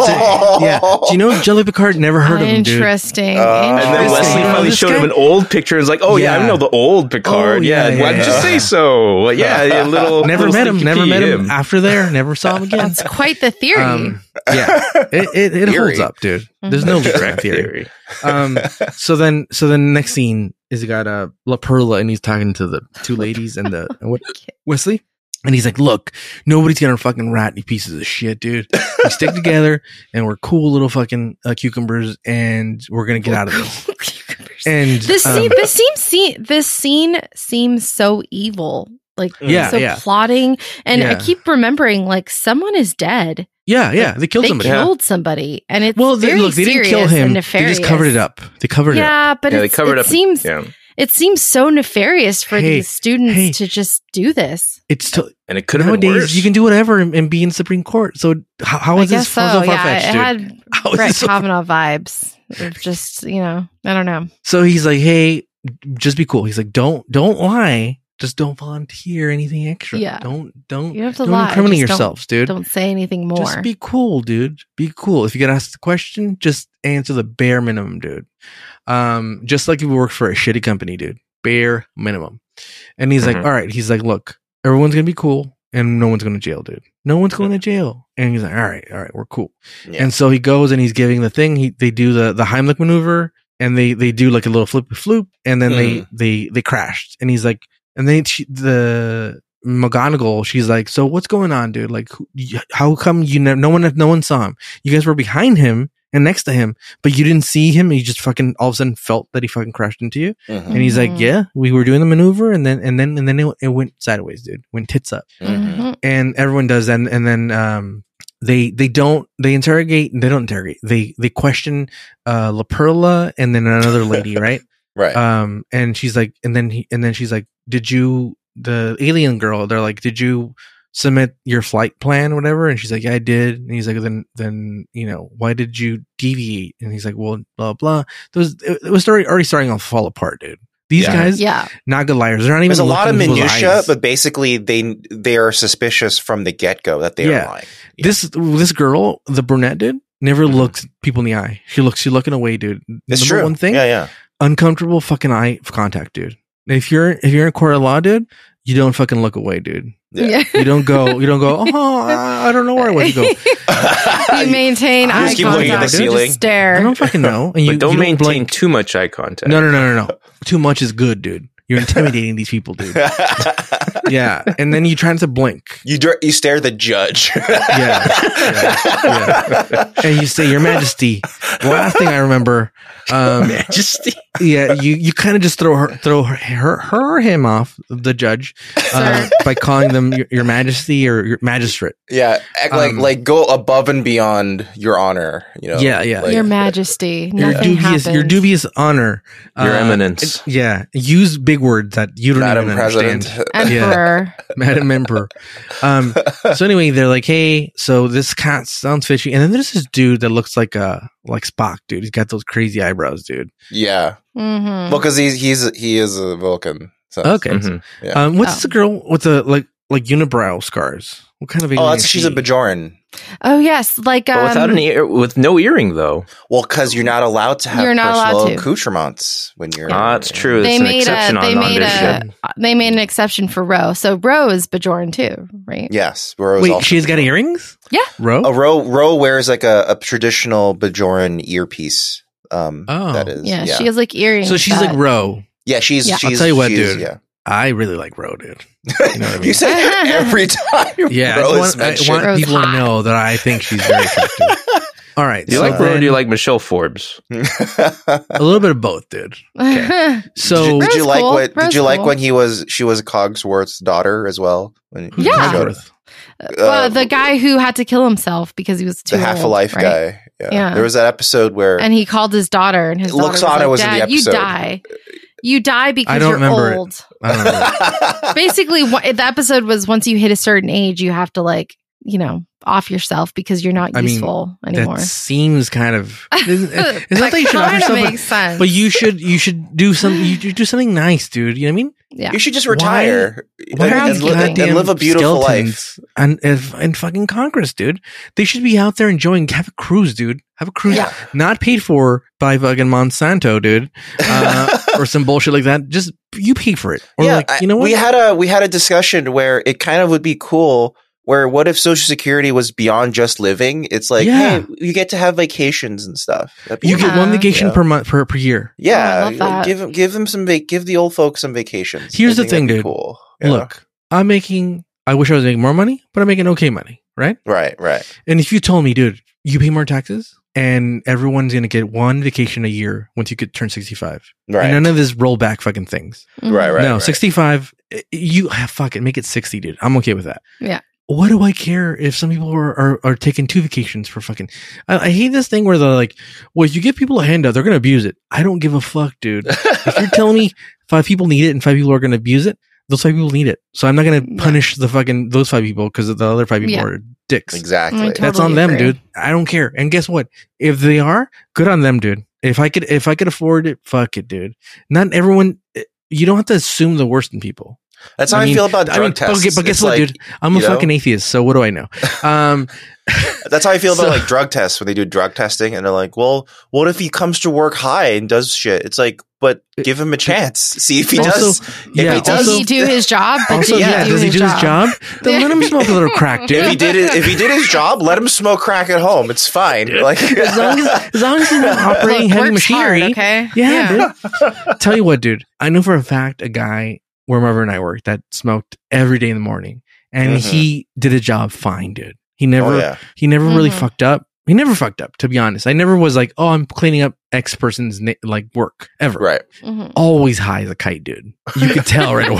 [SPEAKER 1] to- yeah. Do you know Jelly Picard never heard of him, dude?
[SPEAKER 3] Interesting.
[SPEAKER 2] Uh,
[SPEAKER 4] and
[SPEAKER 2] I
[SPEAKER 4] then
[SPEAKER 2] see.
[SPEAKER 4] Wesley
[SPEAKER 1] You know,
[SPEAKER 4] finally
[SPEAKER 1] this
[SPEAKER 4] showed
[SPEAKER 1] guy-
[SPEAKER 4] him an old picture and was like, "Oh yeah,
[SPEAKER 1] Yeah.
[SPEAKER 4] I know the old Picard.
[SPEAKER 1] Oh,
[SPEAKER 4] yeah,
[SPEAKER 1] yeah,
[SPEAKER 4] why
[SPEAKER 1] yeah,
[SPEAKER 4] did you
[SPEAKER 1] yeah.
[SPEAKER 4] say so? Well, yeah, yeah, little
[SPEAKER 1] Never
[SPEAKER 4] little
[SPEAKER 1] met him.
[SPEAKER 4] stinky
[SPEAKER 1] Never
[SPEAKER 4] pea,
[SPEAKER 1] met him after there. Never saw him again.
[SPEAKER 3] That's quite the theory.
[SPEAKER 1] Um, yeah, it it, it
[SPEAKER 2] Theory.
[SPEAKER 1] holds up, dude. There's no
[SPEAKER 4] Correct
[SPEAKER 1] correct theory.
[SPEAKER 4] theory.
[SPEAKER 1] Um, so then, so then, next scene is you got uh, La Perla, and he's talking to the two ladies and the and what, Wesley, and he's like, "Look, nobody's gonna fucking rat you pieces of shit, dude. We stick together, and we're cool little fucking uh, cucumbers, and we're gonna get out of this." And
[SPEAKER 3] this
[SPEAKER 1] um,
[SPEAKER 3] scene, this seems se- this scene seems so evil, like
[SPEAKER 1] Mm. yeah,
[SPEAKER 3] so
[SPEAKER 1] yeah,
[SPEAKER 3] plotting. And I
[SPEAKER 1] Yeah.
[SPEAKER 3] keep remembering, like someone is dead.
[SPEAKER 1] yeah, yeah. They killed
[SPEAKER 3] they
[SPEAKER 1] somebody.
[SPEAKER 3] killed somebody, and it's
[SPEAKER 1] Well, they,
[SPEAKER 3] very
[SPEAKER 1] look, they didn't kill
[SPEAKER 3] serious
[SPEAKER 1] him.
[SPEAKER 3] and
[SPEAKER 1] They just
[SPEAKER 3] nefarious.
[SPEAKER 1] covered it up. They covered it up.
[SPEAKER 3] Yeah, but
[SPEAKER 4] Yeah, they
[SPEAKER 3] it's,
[SPEAKER 4] covered
[SPEAKER 3] it
[SPEAKER 4] up-
[SPEAKER 3] seems
[SPEAKER 4] Yeah,
[SPEAKER 3] it seems so nefarious for
[SPEAKER 1] Hey,
[SPEAKER 3] these students
[SPEAKER 1] hey.
[SPEAKER 3] to just do this.
[SPEAKER 1] It's t-
[SPEAKER 4] and it could have been
[SPEAKER 1] nowadays
[SPEAKER 4] worse.
[SPEAKER 1] you can do whatever and, and be in Supreme Court. So how, how
[SPEAKER 3] I
[SPEAKER 1] is this
[SPEAKER 3] guess
[SPEAKER 1] so,
[SPEAKER 3] so.
[SPEAKER 1] so far
[SPEAKER 3] yeah,
[SPEAKER 1] fetched,
[SPEAKER 3] it
[SPEAKER 1] dude?
[SPEAKER 3] had
[SPEAKER 1] How is
[SPEAKER 3] Brett
[SPEAKER 1] this so
[SPEAKER 3] Kavanaugh vibes. Of just you know, I don't know.
[SPEAKER 1] So he's like, "Hey, just be cool." He's like, "Don't don't lie. Just don't volunteer anything extra.
[SPEAKER 3] Yeah.
[SPEAKER 1] Don't don't
[SPEAKER 3] You don't have to
[SPEAKER 1] don't
[SPEAKER 3] lie.
[SPEAKER 1] incriminate
[SPEAKER 3] Just don't-
[SPEAKER 1] yourselves, dude.
[SPEAKER 3] Don't say anything more.
[SPEAKER 1] Just be cool, dude. Be cool. If you get asked the question, just answer the bare minimum, dude. Um, just like if you work for a shitty company, dude. Bare minimum. And he's like,
[SPEAKER 4] Mhm.
[SPEAKER 1] all right. He's like, look, everyone's gonna be cool, and no one's going to jail, dude. No one's going to jail. And he's like, all right, all right, we're cool.
[SPEAKER 2] Yeah.
[SPEAKER 1] And so he goes and he's giving the thing. He they do the the Heimlich maneuver and they they do like a little flip floop and then they they they crashed. And he's like, and then she, the McGonagall, she's like, so what's going on, dude? Like, who, you- how come you know no one no one saw him? You guys were behind him and next to him, but you didn't see him. And you just fucking all of a sudden felt that he fucking crashed into you.
[SPEAKER 2] Mhm,
[SPEAKER 1] And he's like,
[SPEAKER 3] Mhm.
[SPEAKER 1] yeah, we were doing the maneuver, and then and then and then it, it went sideways, dude. Went tits up
[SPEAKER 2] mhm.
[SPEAKER 4] Mm-hmm.
[SPEAKER 3] Mhm.
[SPEAKER 1] and everyone does that and, and then um they they don't they interrogate they don't interrogate they they question uh la perla and then another lady right
[SPEAKER 2] Right.
[SPEAKER 1] um and she's like and then he and then she's like did you the alien girl they're like did you submit your flight plan, whatever?" And she's like, "I did." And he's like, "Then, then you know, why did you deviate?" And he's like, "Well, blah blah." There was it, it was already already starting to fall apart, dude. These
[SPEAKER 4] Yeah.
[SPEAKER 1] guys,
[SPEAKER 3] Yeah.
[SPEAKER 1] not good liars. They're not even.
[SPEAKER 2] There's a lot of
[SPEAKER 1] looking in people's
[SPEAKER 2] minutia,
[SPEAKER 1] eyes.
[SPEAKER 2] but basically they they are suspicious from the get go that they
[SPEAKER 1] Yeah.
[SPEAKER 2] are lying. Yeah.
[SPEAKER 1] this this girl, the brunette, dude, never
[SPEAKER 4] Mm-hmm.
[SPEAKER 2] Mhm.
[SPEAKER 1] looks people in the eye. She looks, she looking away, dude.
[SPEAKER 2] It's
[SPEAKER 1] Number
[SPEAKER 2] true.
[SPEAKER 1] One thing,
[SPEAKER 2] Yeah, yeah.
[SPEAKER 1] uncomfortable fucking eye contact, dude. And If you're if you're in court of law, dude, you don't fucking look away, dude.
[SPEAKER 2] Yeah.
[SPEAKER 1] You don't go. You don't go. Oh, I I don't know where I went to go.
[SPEAKER 3] you maintain
[SPEAKER 2] You
[SPEAKER 3] eye
[SPEAKER 2] just keep
[SPEAKER 1] looking at the
[SPEAKER 3] contact. You
[SPEAKER 2] ceiling.
[SPEAKER 3] just
[SPEAKER 1] I
[SPEAKER 3] stare.
[SPEAKER 1] don't fucking know. And you
[SPEAKER 4] but don't
[SPEAKER 1] you
[SPEAKER 4] maintain
[SPEAKER 1] blink.
[SPEAKER 4] too much eye contact.
[SPEAKER 1] No, no, no, no, no. Too much is good, dude. You're intimidating these people, dude. Yeah, and then you try not to blink,
[SPEAKER 2] you dr- you stare the judge.
[SPEAKER 1] Yeah. Yeah. and you say, "Your Majesty." Last thing I remember, um,
[SPEAKER 4] Majesty.
[SPEAKER 1] yeah, you you kind of just throw her throw her her, her or him off the judge uh,
[SPEAKER 3] Sir.
[SPEAKER 1] by calling them your, your Majesty or your magistrate.
[SPEAKER 2] Yeah, act like
[SPEAKER 1] Um,
[SPEAKER 2] like go above and beyond your honor. You know.
[SPEAKER 1] Yeah, yeah.
[SPEAKER 2] like-
[SPEAKER 3] Your Majesty.
[SPEAKER 1] Your
[SPEAKER 3] Nothing
[SPEAKER 1] dubious,
[SPEAKER 3] happens.
[SPEAKER 1] your dubious honor,
[SPEAKER 4] Your
[SPEAKER 1] uh,
[SPEAKER 4] eminence.
[SPEAKER 1] Yeah, use big words that you don't
[SPEAKER 2] Madam
[SPEAKER 1] even
[SPEAKER 2] President.
[SPEAKER 1] understand,
[SPEAKER 3] Emperor.
[SPEAKER 1] Madam Emperor. Um, so anyway, they're like, "Hey, so this cat sounds fishy," and then there's this dude that looks like uh like Spock, dude. He's got those crazy eyebrows, dude.
[SPEAKER 2] Yeah.
[SPEAKER 3] Mm-hmm.
[SPEAKER 2] Well, because he's he's he is a Vulcan. So.
[SPEAKER 1] Okay,
[SPEAKER 4] Mm-hmm.
[SPEAKER 2] Yeah.
[SPEAKER 1] um, what's
[SPEAKER 3] Oh.
[SPEAKER 1] the girl with the like like unibrow scars? What kind of
[SPEAKER 2] Oh,
[SPEAKER 1] alien
[SPEAKER 2] that's
[SPEAKER 1] is
[SPEAKER 2] she's
[SPEAKER 1] she?
[SPEAKER 2] a Bajoran.
[SPEAKER 3] Oh yes, like um,
[SPEAKER 4] But without an ear, with no earring though.
[SPEAKER 2] Well, because you're not allowed to have
[SPEAKER 3] You're not allowed
[SPEAKER 2] personal
[SPEAKER 3] to.
[SPEAKER 2] accoutrements when you're.
[SPEAKER 4] Ah, it's true.
[SPEAKER 3] They
[SPEAKER 4] It's an
[SPEAKER 3] made a-
[SPEAKER 4] exception on,
[SPEAKER 3] they
[SPEAKER 4] on
[SPEAKER 3] made
[SPEAKER 4] this
[SPEAKER 3] a-
[SPEAKER 4] ship.
[SPEAKER 3] they made an exception for Roe. So Roe is Bajoran too, right?
[SPEAKER 2] Yes, Ro
[SPEAKER 1] Wait, she's got earrings?
[SPEAKER 3] Yeah.
[SPEAKER 1] Ro?
[SPEAKER 2] A Ro Ro wears like a, a traditional Bajoran earpiece. Um,
[SPEAKER 1] Oh.
[SPEAKER 2] that is
[SPEAKER 3] Yeah,
[SPEAKER 2] yeah.
[SPEAKER 3] she has like earrings.
[SPEAKER 1] so she's
[SPEAKER 3] that-
[SPEAKER 1] like Ro.
[SPEAKER 2] Yeah, she's.
[SPEAKER 3] Yeah. I'll
[SPEAKER 2] she's
[SPEAKER 1] tell you what,
[SPEAKER 2] she's-
[SPEAKER 1] dude.
[SPEAKER 2] Yeah,
[SPEAKER 1] I really like Ro, dude.
[SPEAKER 2] you,
[SPEAKER 1] know what I mean?
[SPEAKER 2] say it every time.
[SPEAKER 1] Yeah,
[SPEAKER 2] Ro
[SPEAKER 1] I
[SPEAKER 2] is
[SPEAKER 1] want, I
[SPEAKER 2] mentioned.
[SPEAKER 1] want
[SPEAKER 3] Ro's
[SPEAKER 1] people to
[SPEAKER 3] hot.
[SPEAKER 1] know that I think she's very attractive. All right.
[SPEAKER 4] Do you
[SPEAKER 1] so
[SPEAKER 4] like Ro? or
[SPEAKER 1] then-
[SPEAKER 4] Do you like Michelle Forbes?
[SPEAKER 1] a little bit of both, dude? So
[SPEAKER 2] did you, did you
[SPEAKER 3] Rose
[SPEAKER 2] like
[SPEAKER 3] cool.
[SPEAKER 2] what?
[SPEAKER 3] Rose
[SPEAKER 2] did you like
[SPEAKER 3] cool.
[SPEAKER 2] when he was? She was Cogsworth's daughter as well. When he
[SPEAKER 3] Yeah.
[SPEAKER 2] showed-
[SPEAKER 1] Cogsworth.
[SPEAKER 3] well, the guy who had to kill himself because he was too
[SPEAKER 2] Uh, the half a
[SPEAKER 3] old,
[SPEAKER 2] life
[SPEAKER 3] right?
[SPEAKER 2] guy. Yeah.
[SPEAKER 3] Yeah.
[SPEAKER 2] there was that episode where
[SPEAKER 3] and he called his daughter, and his daughter was,
[SPEAKER 2] Luxana
[SPEAKER 3] like,
[SPEAKER 2] was in the
[SPEAKER 3] Dad, you
[SPEAKER 2] episode.
[SPEAKER 3] die, you die because
[SPEAKER 1] don't
[SPEAKER 3] you're
[SPEAKER 1] remember it.
[SPEAKER 3] old.
[SPEAKER 1] I don't know.
[SPEAKER 3] Basically, what, the episode was once you hit a certain age, you have to like you know off yourself because you're not
[SPEAKER 1] I mean,
[SPEAKER 3] useful anymore.
[SPEAKER 1] That seems kind of. It's it's not that you should
[SPEAKER 3] kinda
[SPEAKER 1] offer yourself,
[SPEAKER 3] makes sense,
[SPEAKER 1] but you should you should do some you should do something nice, dude. You know what I mean?
[SPEAKER 3] yeah.
[SPEAKER 2] you should just retire
[SPEAKER 1] Why
[SPEAKER 2] and,
[SPEAKER 1] are
[SPEAKER 2] and
[SPEAKER 1] these
[SPEAKER 2] li- and
[SPEAKER 1] goddamn
[SPEAKER 2] live a beautiful life.
[SPEAKER 1] skeletons and if- and fucking Congress, dude? They should be out there enjoying. Have a cruise, dude. Have a cruise.
[SPEAKER 3] Yeah.
[SPEAKER 1] Not paid for by fucking Monsanto, dude, uh, or some bullshit like that. Just you pay for it, or like
[SPEAKER 2] I-
[SPEAKER 1] you know what?
[SPEAKER 2] we had a we had a discussion where it kind of would be cool. Where what if Social Security was beyond just living? It's like
[SPEAKER 1] Yeah.
[SPEAKER 2] hey, you get to have vacations and stuff. That'd be
[SPEAKER 1] you
[SPEAKER 2] cool.
[SPEAKER 1] get one
[SPEAKER 3] Yeah.
[SPEAKER 1] vacation
[SPEAKER 2] Yeah.
[SPEAKER 1] per month per per year.
[SPEAKER 3] Oh, I
[SPEAKER 2] yeah,
[SPEAKER 3] love that.
[SPEAKER 2] give them give them some vac- give the old folks some vacations.
[SPEAKER 1] Here's
[SPEAKER 2] I
[SPEAKER 1] the thing,
[SPEAKER 2] think that'd be
[SPEAKER 1] dude.
[SPEAKER 2] Cool. Yeah.
[SPEAKER 1] Look, I'm making. I wish I was making more money, but I'm making okay money, right?
[SPEAKER 2] right, right.
[SPEAKER 1] And if you told me, dude, you pay more taxes, and everyone's gonna get one vacation a year once you get turn 65,
[SPEAKER 2] Right.
[SPEAKER 1] and none of this rollback fucking things.
[SPEAKER 3] Mhm.
[SPEAKER 2] Right, right.
[SPEAKER 1] no, 65. eh, You ah, fuck it, make it 60, dude. I'm okay with that.
[SPEAKER 3] Yeah.
[SPEAKER 1] What do I care if some people are, are, are taking two vacations for fucking? I, I hate this thing where they're like, well, if you give people a handout, they're going to abuse it. I don't give a fuck, dude. if you're telling me five people need it and five people are going to abuse it, those five people need it. So I'm not going to
[SPEAKER 3] Yeah.
[SPEAKER 1] punish the fucking, those five people because the other five people
[SPEAKER 3] Yeah.
[SPEAKER 1] are dicks.
[SPEAKER 2] Exactly.
[SPEAKER 3] I
[SPEAKER 1] That's
[SPEAKER 3] Totally
[SPEAKER 1] on them,
[SPEAKER 3] agree.
[SPEAKER 1] dude. I don't care. And guess what? If they are, good on them, dude. If I could, if I could afford it, fuck it, dude. Not everyone. eh, You don't have to assume the worst in people.
[SPEAKER 2] That's how
[SPEAKER 1] I
[SPEAKER 2] I,
[SPEAKER 1] mean-
[SPEAKER 2] feel about drug
[SPEAKER 1] I mean, but-
[SPEAKER 2] tests.
[SPEAKER 1] but guess
[SPEAKER 2] It's
[SPEAKER 1] what,
[SPEAKER 2] like-
[SPEAKER 1] dude? I'm a
[SPEAKER 2] You know?
[SPEAKER 1] fucking atheist, so what do I know? Um,
[SPEAKER 2] That's how I feel about
[SPEAKER 1] So-
[SPEAKER 2] like drug tests when they do drug testing and they're like, "Well, what if he comes to work high and does shit?" It's like, but give him a chance. See if he
[SPEAKER 1] Also-
[SPEAKER 2] does.
[SPEAKER 1] yeah.
[SPEAKER 2] he
[SPEAKER 3] Did
[SPEAKER 2] does-
[SPEAKER 1] also,
[SPEAKER 3] he do his job? But
[SPEAKER 1] also,
[SPEAKER 3] did he
[SPEAKER 1] yeah.
[SPEAKER 3] do
[SPEAKER 1] Does he
[SPEAKER 3] his
[SPEAKER 1] do his job? Then let him smoke a little crack, dude.
[SPEAKER 2] If he did it, if he did his job, let him smoke crack at home. It's fine. Like,
[SPEAKER 1] As long as, as long as he's not operating
[SPEAKER 3] Look,
[SPEAKER 1] heavy
[SPEAKER 3] works
[SPEAKER 1] machinery.
[SPEAKER 3] Hard, okay.
[SPEAKER 1] Yeah, dude. Tell you what, dude. I know for a fact a guy where my brother and I worked that smoked every day in the morning, and
[SPEAKER 2] Mhm.
[SPEAKER 1] he did a job fine, dude. He never,
[SPEAKER 2] oh yeah,
[SPEAKER 1] he never really
[SPEAKER 3] Mhm.
[SPEAKER 1] fucked up. He never fucked up, to be honest. I never was like, oh, I'm cleaning up X person's na- like work ever.
[SPEAKER 2] right.
[SPEAKER 3] Mhm.
[SPEAKER 1] Always high as a kite, dude. You could tell right away.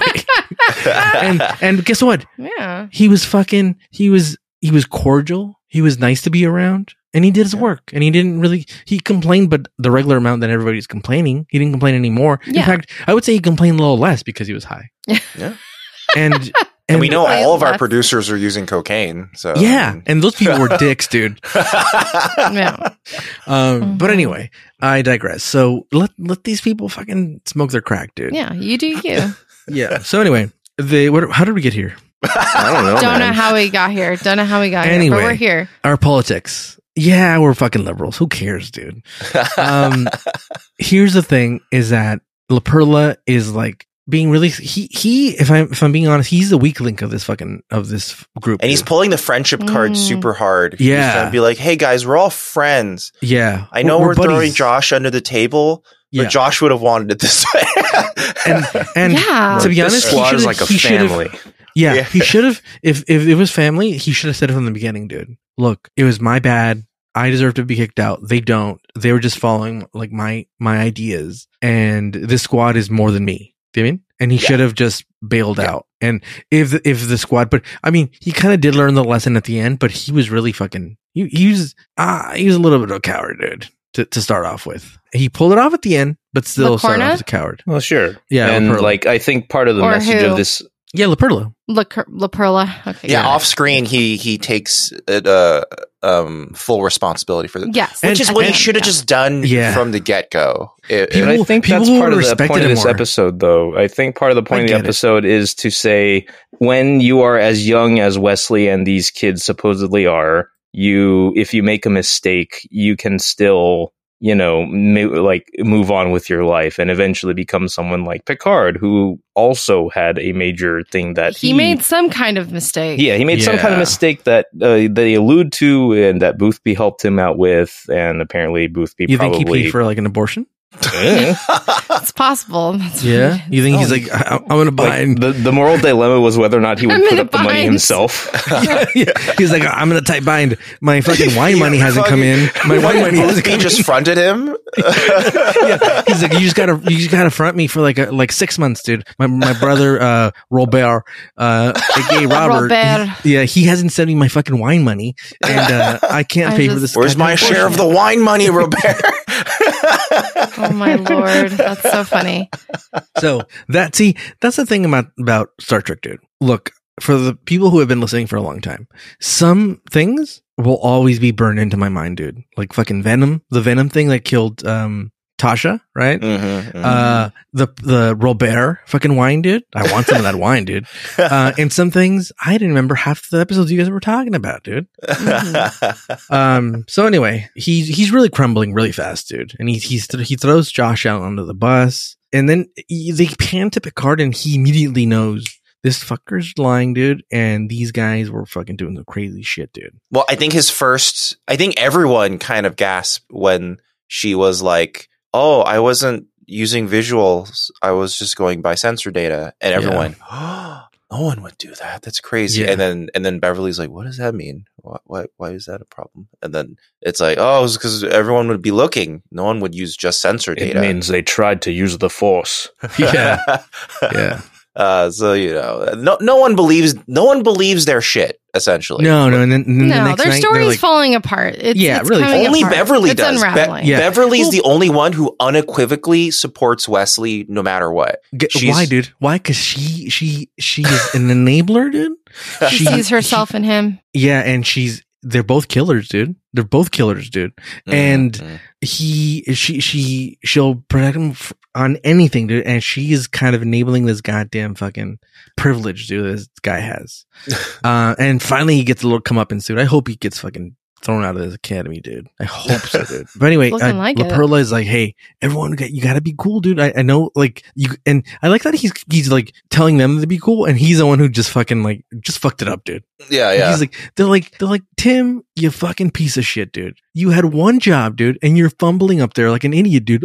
[SPEAKER 1] And and guess what?
[SPEAKER 3] yeah.
[SPEAKER 1] He was fucking. He was he was cordial. He was nice to be around, and he did his
[SPEAKER 2] Yeah.
[SPEAKER 1] work. And he didn't really he complained, but the regular amount that everybody's complaining, he didn't complain anymore. In
[SPEAKER 3] Yeah.
[SPEAKER 1] fact, I would say he complained a little less because he was high.
[SPEAKER 2] Yeah.
[SPEAKER 1] and and,
[SPEAKER 2] And we know uh,
[SPEAKER 3] I
[SPEAKER 2] all of our
[SPEAKER 3] left.
[SPEAKER 2] producers are using cocaine. So
[SPEAKER 1] yeah, and those people were dicks, dude.
[SPEAKER 3] Yeah.
[SPEAKER 1] Um, But
[SPEAKER 3] Mhm.
[SPEAKER 1] anyway, I digress. So let let these people fucking smoke their crack, dude.
[SPEAKER 3] Yeah, you do you.
[SPEAKER 1] Yeah. So anyway, they what? How did we get here?
[SPEAKER 4] I don't know.
[SPEAKER 3] Don't know
[SPEAKER 4] man.
[SPEAKER 3] how we got here. Don't know how we got here,
[SPEAKER 1] Anyway.
[SPEAKER 3] but we're here.
[SPEAKER 1] Our politics. Yeah, we're fucking liberals. Who cares, dude? Um, here's the thing: is that La Perla is like being really he he. If I'm if I'm being honest, he's the weak link of this fucking of this group.
[SPEAKER 2] and he's
[SPEAKER 1] dude.
[SPEAKER 2] pulling the friendship card
[SPEAKER 3] Mm.
[SPEAKER 2] super hard.
[SPEAKER 1] Yeah.
[SPEAKER 2] He's trying to be like, hey guys, we're all friends.
[SPEAKER 1] yeah.
[SPEAKER 2] I know we're, throwing
[SPEAKER 1] buddies.
[SPEAKER 2] Josh under the table,
[SPEAKER 1] Yeah.
[SPEAKER 2] but Josh would have wanted it this way.
[SPEAKER 1] and and
[SPEAKER 3] yeah.
[SPEAKER 1] to be
[SPEAKER 4] This
[SPEAKER 1] honest, he
[SPEAKER 4] squad is
[SPEAKER 1] should've-
[SPEAKER 4] like a
[SPEAKER 1] he should've-
[SPEAKER 4] family.
[SPEAKER 1] Yeah,
[SPEAKER 2] Yeah.
[SPEAKER 1] he should have. If if it was family, he should have said it from the beginning, dude. Look, it was my bad. I deserve to be kicked out. They don't. They were just following like my my ideas, and this squad is more than me. Do you mean? And he
[SPEAKER 2] Yeah.
[SPEAKER 1] should have just bailed out. And if if the squad, but I mean, he kind of did learn the lesson at the end, but he was really fucking. He, he was ah, he was a little bit of a coward, dude. To, to start off with, he pulled it off at the end, but still started
[SPEAKER 3] Lacorna?
[SPEAKER 1] off as a coward.
[SPEAKER 4] Well, sure.
[SPEAKER 1] Yeah,
[SPEAKER 4] and
[SPEAKER 1] Laperla.
[SPEAKER 4] like I think part of the
[SPEAKER 3] Or
[SPEAKER 4] message
[SPEAKER 3] who?
[SPEAKER 4] of this
[SPEAKER 1] Yeah, La Perla.
[SPEAKER 3] La, Cur- La Perla. Okay.
[SPEAKER 2] yeah, off screen, he he takes it, uh, um, full responsibility for the
[SPEAKER 3] Yes.
[SPEAKER 2] Which is what he
[SPEAKER 1] and-
[SPEAKER 2] should have just done
[SPEAKER 1] Yeah.
[SPEAKER 2] from the get go.
[SPEAKER 1] People-
[SPEAKER 4] But I think that's
[SPEAKER 1] people
[SPEAKER 4] part of the
[SPEAKER 1] respected
[SPEAKER 4] point
[SPEAKER 1] him
[SPEAKER 4] of this
[SPEAKER 1] more.
[SPEAKER 4] episode, though. I think part of the point
[SPEAKER 1] I
[SPEAKER 4] of the
[SPEAKER 1] get it.
[SPEAKER 4] episode is to say when you are as young as Wesley and these kids supposedly are, you if you make a mistake, you can still you know mo- like move on with your life and eventually become someone like Picard, who also had a major thing that
[SPEAKER 3] he made some kind of mistake.
[SPEAKER 4] yeah, he made some kind
[SPEAKER 1] Yeah.
[SPEAKER 4] of mistake that uh, they allude to, and that Boothby helped him out with, and apparently Boothby
[SPEAKER 1] You think
[SPEAKER 4] probably
[SPEAKER 1] he paid for like an abortion?
[SPEAKER 4] Eh.
[SPEAKER 3] It's possible. That's
[SPEAKER 1] Yeah,
[SPEAKER 3] what it
[SPEAKER 1] you think
[SPEAKER 4] Oh.
[SPEAKER 1] he's like I, I'm gonna buy?
[SPEAKER 4] Like,
[SPEAKER 1] and-
[SPEAKER 4] the, the moral dilemma was whether or not he would
[SPEAKER 3] I'm
[SPEAKER 4] put
[SPEAKER 3] in a
[SPEAKER 4] up the money
[SPEAKER 3] bind.
[SPEAKER 4] himself.
[SPEAKER 1] Yeah, yeah. He's like I'm gonna tight bind. My fucking wine money hasn't come in. My wine money hasn't
[SPEAKER 2] He
[SPEAKER 1] come
[SPEAKER 2] just
[SPEAKER 1] in.
[SPEAKER 2] fronted him.
[SPEAKER 1] Yeah. He's like you just gotta you just gotta front me for like a, like six months, dude. My my brother uh, Robert, uh, aka Robert.
[SPEAKER 3] Robert.
[SPEAKER 1] he- yeah, he hasn't sent me my fucking wine money, and uh, I can't
[SPEAKER 3] I
[SPEAKER 1] pay for
[SPEAKER 3] just-
[SPEAKER 1] this.
[SPEAKER 2] Where's my
[SPEAKER 1] goddamn
[SPEAKER 2] share of the wine money, Robert?
[SPEAKER 3] is. Oh my lord, that's so funny.
[SPEAKER 1] so that see that's the thing about about star trek dude look for the people who have been listening for a long time some things will always be burned into my mind dude like fucking venom the venom thing that killed um tasha right
[SPEAKER 2] Mhm, mhm.
[SPEAKER 1] uh the the robert fucking wine dude i want some of that wine dude uh and some things i didn't remember half the episodes you guys were talking about dude
[SPEAKER 2] Mm-hmm.
[SPEAKER 1] um. So anyway, he's he's really crumbling really fast, dude. And he he's th- he throws Josh out onto the bus, and then he- they pan to Picard, and he immediately knows this fucker's lying, dude. And these guys were fucking doing some crazy shit, dude.
[SPEAKER 2] Well, I think his first, I think everyone kind of gasped when she was like, oh, I wasn't using visuals. I was just going by sensor data. And everyone, oh, no one would do that. That's crazy.
[SPEAKER 1] Yeah.
[SPEAKER 2] And then, and then Beverly's like, what does that mean? Why, why, why is that a problem? And then it's like, oh, it's because everyone would be looking. No one would use just sensor data.
[SPEAKER 4] they tried to use the force.
[SPEAKER 1] yeah.
[SPEAKER 2] Uh, so, you know, no, no one believes, no one believes their shit essentially.
[SPEAKER 1] no, no. And then, and then the
[SPEAKER 3] no,
[SPEAKER 1] next
[SPEAKER 3] their
[SPEAKER 1] night,
[SPEAKER 3] story's
[SPEAKER 1] they're like,
[SPEAKER 3] falling apart. It's,
[SPEAKER 1] Yeah,
[SPEAKER 3] it's
[SPEAKER 1] really
[SPEAKER 3] coming
[SPEAKER 2] Only
[SPEAKER 3] apart.
[SPEAKER 2] Beverly
[SPEAKER 3] it's
[SPEAKER 2] does. Be-
[SPEAKER 3] Unraveling.
[SPEAKER 1] Yeah.
[SPEAKER 2] Beverly's the only one who unequivocally supports Wesley no matter what.
[SPEAKER 1] "G-
[SPEAKER 2] she's-
[SPEAKER 1] why, dude? Why? Because she she she is an enabler, dude.
[SPEAKER 3] she, sees herself in him.
[SPEAKER 1] yeah, and she's they're both killers, dude. They're both killers, dude. Mm-hmm. And-
[SPEAKER 2] Mm-hmm.
[SPEAKER 1] he she she she'll protect him f- on anything dude and she is kind of enabling this goddamn fucking privilege dude this guy has uh and finally he gets a little come up in suit i hope he gets fucking thrown out of this academy dude i hope so dude but anyway
[SPEAKER 3] Looking
[SPEAKER 1] uh,
[SPEAKER 3] like
[SPEAKER 1] La
[SPEAKER 3] it.
[SPEAKER 1] Perla is like hey everyone got- you gotta be cool dude I, I know like you and i like that he's he's like telling them to be cool and he's the one who just fucking like just fucked it up dude
[SPEAKER 2] yeah,
[SPEAKER 1] and
[SPEAKER 2] yeah.
[SPEAKER 1] He's like, they're like, they're like, Tim, you fucking piece of shit, dude. You had one job, dude, and you're fumbling up there like an idiot, dude.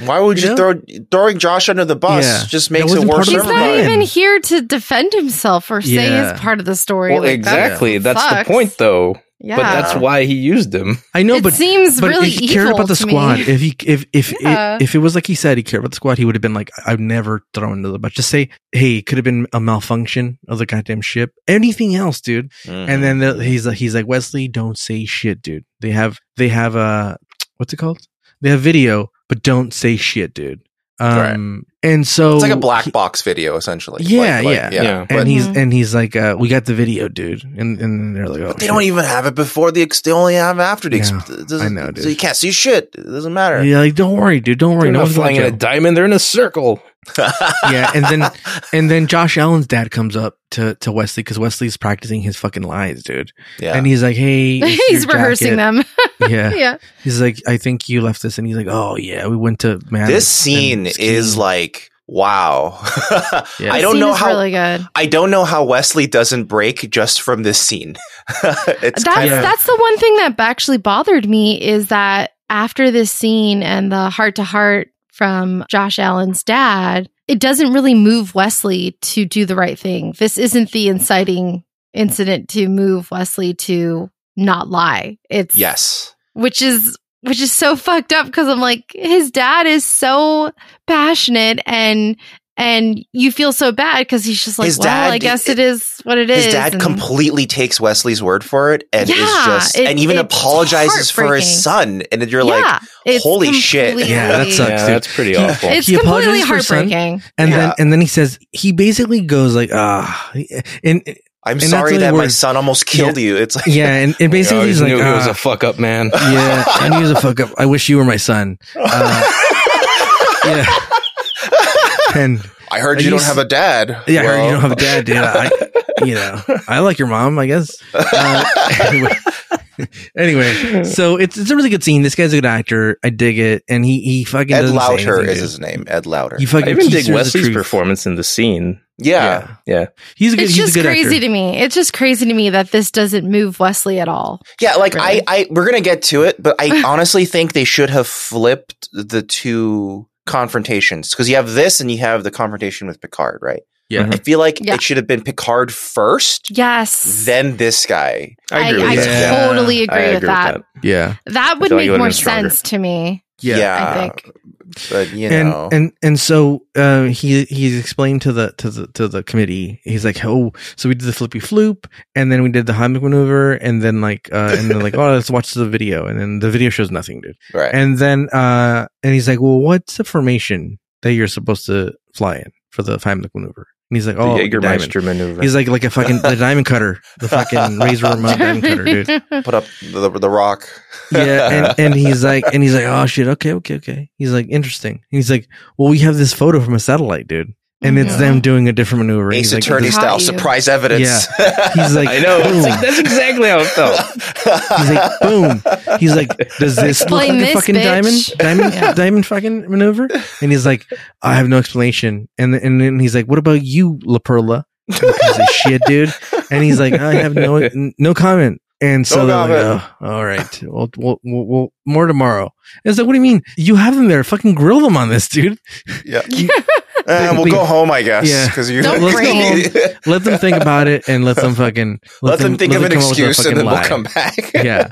[SPEAKER 2] Why would you,
[SPEAKER 1] you
[SPEAKER 2] throw throwing Josh under the bus?
[SPEAKER 1] Yeah.
[SPEAKER 2] Just makes it
[SPEAKER 1] wasn't part
[SPEAKER 2] worse
[SPEAKER 1] of
[SPEAKER 2] for
[SPEAKER 1] the
[SPEAKER 3] He's not
[SPEAKER 1] plan.
[SPEAKER 2] everyone.
[SPEAKER 3] even here to defend himself or say
[SPEAKER 1] Yeah.
[SPEAKER 3] his part of the story.
[SPEAKER 4] Well,
[SPEAKER 3] Like, that
[SPEAKER 4] exactly. That's
[SPEAKER 3] sucks.
[SPEAKER 4] the point, though.
[SPEAKER 3] Yeah.
[SPEAKER 4] But that's why he used him.
[SPEAKER 1] I know,
[SPEAKER 3] it
[SPEAKER 1] but
[SPEAKER 3] seems
[SPEAKER 1] but
[SPEAKER 3] really
[SPEAKER 1] if he cared
[SPEAKER 3] evil
[SPEAKER 1] about the
[SPEAKER 3] to me.
[SPEAKER 1] squad, if he if if
[SPEAKER 3] Yeah.
[SPEAKER 1] it, if it was like he said he cared about the squad, he would have been like, I've never thrown into the bus. Just say, hey, it could have been a malfunction of the goddamn ship. Anything else, dude.
[SPEAKER 2] Mm-hmm.
[SPEAKER 1] And then the, he's like, he's like, Wesley, don't say shit, dude. They have they have uh what's it called? They have video, but don't say shit, dude. Um And so
[SPEAKER 2] It's like a black
[SPEAKER 1] he-
[SPEAKER 2] box video, essentially.
[SPEAKER 1] Yeah,
[SPEAKER 2] Like- like-
[SPEAKER 1] yeah.
[SPEAKER 4] Yeah.
[SPEAKER 1] and
[SPEAKER 2] but-
[SPEAKER 1] he's
[SPEAKER 3] Mhm.
[SPEAKER 1] and he's like, uh, we got the video, dude. And and they're like, oh,
[SPEAKER 2] But they don't
[SPEAKER 1] shit.
[SPEAKER 2] even have it before the. Ex- they only have it after the. Ex-
[SPEAKER 1] Yeah,
[SPEAKER 2] it doesn't-
[SPEAKER 1] I know,
[SPEAKER 2] So
[SPEAKER 1] dude.
[SPEAKER 2] you can't see shit. It doesn't matter.
[SPEAKER 1] Yeah, like don't worry, dude. Don't worry.
[SPEAKER 4] They're
[SPEAKER 1] No
[SPEAKER 4] not
[SPEAKER 1] one's
[SPEAKER 4] flying
[SPEAKER 1] flying
[SPEAKER 4] in a
[SPEAKER 1] it.
[SPEAKER 4] diamond. They're in a circle.
[SPEAKER 1] Yeah, and then- And then Josh Allen's dad comes up to, to Wesley because Wesley's practicing his fucking lies, dude.
[SPEAKER 2] yeah,
[SPEAKER 1] And he's like, hey, it's
[SPEAKER 3] He's
[SPEAKER 1] your
[SPEAKER 3] rehearsing
[SPEAKER 1] jacket.
[SPEAKER 3] them.
[SPEAKER 1] Yeah.
[SPEAKER 3] yeah.
[SPEAKER 1] He's like, I think you left this. And he's like, oh, yeah, we went to man.
[SPEAKER 2] this scene is like wow.
[SPEAKER 1] Yeah.
[SPEAKER 2] I
[SPEAKER 3] The
[SPEAKER 2] don't
[SPEAKER 3] scene
[SPEAKER 2] know
[SPEAKER 3] is
[SPEAKER 2] how.
[SPEAKER 3] really good.
[SPEAKER 2] I don't know how Wesley doesn't break just from this scene. it's
[SPEAKER 3] that's
[SPEAKER 2] kind of,
[SPEAKER 3] that's the one thing that actually bothered me is that after this scene and the heart to heart from Josh Allen's dad, it doesn't really move Wesley to do the right thing. This isn't the inciting incident to move Wesley to not lie. It's
[SPEAKER 2] yes.
[SPEAKER 3] which is which is so fucked up because I'm like his dad is so passionate and and you feel so bad because he's just like
[SPEAKER 2] His
[SPEAKER 3] well I
[SPEAKER 2] dad-
[SPEAKER 3] guess it is what it is.
[SPEAKER 2] His dad
[SPEAKER 3] and-
[SPEAKER 2] completely takes Wesley's word for it and is
[SPEAKER 3] Yeah,
[SPEAKER 2] just
[SPEAKER 3] it-
[SPEAKER 2] and even
[SPEAKER 3] it's
[SPEAKER 2] apologizes for his son.
[SPEAKER 3] heartbreaking.
[SPEAKER 2] And you're like,
[SPEAKER 3] it's
[SPEAKER 2] "Holy shit."
[SPEAKER 1] Yeah, that
[SPEAKER 3] completely-
[SPEAKER 1] sucks,
[SPEAKER 4] yeah,
[SPEAKER 1] dude.
[SPEAKER 4] that's pretty
[SPEAKER 1] He-
[SPEAKER 4] awful.
[SPEAKER 3] It's
[SPEAKER 1] He
[SPEAKER 3] completely
[SPEAKER 1] apologized for his son.
[SPEAKER 3] heartbreaking.
[SPEAKER 1] And
[SPEAKER 2] Yeah.
[SPEAKER 1] then and then he says he basically goes like ah and
[SPEAKER 2] I'm
[SPEAKER 1] that's
[SPEAKER 2] sorry
[SPEAKER 1] really
[SPEAKER 2] that my
[SPEAKER 1] worse.
[SPEAKER 2] son almost killed you. It's like
[SPEAKER 1] yeah and, and basically
[SPEAKER 4] I always
[SPEAKER 1] he's like
[SPEAKER 4] knew he was
[SPEAKER 1] "Ah,
[SPEAKER 4] a fuck up man.
[SPEAKER 1] yeah I knew he was a fuck up I wish you were my son Uh, yeah and
[SPEAKER 2] I heard you,
[SPEAKER 1] You
[SPEAKER 2] don't
[SPEAKER 1] s-
[SPEAKER 2] have a dad.
[SPEAKER 1] yeah I heard you
[SPEAKER 2] Well,
[SPEAKER 1] don't have a dad dude I you know I like your mom I guess uh, anyway, anyway so it's it's a really good scene this guy's a good actor I dig it and he he fucking
[SPEAKER 2] Ed
[SPEAKER 1] doesn't say
[SPEAKER 2] Lauter
[SPEAKER 1] anything,
[SPEAKER 2] is
[SPEAKER 1] dude.
[SPEAKER 2] his name. Ed Lauter.
[SPEAKER 1] he
[SPEAKER 4] I
[SPEAKER 1] fucking
[SPEAKER 4] even
[SPEAKER 1] he
[SPEAKER 4] dig
[SPEAKER 1] serves the
[SPEAKER 4] Wesley's
[SPEAKER 1] truth.
[SPEAKER 4] performance in the scene.
[SPEAKER 2] yeah.
[SPEAKER 4] yeah. yeah.
[SPEAKER 1] he's a good
[SPEAKER 3] It's
[SPEAKER 1] he's a
[SPEAKER 3] just
[SPEAKER 1] good
[SPEAKER 3] crazy
[SPEAKER 1] actor.
[SPEAKER 3] to me. It's just crazy to me that this doesn't move Wesley at all.
[SPEAKER 2] Yeah, like
[SPEAKER 3] Really.
[SPEAKER 2] I, I we're gonna get to it, but I honestly think they should have flipped the two confrontations because you have this and you have the confrontation with Picard, right?
[SPEAKER 1] yeah
[SPEAKER 2] I feel like
[SPEAKER 3] Yeah.
[SPEAKER 2] it should have been Picard first,
[SPEAKER 3] Yes.
[SPEAKER 2] then this guy.
[SPEAKER 4] I agree
[SPEAKER 3] I,
[SPEAKER 4] with
[SPEAKER 1] I
[SPEAKER 4] that.
[SPEAKER 1] Yeah.
[SPEAKER 3] totally agree,
[SPEAKER 4] I
[SPEAKER 3] with, that. that.
[SPEAKER 1] yeah
[SPEAKER 3] would
[SPEAKER 4] feel like it
[SPEAKER 3] make
[SPEAKER 4] would've
[SPEAKER 3] more
[SPEAKER 4] been stronger. Ah.
[SPEAKER 3] sense to me.
[SPEAKER 1] yeah.
[SPEAKER 3] I think.
[SPEAKER 2] but you
[SPEAKER 1] and
[SPEAKER 2] know,
[SPEAKER 1] and and so uh, he he's explained to the to the to the committee. He's like, oh, so we did the flippy floop, and then we did the Heimlich maneuver, and then like uh, and then like, oh, let's watch the video, and then the video shows nothing, dude.
[SPEAKER 2] right?
[SPEAKER 1] And then uh, and he's like, well, what's the formation that you're supposed to fly in for the Heimlich maneuver? And he's like, oh,
[SPEAKER 4] the
[SPEAKER 1] diamond.
[SPEAKER 4] Jägermeister maneuver.
[SPEAKER 1] He's like like a fucking the diamond cutter, the fucking razor remote diamond cutter, dude.
[SPEAKER 2] Put up the, the rock.
[SPEAKER 1] yeah and, and he's like and he's like oh shit okay okay okay he's like interesting And he's like well we have this photo from a satellite dude and it's
[SPEAKER 3] Mhm.
[SPEAKER 1] them doing a different maneuver And
[SPEAKER 2] Ace
[SPEAKER 1] he's like,
[SPEAKER 2] Attorney
[SPEAKER 1] this-
[SPEAKER 2] style
[SPEAKER 3] Caught you.
[SPEAKER 2] surprise evidence.
[SPEAKER 1] he's like
[SPEAKER 4] I know. It's
[SPEAKER 1] boom.
[SPEAKER 4] like, that's exactly how it felt.
[SPEAKER 1] he's like boom he's like does this look like
[SPEAKER 3] Explain
[SPEAKER 1] a
[SPEAKER 3] this,
[SPEAKER 1] fucking
[SPEAKER 3] bitch.
[SPEAKER 1] diamond diamond
[SPEAKER 3] Yeah.
[SPEAKER 1] diamond fucking maneuver and he's like i have no explanation and th- and then he's like what about you la perla because of shit dude and he's like i have no n- no comment and so
[SPEAKER 2] No
[SPEAKER 1] they're
[SPEAKER 2] comment.
[SPEAKER 1] like, oh, all right, we'll, we'll, we'll, we'll, more tomorrow. And it's like, what do you mean? You have them there. Fucking grill them on this, dude.
[SPEAKER 2] yeah. Eh, we'll go home, I guess.
[SPEAKER 1] Yeah.
[SPEAKER 2] Because you
[SPEAKER 3] Don't
[SPEAKER 1] Let's go Let them think about it and let them fucking
[SPEAKER 2] Let, them think
[SPEAKER 1] let
[SPEAKER 2] of an
[SPEAKER 1] come up with a
[SPEAKER 2] excuse, and
[SPEAKER 1] fucking
[SPEAKER 2] then
[SPEAKER 1] lie.
[SPEAKER 2] we'll come back.
[SPEAKER 1] Yeah.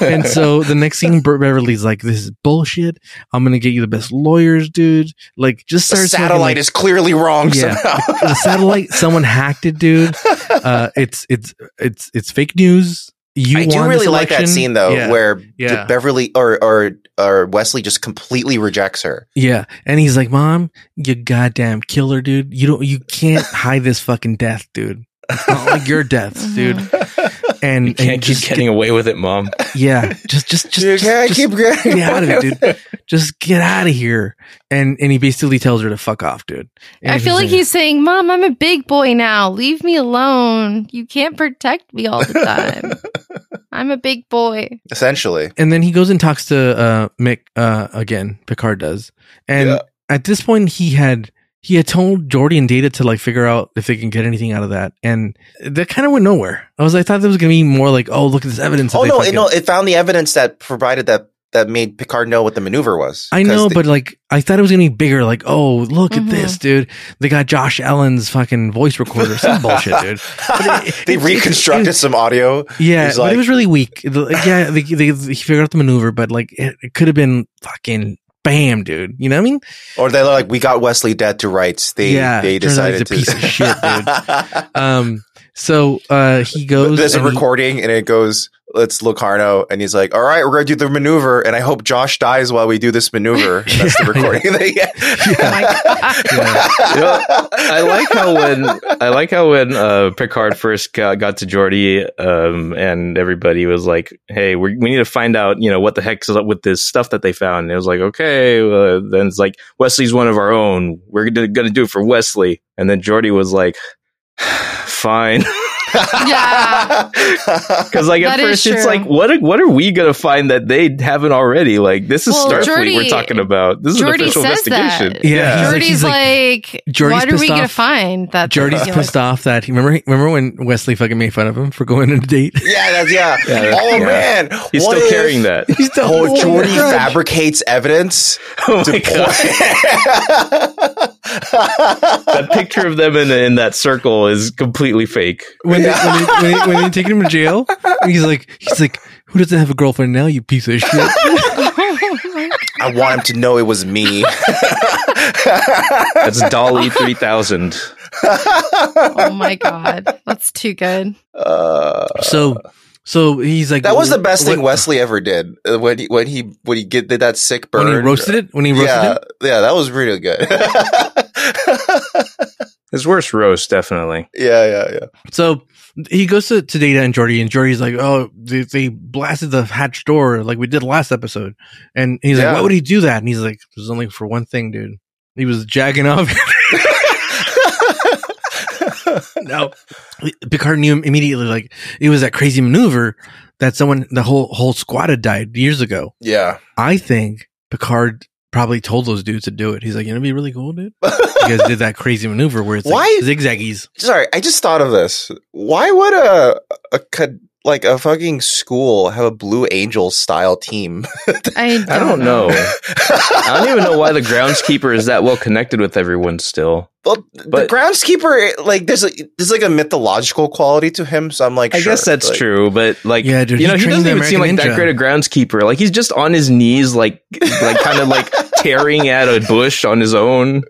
[SPEAKER 1] and so the next thing, Burt Beverly's like, "This is bullshit. I'm gonna get you the best lawyers, dude. Like, just
[SPEAKER 2] the
[SPEAKER 1] start fucking,
[SPEAKER 2] satellite
[SPEAKER 1] like,
[SPEAKER 2] is clearly wrong
[SPEAKER 1] Yeah.
[SPEAKER 2] somehow.
[SPEAKER 1] the satellite. Someone hacked it, dude. Uh, it's it's it's it's fake news. You
[SPEAKER 2] I do
[SPEAKER 1] won this
[SPEAKER 2] really like that
[SPEAKER 1] election.
[SPEAKER 2] scene though,
[SPEAKER 1] Yeah.
[SPEAKER 2] where
[SPEAKER 1] Yeah.
[SPEAKER 2] Beverly or, or or Wesley just completely rejects her.
[SPEAKER 1] Yeah, and he's like, "Mom, you goddamn killer, dude. You don't, you can't hide this fucking death, dude. It's not like your deaths, dude.
[SPEAKER 3] Uh-huh.
[SPEAKER 1] And
[SPEAKER 4] You
[SPEAKER 1] and
[SPEAKER 4] can't keep
[SPEAKER 1] just
[SPEAKER 4] getting away with it, mom.
[SPEAKER 1] get- yeah, just just just,
[SPEAKER 2] You
[SPEAKER 1] just,
[SPEAKER 2] can't
[SPEAKER 1] just-
[SPEAKER 2] keep getting
[SPEAKER 1] get out of it, dude.
[SPEAKER 2] away with
[SPEAKER 1] just get out of here." And and he basically tells her to fuck off, dude. And
[SPEAKER 3] I feel like he's saying, "Mom, I'm a big boy now. Leave me alone. You can't protect me all the time. I'm a big boy."
[SPEAKER 2] Essentially,
[SPEAKER 1] and then he goes and talks to uh Mick uh again. Picard does, and
[SPEAKER 2] Yeah.
[SPEAKER 1] at this point he had. He had told Jordy and Data to like figure out if they can get anything out of that, and that kind of went nowhere. I was, I thought there was gonna be more like, oh, look at this evidence. that
[SPEAKER 2] oh
[SPEAKER 1] they
[SPEAKER 2] no, it,
[SPEAKER 1] fucking-
[SPEAKER 2] no, it found the evidence that provided that that made Picard know what the maneuver was.
[SPEAKER 1] I
[SPEAKER 2] 'Cause
[SPEAKER 1] know,
[SPEAKER 2] the-
[SPEAKER 1] but like I thought it was gonna be bigger. Like, oh, look
[SPEAKER 3] Mhm.
[SPEAKER 1] at this, dude! They got Josh Allen's fucking voice recorder, some bullshit, dude. But it-
[SPEAKER 2] they
[SPEAKER 1] it- it-
[SPEAKER 2] reconstructed
[SPEAKER 1] it-
[SPEAKER 2] some audio.
[SPEAKER 1] Yeah,
[SPEAKER 2] He's
[SPEAKER 1] but
[SPEAKER 2] like-
[SPEAKER 1] it was really weak. The- yeah, they, they, he figured out the maneuver, but like it, it could have been fucking bam, dude. You know what I mean?
[SPEAKER 2] Or they're like, we got Wesley dead to rights. They
[SPEAKER 1] Yeah,
[SPEAKER 2] they
[SPEAKER 1] turns out he's
[SPEAKER 2] decided
[SPEAKER 1] a
[SPEAKER 2] to
[SPEAKER 1] piece of shit, dude. Um, So uh, he goes.
[SPEAKER 2] There's a
[SPEAKER 1] and he-
[SPEAKER 2] recording, and it goes, "Let's Locarno," and he's like, "All right, we're gonna do the maneuver, and I hope Josh dies while we do this maneuver." That's the
[SPEAKER 1] Yeah.
[SPEAKER 2] recording. yeah.
[SPEAKER 1] Yeah.
[SPEAKER 4] I like how when I like how when uh, Picard first got, got to Geordi, um, and everybody was like, "Hey, we we need to find out, you know, what the heck's up with this stuff that they found." And it was like, "Okay," uh, then it's like Wesley's one of our own. We're gonna, gonna do it for Wesley. And then Geordi was like, "Fine,"
[SPEAKER 3] Yeah.
[SPEAKER 4] because like at
[SPEAKER 3] That is
[SPEAKER 4] first it's
[SPEAKER 3] true.
[SPEAKER 4] like, "What are, what are we gonna find that they haven't already?" Like this is
[SPEAKER 3] Well,
[SPEAKER 4] Starfleet
[SPEAKER 3] Geordi-
[SPEAKER 4] we're talking about. This is an
[SPEAKER 3] Jordy
[SPEAKER 4] official
[SPEAKER 3] says
[SPEAKER 4] investigation.
[SPEAKER 3] that.
[SPEAKER 1] Yeah, he's like- he's
[SPEAKER 3] Jordy's like,
[SPEAKER 1] Geordi's
[SPEAKER 3] what are we
[SPEAKER 1] pissed
[SPEAKER 3] going to
[SPEAKER 1] off.
[SPEAKER 3] find? That
[SPEAKER 1] Jordy's pissed off that he remember remember when Wesley fucking made fun of him for going on a date.
[SPEAKER 2] yeah, that's yeah.
[SPEAKER 4] Yeah, that's-
[SPEAKER 2] oh
[SPEAKER 4] yeah.
[SPEAKER 2] man,
[SPEAKER 4] He's
[SPEAKER 2] what
[SPEAKER 4] still
[SPEAKER 2] if-
[SPEAKER 4] carrying that.
[SPEAKER 1] He's the
[SPEAKER 2] Oh, Jordy fabricates evidence.
[SPEAKER 4] Oh
[SPEAKER 2] to
[SPEAKER 4] my God. that picture of them in, in that circle is completely fake.
[SPEAKER 1] when they, when, they, when, they, when they take him to jail, he's like, he's like, who doesn't have a girlfriend now? You piece of shit.
[SPEAKER 3] Oh
[SPEAKER 2] I want him to know it was me.
[SPEAKER 4] That's Dolly 3000.
[SPEAKER 3] oh my God. That's too good.
[SPEAKER 2] Uh,
[SPEAKER 1] So, so he's like,
[SPEAKER 2] that was the best thing
[SPEAKER 1] what-
[SPEAKER 2] Wesley ever did uh, when he when he when he get, did that sick burn.
[SPEAKER 1] when he roasted it. When he roasted
[SPEAKER 2] yeah,
[SPEAKER 1] him,
[SPEAKER 2] yeah, that was really good.
[SPEAKER 4] His worst roast, definitely.
[SPEAKER 2] yeah, yeah, yeah.
[SPEAKER 1] So he goes to, to Data and Jordy, and Jordy's like, "Oh, they, they blasted the hatch door like we did last episode." And he's
[SPEAKER 2] Yeah.
[SPEAKER 1] like, "Why would he do that?" And he's like, "There's only for one thing, dude. He was jacking off." no, Picard knew immediately. Like it was that crazy maneuver that someone, the whole whole squad had died years ago.
[SPEAKER 2] yeah.
[SPEAKER 1] I think Picard probably told those dudes to do it. He's like, "You know, it'd be really cool, dude." You guys did that crazy maneuver where it's
[SPEAKER 2] Why-
[SPEAKER 1] like zigzaggies.
[SPEAKER 2] Sorry, I just thought of this. Why would a a co- like a fucking school have a Blue Angels style team?
[SPEAKER 3] I don't,
[SPEAKER 4] I don't know. I don't even know why the groundskeeper is that well connected with everyone still.
[SPEAKER 2] Well,
[SPEAKER 4] But-
[SPEAKER 2] the groundskeeper, like, there's a, there's like a mythological quality to him, so I'm like,
[SPEAKER 4] I
[SPEAKER 2] sure.
[SPEAKER 4] guess that's
[SPEAKER 2] Like,
[SPEAKER 4] true, but like,
[SPEAKER 1] Yeah, dude, he
[SPEAKER 4] you know, he
[SPEAKER 1] trained
[SPEAKER 4] doesn't
[SPEAKER 1] the
[SPEAKER 4] even seem like
[SPEAKER 1] American
[SPEAKER 4] that
[SPEAKER 1] Ninja.
[SPEAKER 4] great a groundskeeper. Like, he's just on his knees, like, like kind of like tearing at a bush on his own.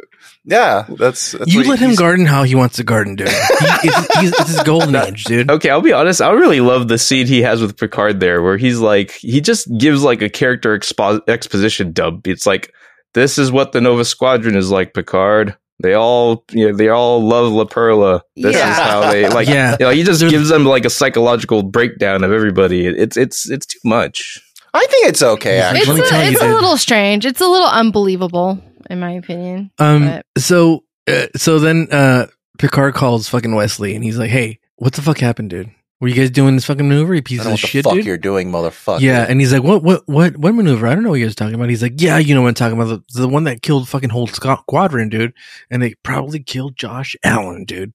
[SPEAKER 2] Yeah, that's, that's
[SPEAKER 1] you
[SPEAKER 2] what
[SPEAKER 1] let him
[SPEAKER 2] he's-
[SPEAKER 1] garden how he wants to garden, dude. He, it's, he's, it's his golden age, dude.
[SPEAKER 4] Okay, I'll be honest. I really love the scene he has with Picard there, where he's like, he just gives like a character expo- exposition dump. It's like, this is what the Nova Squadron is like, Picard. They all, you know, they all love La Perla. This
[SPEAKER 3] Yeah.
[SPEAKER 4] is how they like.
[SPEAKER 1] Yeah.
[SPEAKER 4] you know, he just
[SPEAKER 1] There's-
[SPEAKER 4] gives them like a psychological breakdown of everybody. It- It's it's it's too much.
[SPEAKER 2] I think it's okay.
[SPEAKER 1] He's-
[SPEAKER 3] It's,
[SPEAKER 1] Let me
[SPEAKER 2] Actually,
[SPEAKER 1] tell
[SPEAKER 3] a,
[SPEAKER 1] you,
[SPEAKER 3] it's a
[SPEAKER 1] dude.
[SPEAKER 3] little strange. It's a little unbelievable, in my opinion.
[SPEAKER 1] Um.
[SPEAKER 3] But-
[SPEAKER 1] So, uh, so then, uh, Picard calls fucking Wesley, and he's like, "Hey, what the fuck happened, dude? Were you guys doing this fucking maneuver? You
[SPEAKER 2] I
[SPEAKER 1] piece
[SPEAKER 2] don't
[SPEAKER 1] of
[SPEAKER 2] know what the
[SPEAKER 1] shit,
[SPEAKER 2] fuck
[SPEAKER 1] dude."
[SPEAKER 2] you're doing, motherfucker.
[SPEAKER 1] Yeah, and he's like, "What? What? What? What maneuver? I don't know what you guys are talking about." He's like, "Yeah, you know what I'm talking about. The, the one that killed fucking whole squ- squadron, dude, and they probably killed Josh Allen, dude."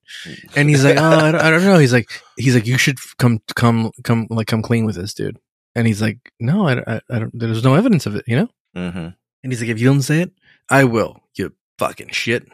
[SPEAKER 1] And he's like, "Oh, I don't, I don't know." He's like, "He's like, you should f- come, come, come, like, come clean with this, dude." And he's like, "No, I, I, I don't. There's no evidence of it, you know."
[SPEAKER 2] Mhm.
[SPEAKER 1] And he's like, if you don't say it, I will, you fucking shit.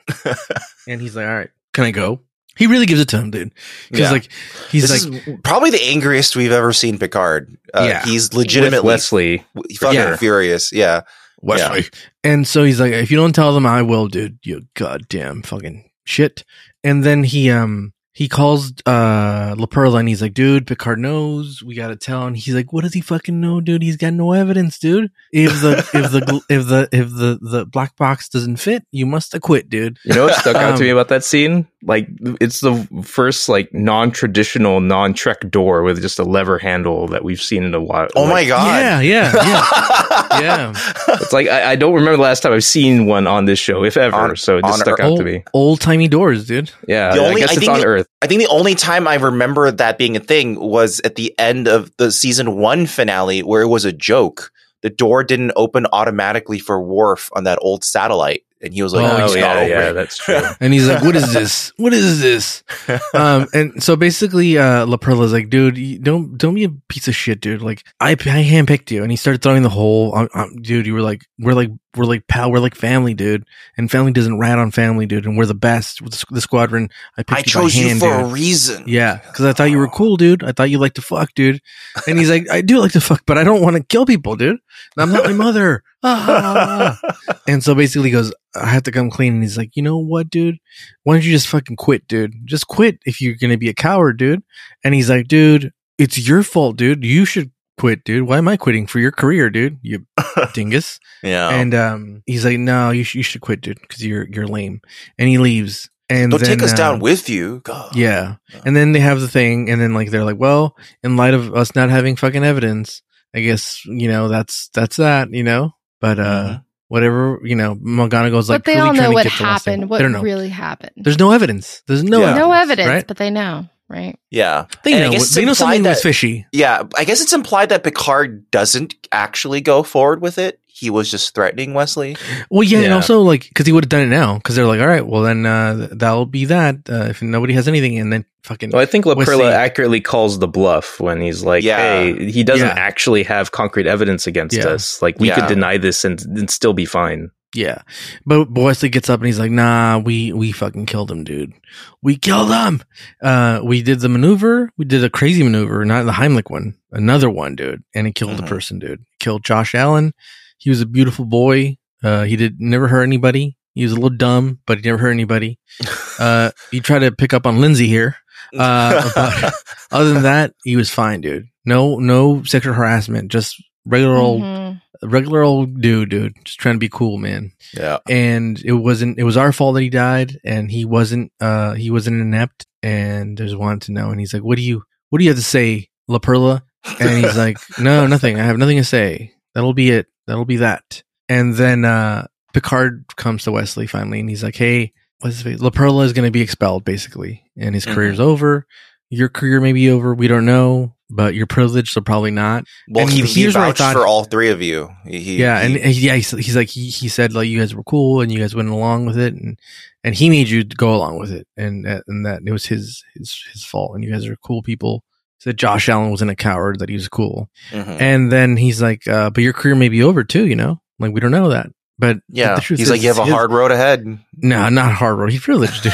[SPEAKER 1] and he's like, all right, can I go? He really gives it to him, dude. Because
[SPEAKER 2] Yeah.
[SPEAKER 1] like, he's
[SPEAKER 2] this
[SPEAKER 1] like,
[SPEAKER 2] is probably the angriest we've ever seen Picard. Uh,
[SPEAKER 1] Yeah.
[SPEAKER 2] he's
[SPEAKER 4] With
[SPEAKER 2] legitimately
[SPEAKER 4] Wesley,
[SPEAKER 2] fucking
[SPEAKER 1] Yeah.
[SPEAKER 2] furious. Yeah,
[SPEAKER 1] Wesley. And so he's like, if you don't tell them, I will, dude. You goddamn fucking shit. And then he um he calls uh La Perla and he's like, dude, Picard knows. We gotta tell. And he's like, what does he fucking know, dude? He's got no evidence, dude. If the if the gl- if the if the the black box doesn't fit, you must acquit, dude.
[SPEAKER 4] You know what stuck out
[SPEAKER 1] Um,
[SPEAKER 4] to me about that scene? Like it's the first like non-traditional non-trek door with just a lever handle that we've seen in a while.
[SPEAKER 2] Oh
[SPEAKER 4] Like,
[SPEAKER 2] my god.
[SPEAKER 1] Yeah, yeah, yeah. Yeah.
[SPEAKER 4] It's like I, I don't remember the last time I've seen one on this show, if ever.
[SPEAKER 2] On-
[SPEAKER 4] so it just
[SPEAKER 2] on
[SPEAKER 4] stuck out to me.
[SPEAKER 1] old timey doors, dude.
[SPEAKER 4] Yeah,
[SPEAKER 2] The only-
[SPEAKER 4] I
[SPEAKER 2] I
[SPEAKER 4] guess it's
[SPEAKER 2] think
[SPEAKER 4] on
[SPEAKER 2] the-
[SPEAKER 4] Earth.
[SPEAKER 2] I think the only time I remember that being a thing was at the end of the season one finale, where it was a joke. The door didn't open automatically for Worf on that old satellite, and he was like,
[SPEAKER 1] Oh,
[SPEAKER 2] "Oh, he's
[SPEAKER 1] yeah,
[SPEAKER 2] not
[SPEAKER 1] yeah,
[SPEAKER 2] opening."
[SPEAKER 4] that's true.
[SPEAKER 1] And he's like, "What is this? What is this?" Um, and so basically, uh, La Perla's like, "Dude, you don't don't be a piece of shit, dude. Like, I I handpicked you." And he started throwing the whole, um, um, "Dude, you were like, we're like, we're like pal, we're like family, dude, and family doesn't rat on family, dude, and we're the best. With the squ- the squadron, I picked
[SPEAKER 2] I
[SPEAKER 1] you
[SPEAKER 2] chose
[SPEAKER 1] by
[SPEAKER 2] you
[SPEAKER 1] hand,
[SPEAKER 2] for a Oh.
[SPEAKER 1] dude.
[SPEAKER 2] reason.
[SPEAKER 1] Yeah, because I thought you were cool, dude. I thought you liked to fuck, dude. And he's like, I do like to fuck, but I don't want to kill people, dude. And I'm not my mother. Ah. And so basically he goes, I have to come clean. And he's like, you know what, dude? Why don't you just fucking quit, dude? Just quit if you're going to be a coward, dude. And he's like, dude, it's your fault, dude. You should quit, dude. Why am I quitting for your career, dude? You dingus.
[SPEAKER 2] yeah.
[SPEAKER 1] And um, he's like, "No, you, sh- you should quit, dude, because you're you're lame." And he leaves. And
[SPEAKER 2] Don't take
[SPEAKER 1] then,
[SPEAKER 2] us
[SPEAKER 1] uh,
[SPEAKER 2] down with you. God.
[SPEAKER 1] Oh, Yeah. And then they have the thing, and then like they're like, "Well, in light of us not having fucking evidence, I guess you know that's that's that, you know." But uh,
[SPEAKER 2] Mm-hmm.
[SPEAKER 1] whatever, you know, Morgana goes like,
[SPEAKER 3] but they
[SPEAKER 1] really
[SPEAKER 3] all
[SPEAKER 1] trying
[SPEAKER 3] know
[SPEAKER 1] to
[SPEAKER 3] what
[SPEAKER 1] get the last thing.
[SPEAKER 3] happened. What
[SPEAKER 1] they don't know.
[SPEAKER 3] really happened?
[SPEAKER 1] There's no evidence. There's no
[SPEAKER 2] Yeah.
[SPEAKER 3] no evidence,
[SPEAKER 1] right?
[SPEAKER 3] but they know, right?
[SPEAKER 2] Yeah.
[SPEAKER 1] They
[SPEAKER 2] and I
[SPEAKER 1] know.
[SPEAKER 2] guess
[SPEAKER 1] what-
[SPEAKER 2] it's
[SPEAKER 1] They know
[SPEAKER 2] implied
[SPEAKER 1] something was
[SPEAKER 2] that-
[SPEAKER 1] fishy.
[SPEAKER 2] Yeah. I guess it's implied that Picard doesn't actually go forward with it. He was just threatening Wesley.
[SPEAKER 1] Well, yeah, and
[SPEAKER 4] Yeah.
[SPEAKER 1] also like because he would have done it now because they're like, "All right, well then uh, th- that'll be that uh, if nobody has anything," and then fucking
[SPEAKER 4] Well, I think La
[SPEAKER 1] Wesley-
[SPEAKER 4] Perla accurately calls the bluff when he's like,
[SPEAKER 2] Yeah.
[SPEAKER 4] "Hey, he doesn't
[SPEAKER 1] Yeah.
[SPEAKER 4] actually have concrete evidence against
[SPEAKER 1] Yeah.
[SPEAKER 4] us. Like, we
[SPEAKER 2] Yeah.
[SPEAKER 4] could deny this and, and still be fine."
[SPEAKER 1] Yeah. But but Wesley gets up and he's like, nah, we, we fucking killed him, dude. We killed him. Uh, we did the maneuver. We did a crazy maneuver, not the Heimlich one, another one, dude. And he killed
[SPEAKER 2] Mhm.
[SPEAKER 1] a person, dude. Killed Josh Allen. He was a beautiful boy. Uh, he did never hurt anybody. He was a little dumb, but he never hurt anybody. Uh, he tried to pick up on Lindsay here. Uh, about- Other than that, he was fine, dude. No, no sexual harassment, just regular old,
[SPEAKER 3] Mhm.
[SPEAKER 1] regular old dude, dude. Just trying to be cool, man
[SPEAKER 2] yeah.
[SPEAKER 1] and it wasn't it was our fault that he died and he wasn't uh he wasn't inept and there's wanted to know and he's like what do you what do you have to say la perla and he's like no nothing i have nothing to say that'll be it that'll be that and then uh picard comes to wesley finally and he's like hey what's his face la perla is going to be expelled basically and his
[SPEAKER 2] Mhm.
[SPEAKER 1] career's over your career may be over we don't know but your privilege will probably not
[SPEAKER 2] Well,
[SPEAKER 1] And
[SPEAKER 2] he, he
[SPEAKER 1] here's what I
[SPEAKER 2] vouched
[SPEAKER 1] thought-
[SPEAKER 2] for all three of you. He, he-
[SPEAKER 1] yeah, and,
[SPEAKER 2] he-
[SPEAKER 1] and yeah, he's, he's like he, he said like you guys were cool and you guys went along with it, and and he made you go along with it, and that- and that it was his his his fault, and you guys are cool people. He said Josh Allen wasn't a coward, that he was cool,
[SPEAKER 2] Mhm.
[SPEAKER 1] and then he's like, uh, but your career may be over too, you know, like we don't know that, but
[SPEAKER 2] yeah.
[SPEAKER 1] the truth
[SPEAKER 2] He's
[SPEAKER 1] is,
[SPEAKER 2] like, you have a
[SPEAKER 1] his-
[SPEAKER 2] hard road ahead.
[SPEAKER 1] no, not hard road, he's privileged, dude.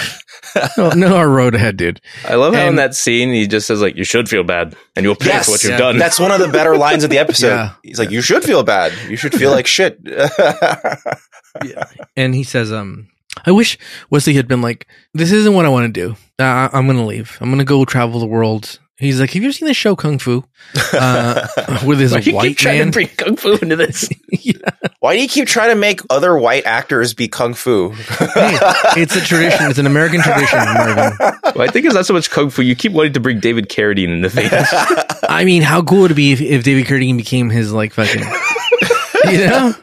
[SPEAKER 1] no, no hard road ahead, dude.
[SPEAKER 4] I love how in
[SPEAKER 1] And-
[SPEAKER 4] that scene he just says like, "You should feel bad, and you'll pay
[SPEAKER 2] Yes,
[SPEAKER 4] for what you've
[SPEAKER 1] yeah.
[SPEAKER 4] done."
[SPEAKER 2] That's one of the better lines of the episode.
[SPEAKER 1] Yeah.
[SPEAKER 2] He's like, you should feel bad. You should feel like shit.
[SPEAKER 1] and he says, "Um, I wish Wesley had been like, this isn't what I want to do. Uh, I- I'm gonna leave. I'm gonna go travel the world." He's like, "Have you ever seen the show Kung Fu uh, with his
[SPEAKER 4] Why do you keep
[SPEAKER 1] white
[SPEAKER 4] trying
[SPEAKER 1] man?"
[SPEAKER 4] to bring kung fu into this?
[SPEAKER 2] Why do you keep trying to make other white actors be kung fu?
[SPEAKER 1] Hey, it's a tradition. It's an American tradition, Marvin.
[SPEAKER 4] well, I think it's not so much kung fu. You keep wanting to bring David Carradine into things.
[SPEAKER 1] I mean, how cool would it be if, if David Carradine became his like fucking, you know?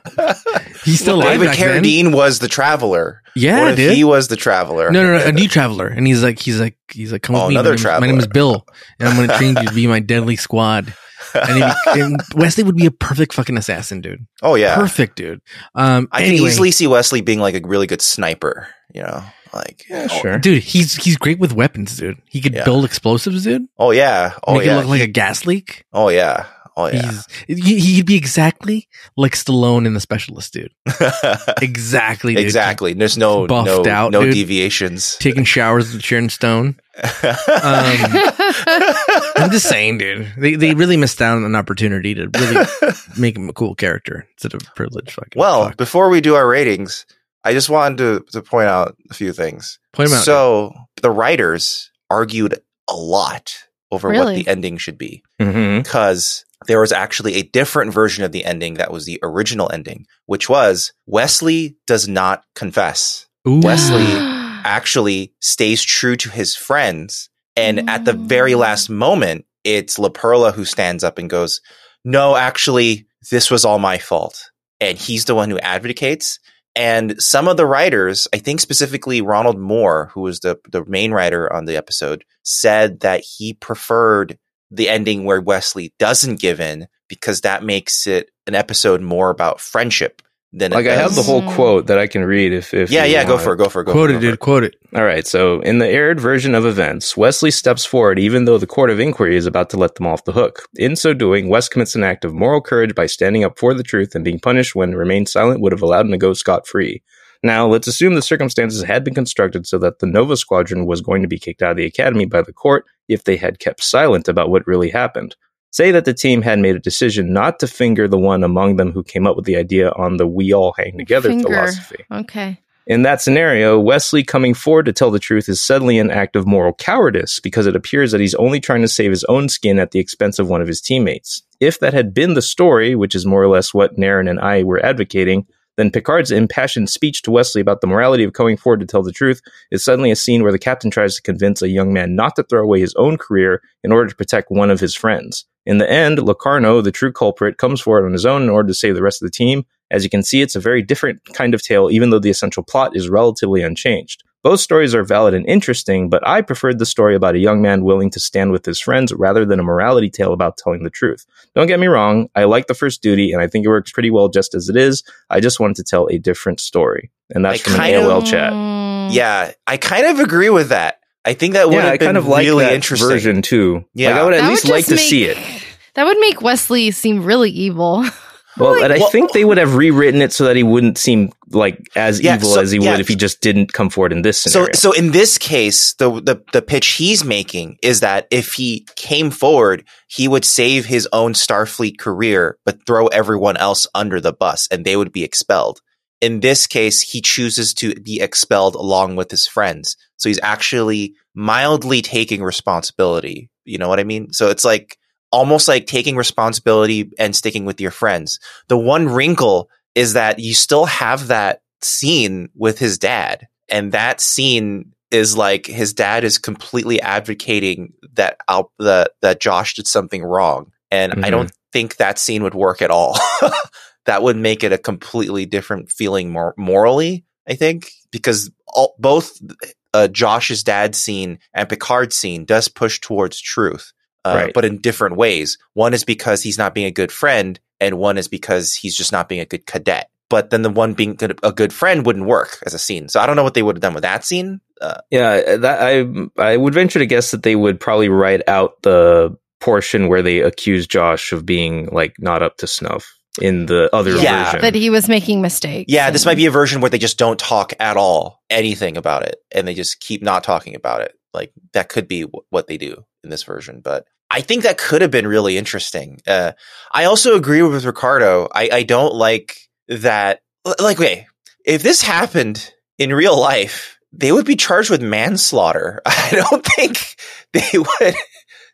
[SPEAKER 1] He's still alive
[SPEAKER 2] David
[SPEAKER 1] back then.
[SPEAKER 2] Carradine was the traveler.
[SPEAKER 1] Yeah,
[SPEAKER 2] what if
[SPEAKER 1] dude.
[SPEAKER 2] he was the traveler?
[SPEAKER 1] No, no, no, a new traveler, and he's like, he's like, he's like, come
[SPEAKER 2] Oh,
[SPEAKER 1] with me. My
[SPEAKER 2] another
[SPEAKER 1] name, is- my name is Bill, and I'm going to train you to be my deadly squad. And, he, be- and Wesley would be a perfect fucking assassin, dude.
[SPEAKER 2] Oh yeah,
[SPEAKER 1] Perfect, dude. Um,
[SPEAKER 2] I can
[SPEAKER 1] anyway,
[SPEAKER 2] easily see Wesley being like a really good sniper. You know, like oh,
[SPEAKER 1] dude. He's he's great with weapons, dude. He could
[SPEAKER 2] Yeah.
[SPEAKER 1] build explosives, dude.
[SPEAKER 2] Oh yeah, oh
[SPEAKER 1] Make it
[SPEAKER 2] yeah,
[SPEAKER 1] look like a gas leak.
[SPEAKER 2] oh yeah, oh yeah.
[SPEAKER 1] He's he, he'd be exactly like Stallone in The Specialist, dude. Exactly, dude.
[SPEAKER 2] exactly. There's no
[SPEAKER 1] Buffed
[SPEAKER 2] no
[SPEAKER 1] out,
[SPEAKER 2] no
[SPEAKER 1] dude.
[SPEAKER 2] deviations.
[SPEAKER 1] Taking showers with Sharon Stone. Um,
[SPEAKER 3] Mm-hmm.
[SPEAKER 1] I'm just saying, dude. They they really missed out on an opportunity to really make him a cool character instead of a privileged fucking.
[SPEAKER 2] well,
[SPEAKER 1] fuck.
[SPEAKER 2] before we do our ratings, I just wanted to to point out a few things.
[SPEAKER 1] point him out.
[SPEAKER 2] So the writers argued a lot over what
[SPEAKER 3] Really?
[SPEAKER 2] the ending should be Mm-hmm.
[SPEAKER 4] Mhm.
[SPEAKER 2] because there was actually a different version of the ending that was the original ending, which was Wesley does not confess,
[SPEAKER 1] Ooh.
[SPEAKER 2] Wesley- actually stays true to his friends. And at the very last moment, it's La Perla who stands up and goes, No, actually, this was all my fault. And he's the one who advocates. And some of the writers, I think specifically Ronald Moore, who was the, the main writer on the episode, said that he preferred the ending where Wesley doesn't give in because that makes it an episode more about friendship than
[SPEAKER 4] Like
[SPEAKER 2] it
[SPEAKER 4] I have the
[SPEAKER 2] does.
[SPEAKER 4] whole
[SPEAKER 3] Mm.
[SPEAKER 4] quote that I can read if if
[SPEAKER 2] yeah,
[SPEAKER 4] you
[SPEAKER 2] yeah. Go
[SPEAKER 4] want.
[SPEAKER 2] for it. Go for it. Go
[SPEAKER 1] Quote it,
[SPEAKER 2] for it. go for
[SPEAKER 1] dude. Quote it.
[SPEAKER 4] All right, so in the aired version of events, Wesley steps forward even though the court of inquiry is about to let them off the hook. In so doing, Wes commits an act of moral courage by standing up for the truth and being punished when to remain silent would have allowed him to go scot free. Now, let's assume the circumstances had been constructed so that the Nova Squadron was going to be kicked out of the academy by the court if they had kept silent about what really happened. Say that the team had made a decision not to finger the one among them who came up with the idea on the we all hang together
[SPEAKER 3] Finger.
[SPEAKER 4] philosophy.
[SPEAKER 3] Okay.
[SPEAKER 4] In that scenario, Wesley coming forward to tell the truth is suddenly an act of moral cowardice because it appears that he's only trying to save his own skin at the expense of one of his teammates. If that had been the story, which is more or less what Naren and I were advocating, then Picard's impassioned speech to Wesley about the morality of going forward to tell the truth is suddenly a scene where the captain tries to convince a young man not to throw away his own career in order to protect one of his friends. In the end, Locarno, the true culprit, comes forward on his own in order to save the rest of the team, as you can see, it's a very different kind of tale, even though the essential plot is relatively unchanged. Both stories are valid and interesting, but I preferred the story about a young man willing to stand with his friends rather than a morality tale about telling the truth. Don't get me wrong, I like the first duty and I think it works pretty well just as it is. I just wanted to tell a different story. And that's
[SPEAKER 2] I
[SPEAKER 4] from an
[SPEAKER 2] kind of-
[SPEAKER 4] AOL chat.
[SPEAKER 3] Mm.
[SPEAKER 2] it. Yeah, I kind of agree with that. I think that would
[SPEAKER 4] Yeah,
[SPEAKER 2] have
[SPEAKER 4] I
[SPEAKER 2] been
[SPEAKER 4] kind of like
[SPEAKER 2] really
[SPEAKER 4] that
[SPEAKER 2] interesting.
[SPEAKER 4] version too.
[SPEAKER 2] Yeah.
[SPEAKER 4] Like, I would at
[SPEAKER 3] That
[SPEAKER 4] least
[SPEAKER 3] would
[SPEAKER 4] like
[SPEAKER 3] just
[SPEAKER 4] to see
[SPEAKER 3] make-
[SPEAKER 4] it.
[SPEAKER 3] That would make Wesley seem really evil.
[SPEAKER 4] Well, and I
[SPEAKER 2] well-
[SPEAKER 4] think they would have rewritten it so that he wouldn't seem like as
[SPEAKER 2] Yeah,
[SPEAKER 4] evil
[SPEAKER 2] so-
[SPEAKER 4] as he
[SPEAKER 2] yeah.
[SPEAKER 4] would if he just didn't come forward in this
[SPEAKER 2] So,
[SPEAKER 4] scenario.
[SPEAKER 2] so in this case, the, the the pitch he's making is that if he came forward, he would save his own Starfleet career, but throw everyone else under the bus, and they would be expelled. In this case, he chooses to be expelled along with his friends, so he's actually mildly taking responsibility. You know what I mean? So it's like almost like taking responsibility and sticking with your friends. The one wrinkle is that you still have that scene with his dad and that scene is like his dad is completely advocating that Al- that that Josh did something wrong, and I
[SPEAKER 4] Mhm.
[SPEAKER 2] don't think that scene would work at all. that would make it a completely different feeling mor- morally, I think, because all, both uh, Josh's dad scene and Picard's scene does push towards truth, uh,
[SPEAKER 4] Right.
[SPEAKER 2] but in different ways. One is because he's not being a good friend, and one is because he's just not being a good cadet. But then the one being good, a good friend wouldn't work as a scene. So I don't know what they would have done with that scene. Uh,
[SPEAKER 4] Yeah, that I I would venture to guess that they would probably write out the portion where they accuse Josh of being like not up to snuff in the other
[SPEAKER 2] Yeah.
[SPEAKER 4] version.
[SPEAKER 3] that he was making mistakes.
[SPEAKER 2] yeah, this
[SPEAKER 3] and-
[SPEAKER 2] might be a version where they just don't talk at all, anything about it, and they just keep not talking about it. Like that could be w- what they do in this version. But I think that could have been really interesting. Uh, I also agree with Ricardo. I, I don't like that. l- Like, okay, if this happened in real life, they would be charged with manslaughter. I don't think they would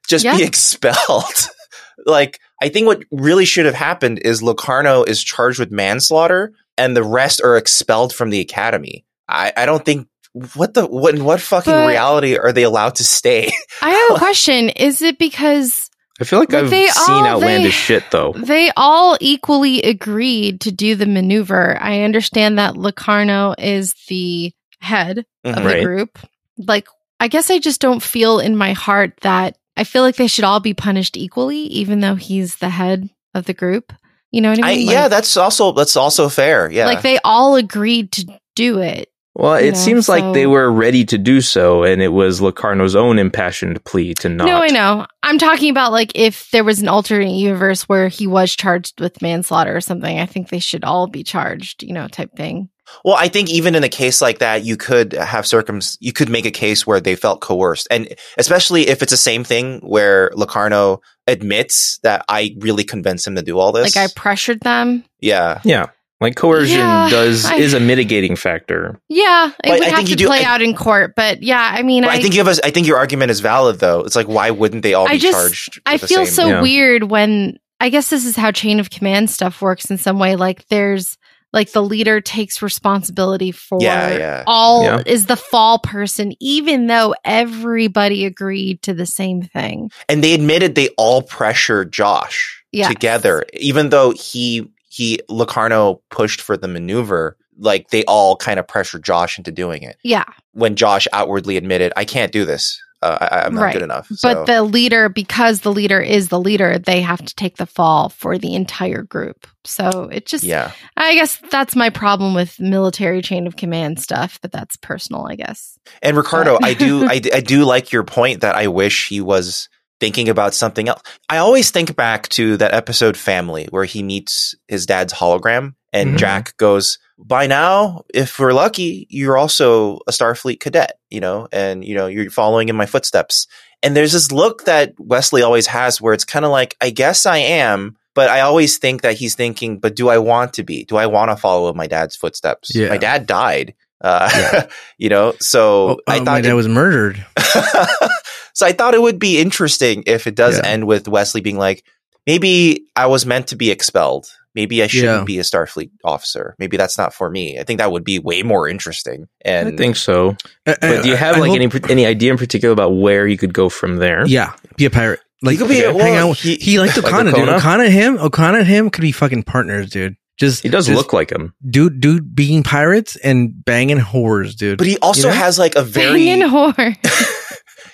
[SPEAKER 2] just be
[SPEAKER 3] Yeah.
[SPEAKER 2] expelled. like, I think what really should have happened is Locarno is charged with manslaughter and the rest are expelled from the academy. I, I don't think what the what in what fucking
[SPEAKER 3] But-
[SPEAKER 2] reality are they allowed to stay?
[SPEAKER 3] I have a question. Is it because
[SPEAKER 4] I feel like
[SPEAKER 3] But
[SPEAKER 4] I've
[SPEAKER 3] they
[SPEAKER 4] seen
[SPEAKER 3] all-
[SPEAKER 4] outlandish
[SPEAKER 3] they-
[SPEAKER 4] shit though.
[SPEAKER 3] they all equally agreed to do the maneuver? I understand that Locarno is the head of
[SPEAKER 4] Right.
[SPEAKER 3] the group. Like, I guess I just don't feel in my heart that I feel like they should all be punished equally, even though he's the head of the group. You know what
[SPEAKER 2] I,
[SPEAKER 3] I mean?
[SPEAKER 2] yeah,
[SPEAKER 3] Like-
[SPEAKER 2] that's also that's also fair. Yeah,
[SPEAKER 3] like they all agreed to do it.
[SPEAKER 4] Well,
[SPEAKER 3] you
[SPEAKER 4] it
[SPEAKER 3] know,
[SPEAKER 4] seems
[SPEAKER 3] so-
[SPEAKER 4] like they were ready to do so, and it was Locarno's own impassioned plea to not.
[SPEAKER 3] No, I know. I'm talking about like if there was an alternate universe where he was charged with manslaughter or something, I think they should all be charged, you know, type thing.
[SPEAKER 2] Well, I think even in a case like that, you could have circum, you could make a case where they felt coerced, and especially if it's the same thing where Locarno admits that I really convinced him to do all this.
[SPEAKER 3] Like I pressured them.
[SPEAKER 2] yeah,
[SPEAKER 4] Yeah, like coercion
[SPEAKER 3] Yeah,
[SPEAKER 4] does
[SPEAKER 3] I-
[SPEAKER 4] is a mitigating factor.
[SPEAKER 3] Yeah, it
[SPEAKER 2] But
[SPEAKER 3] would
[SPEAKER 2] I
[SPEAKER 3] have
[SPEAKER 2] think you
[SPEAKER 3] to
[SPEAKER 2] do-
[SPEAKER 3] play
[SPEAKER 2] I-
[SPEAKER 3] out in court, but yeah, I mean,
[SPEAKER 2] But I,
[SPEAKER 3] I,
[SPEAKER 2] think you have. A, I think your argument is valid, though. It's like why wouldn't they all
[SPEAKER 3] I
[SPEAKER 2] be
[SPEAKER 3] just-
[SPEAKER 2] charged?
[SPEAKER 3] I
[SPEAKER 2] with the
[SPEAKER 3] feel
[SPEAKER 2] same-
[SPEAKER 3] so
[SPEAKER 4] Yeah.
[SPEAKER 3] weird when I guess this is how chain of command stuff works in some way. Like there's like the leader takes responsibility for
[SPEAKER 2] Yeah, yeah.
[SPEAKER 3] all
[SPEAKER 4] Yeah.
[SPEAKER 3] is the fall person, even though everybody agreed to the same thing.
[SPEAKER 2] and they admitted they all pressured Josh
[SPEAKER 3] Yes.
[SPEAKER 2] together, even though he he Locarno pushed for the maneuver. Like they all kind of pressured Josh into doing it
[SPEAKER 3] Yeah.
[SPEAKER 2] when Josh outwardly admitted, "I can't do this. Uh, I, I'm not
[SPEAKER 3] Right.
[SPEAKER 2] good enough. So-
[SPEAKER 3] But the leader, because the leader is the leader, they have to take the fall for the entire group. So it just,
[SPEAKER 2] yeah,
[SPEAKER 3] I guess that's my problem with military chain of command stuff, but that's personal, I guess.
[SPEAKER 2] and Ricardo,
[SPEAKER 3] but-
[SPEAKER 2] I do, I, d- I do like your point that I wish he was thinking about something else. I always think back to that episode Family where he meets his dad's hologram, and
[SPEAKER 4] Mhm.
[SPEAKER 2] Jack goes, "By now, if we're lucky, you're also a Starfleet cadet, you know, and you know you're following in my footsteps." And there's this look that Wesley always has where it's kind of like, I guess I am, but I always think that he's thinking, but do I want to be? Do I want to follow in my dad's footsteps?
[SPEAKER 1] Yeah.
[SPEAKER 2] My dad died. Uh, you know, so
[SPEAKER 1] Oh,
[SPEAKER 2] I
[SPEAKER 1] uh, my
[SPEAKER 2] thought
[SPEAKER 1] dad
[SPEAKER 2] it,
[SPEAKER 1] was murdered.
[SPEAKER 2] so I thought it would be interesting if it does
[SPEAKER 1] Yeah.
[SPEAKER 2] end with Wesley being like, maybe I was meant to be expelled. Maybe I shouldn't
[SPEAKER 1] Yeah.
[SPEAKER 2] be a Starfleet officer. Maybe that's not for me. I think that would be way more interesting.
[SPEAKER 4] I
[SPEAKER 2] And
[SPEAKER 4] think so.
[SPEAKER 1] I- I-
[SPEAKER 4] But do you have
[SPEAKER 1] I
[SPEAKER 4] like
[SPEAKER 1] hope-
[SPEAKER 4] any any any idea in particular about where you could go from there?
[SPEAKER 1] Yeah, be a pirate. Like
[SPEAKER 2] he could be
[SPEAKER 4] okay,
[SPEAKER 2] well,
[SPEAKER 1] hang out. with-
[SPEAKER 2] he-
[SPEAKER 1] He liked
[SPEAKER 4] Like
[SPEAKER 1] O'Connor, dude.
[SPEAKER 4] O'Connor?
[SPEAKER 1] O'Connor him. O'Connor him could be fucking partners, dude. Just
[SPEAKER 4] He does
[SPEAKER 1] just
[SPEAKER 4] look like him.
[SPEAKER 1] dude. Dude being pirates and banging whores, dude.
[SPEAKER 2] but he also
[SPEAKER 1] You know?
[SPEAKER 2] has like a very
[SPEAKER 3] Banging whore.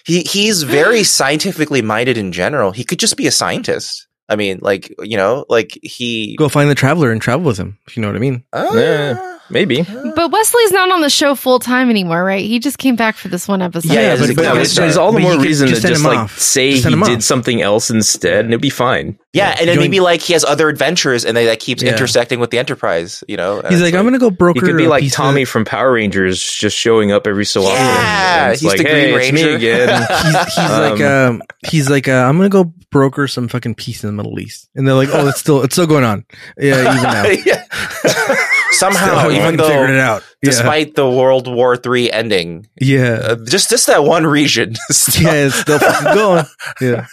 [SPEAKER 2] he he's very scientifically minded in general. He could just be a scientist. I mean, like you know, like he.
[SPEAKER 1] go find the traveler and travel with him. If you know what I mean.
[SPEAKER 2] Ah.
[SPEAKER 4] Yeah, maybe.
[SPEAKER 2] Ah.
[SPEAKER 3] But Wesley's not on the show full time anymore, right? He just came back for this one episode.
[SPEAKER 2] Yeah, yeah, but-
[SPEAKER 4] but,
[SPEAKER 2] but-
[SPEAKER 4] it's, it's all the
[SPEAKER 1] but you
[SPEAKER 4] more
[SPEAKER 1] could
[SPEAKER 4] reason to
[SPEAKER 1] just
[SPEAKER 4] just,
[SPEAKER 1] send him
[SPEAKER 4] like
[SPEAKER 1] off.
[SPEAKER 4] say
[SPEAKER 1] Just send
[SPEAKER 4] he
[SPEAKER 1] him
[SPEAKER 4] did
[SPEAKER 1] off.
[SPEAKER 4] something else instead, and it'd be fine.
[SPEAKER 2] yeah, and then
[SPEAKER 1] Join-
[SPEAKER 2] maybe like he has other adventures, and they that keeps
[SPEAKER 1] Yeah.
[SPEAKER 2] intersecting with the Enterprise. You know, and
[SPEAKER 1] He's
[SPEAKER 2] it's
[SPEAKER 1] like, I'm gonna go broker.
[SPEAKER 4] He could be
[SPEAKER 1] a
[SPEAKER 4] like
[SPEAKER 1] piece of-
[SPEAKER 4] Tommy from Power Rangers, just showing up every so often.
[SPEAKER 2] Yeah,
[SPEAKER 4] And it's
[SPEAKER 2] he's
[SPEAKER 4] like,
[SPEAKER 2] the Green
[SPEAKER 4] hey, it's me
[SPEAKER 2] Ranger."
[SPEAKER 4] again.
[SPEAKER 1] He's, he's like, um, he's like, uh, I'm gonna go broker some fucking peace in the Middle East, and they're like, oh, it's still, it's still going on. Yeah, even now.
[SPEAKER 2] Yeah. Somehow,
[SPEAKER 1] Still, you
[SPEAKER 2] even
[SPEAKER 1] fucking figured it
[SPEAKER 2] though,
[SPEAKER 1] out. Yeah,
[SPEAKER 2] despite the World War III ending,
[SPEAKER 1] yeah.
[SPEAKER 2] uh, just just that one region. still-
[SPEAKER 1] yeah, it's still fucking going. Yeah.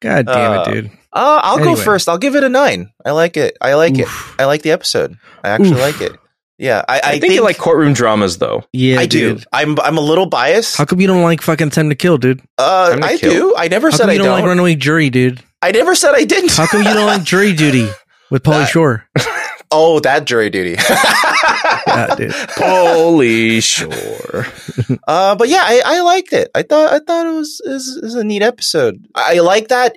[SPEAKER 1] God damn
[SPEAKER 2] Uh,
[SPEAKER 1] it, dude.
[SPEAKER 2] Uh, I'll go
[SPEAKER 1] Anyway.
[SPEAKER 2] first. I'll give it a nine. I like it. I like it.
[SPEAKER 1] Oof.
[SPEAKER 2] I like the episode. I actually
[SPEAKER 1] Oof.
[SPEAKER 2] like it. Yeah, I, I,
[SPEAKER 4] I, think, you like courtroom dramas, though.
[SPEAKER 1] Yeah,
[SPEAKER 2] I do.
[SPEAKER 1] dude.
[SPEAKER 2] I'm I'm a little biased.
[SPEAKER 1] How come you don't like fucking Time to Kill, dude?
[SPEAKER 2] Uh,
[SPEAKER 4] Time to
[SPEAKER 2] I
[SPEAKER 4] Kill?
[SPEAKER 2] do. I never
[SPEAKER 1] How
[SPEAKER 2] said
[SPEAKER 1] come
[SPEAKER 2] I
[SPEAKER 1] you
[SPEAKER 2] don't.
[SPEAKER 1] don't, like Runaway Jury, dude?
[SPEAKER 2] I never said I didn't.
[SPEAKER 1] How come you don't like Jury Duty with Pauly
[SPEAKER 2] That-
[SPEAKER 1] Shore?
[SPEAKER 2] oh, that jury duty.
[SPEAKER 1] Yeah, dude.
[SPEAKER 4] Holy sure.
[SPEAKER 2] Uh, but yeah, I, I liked it. I thought I thought it was is, is a neat episode. I I like that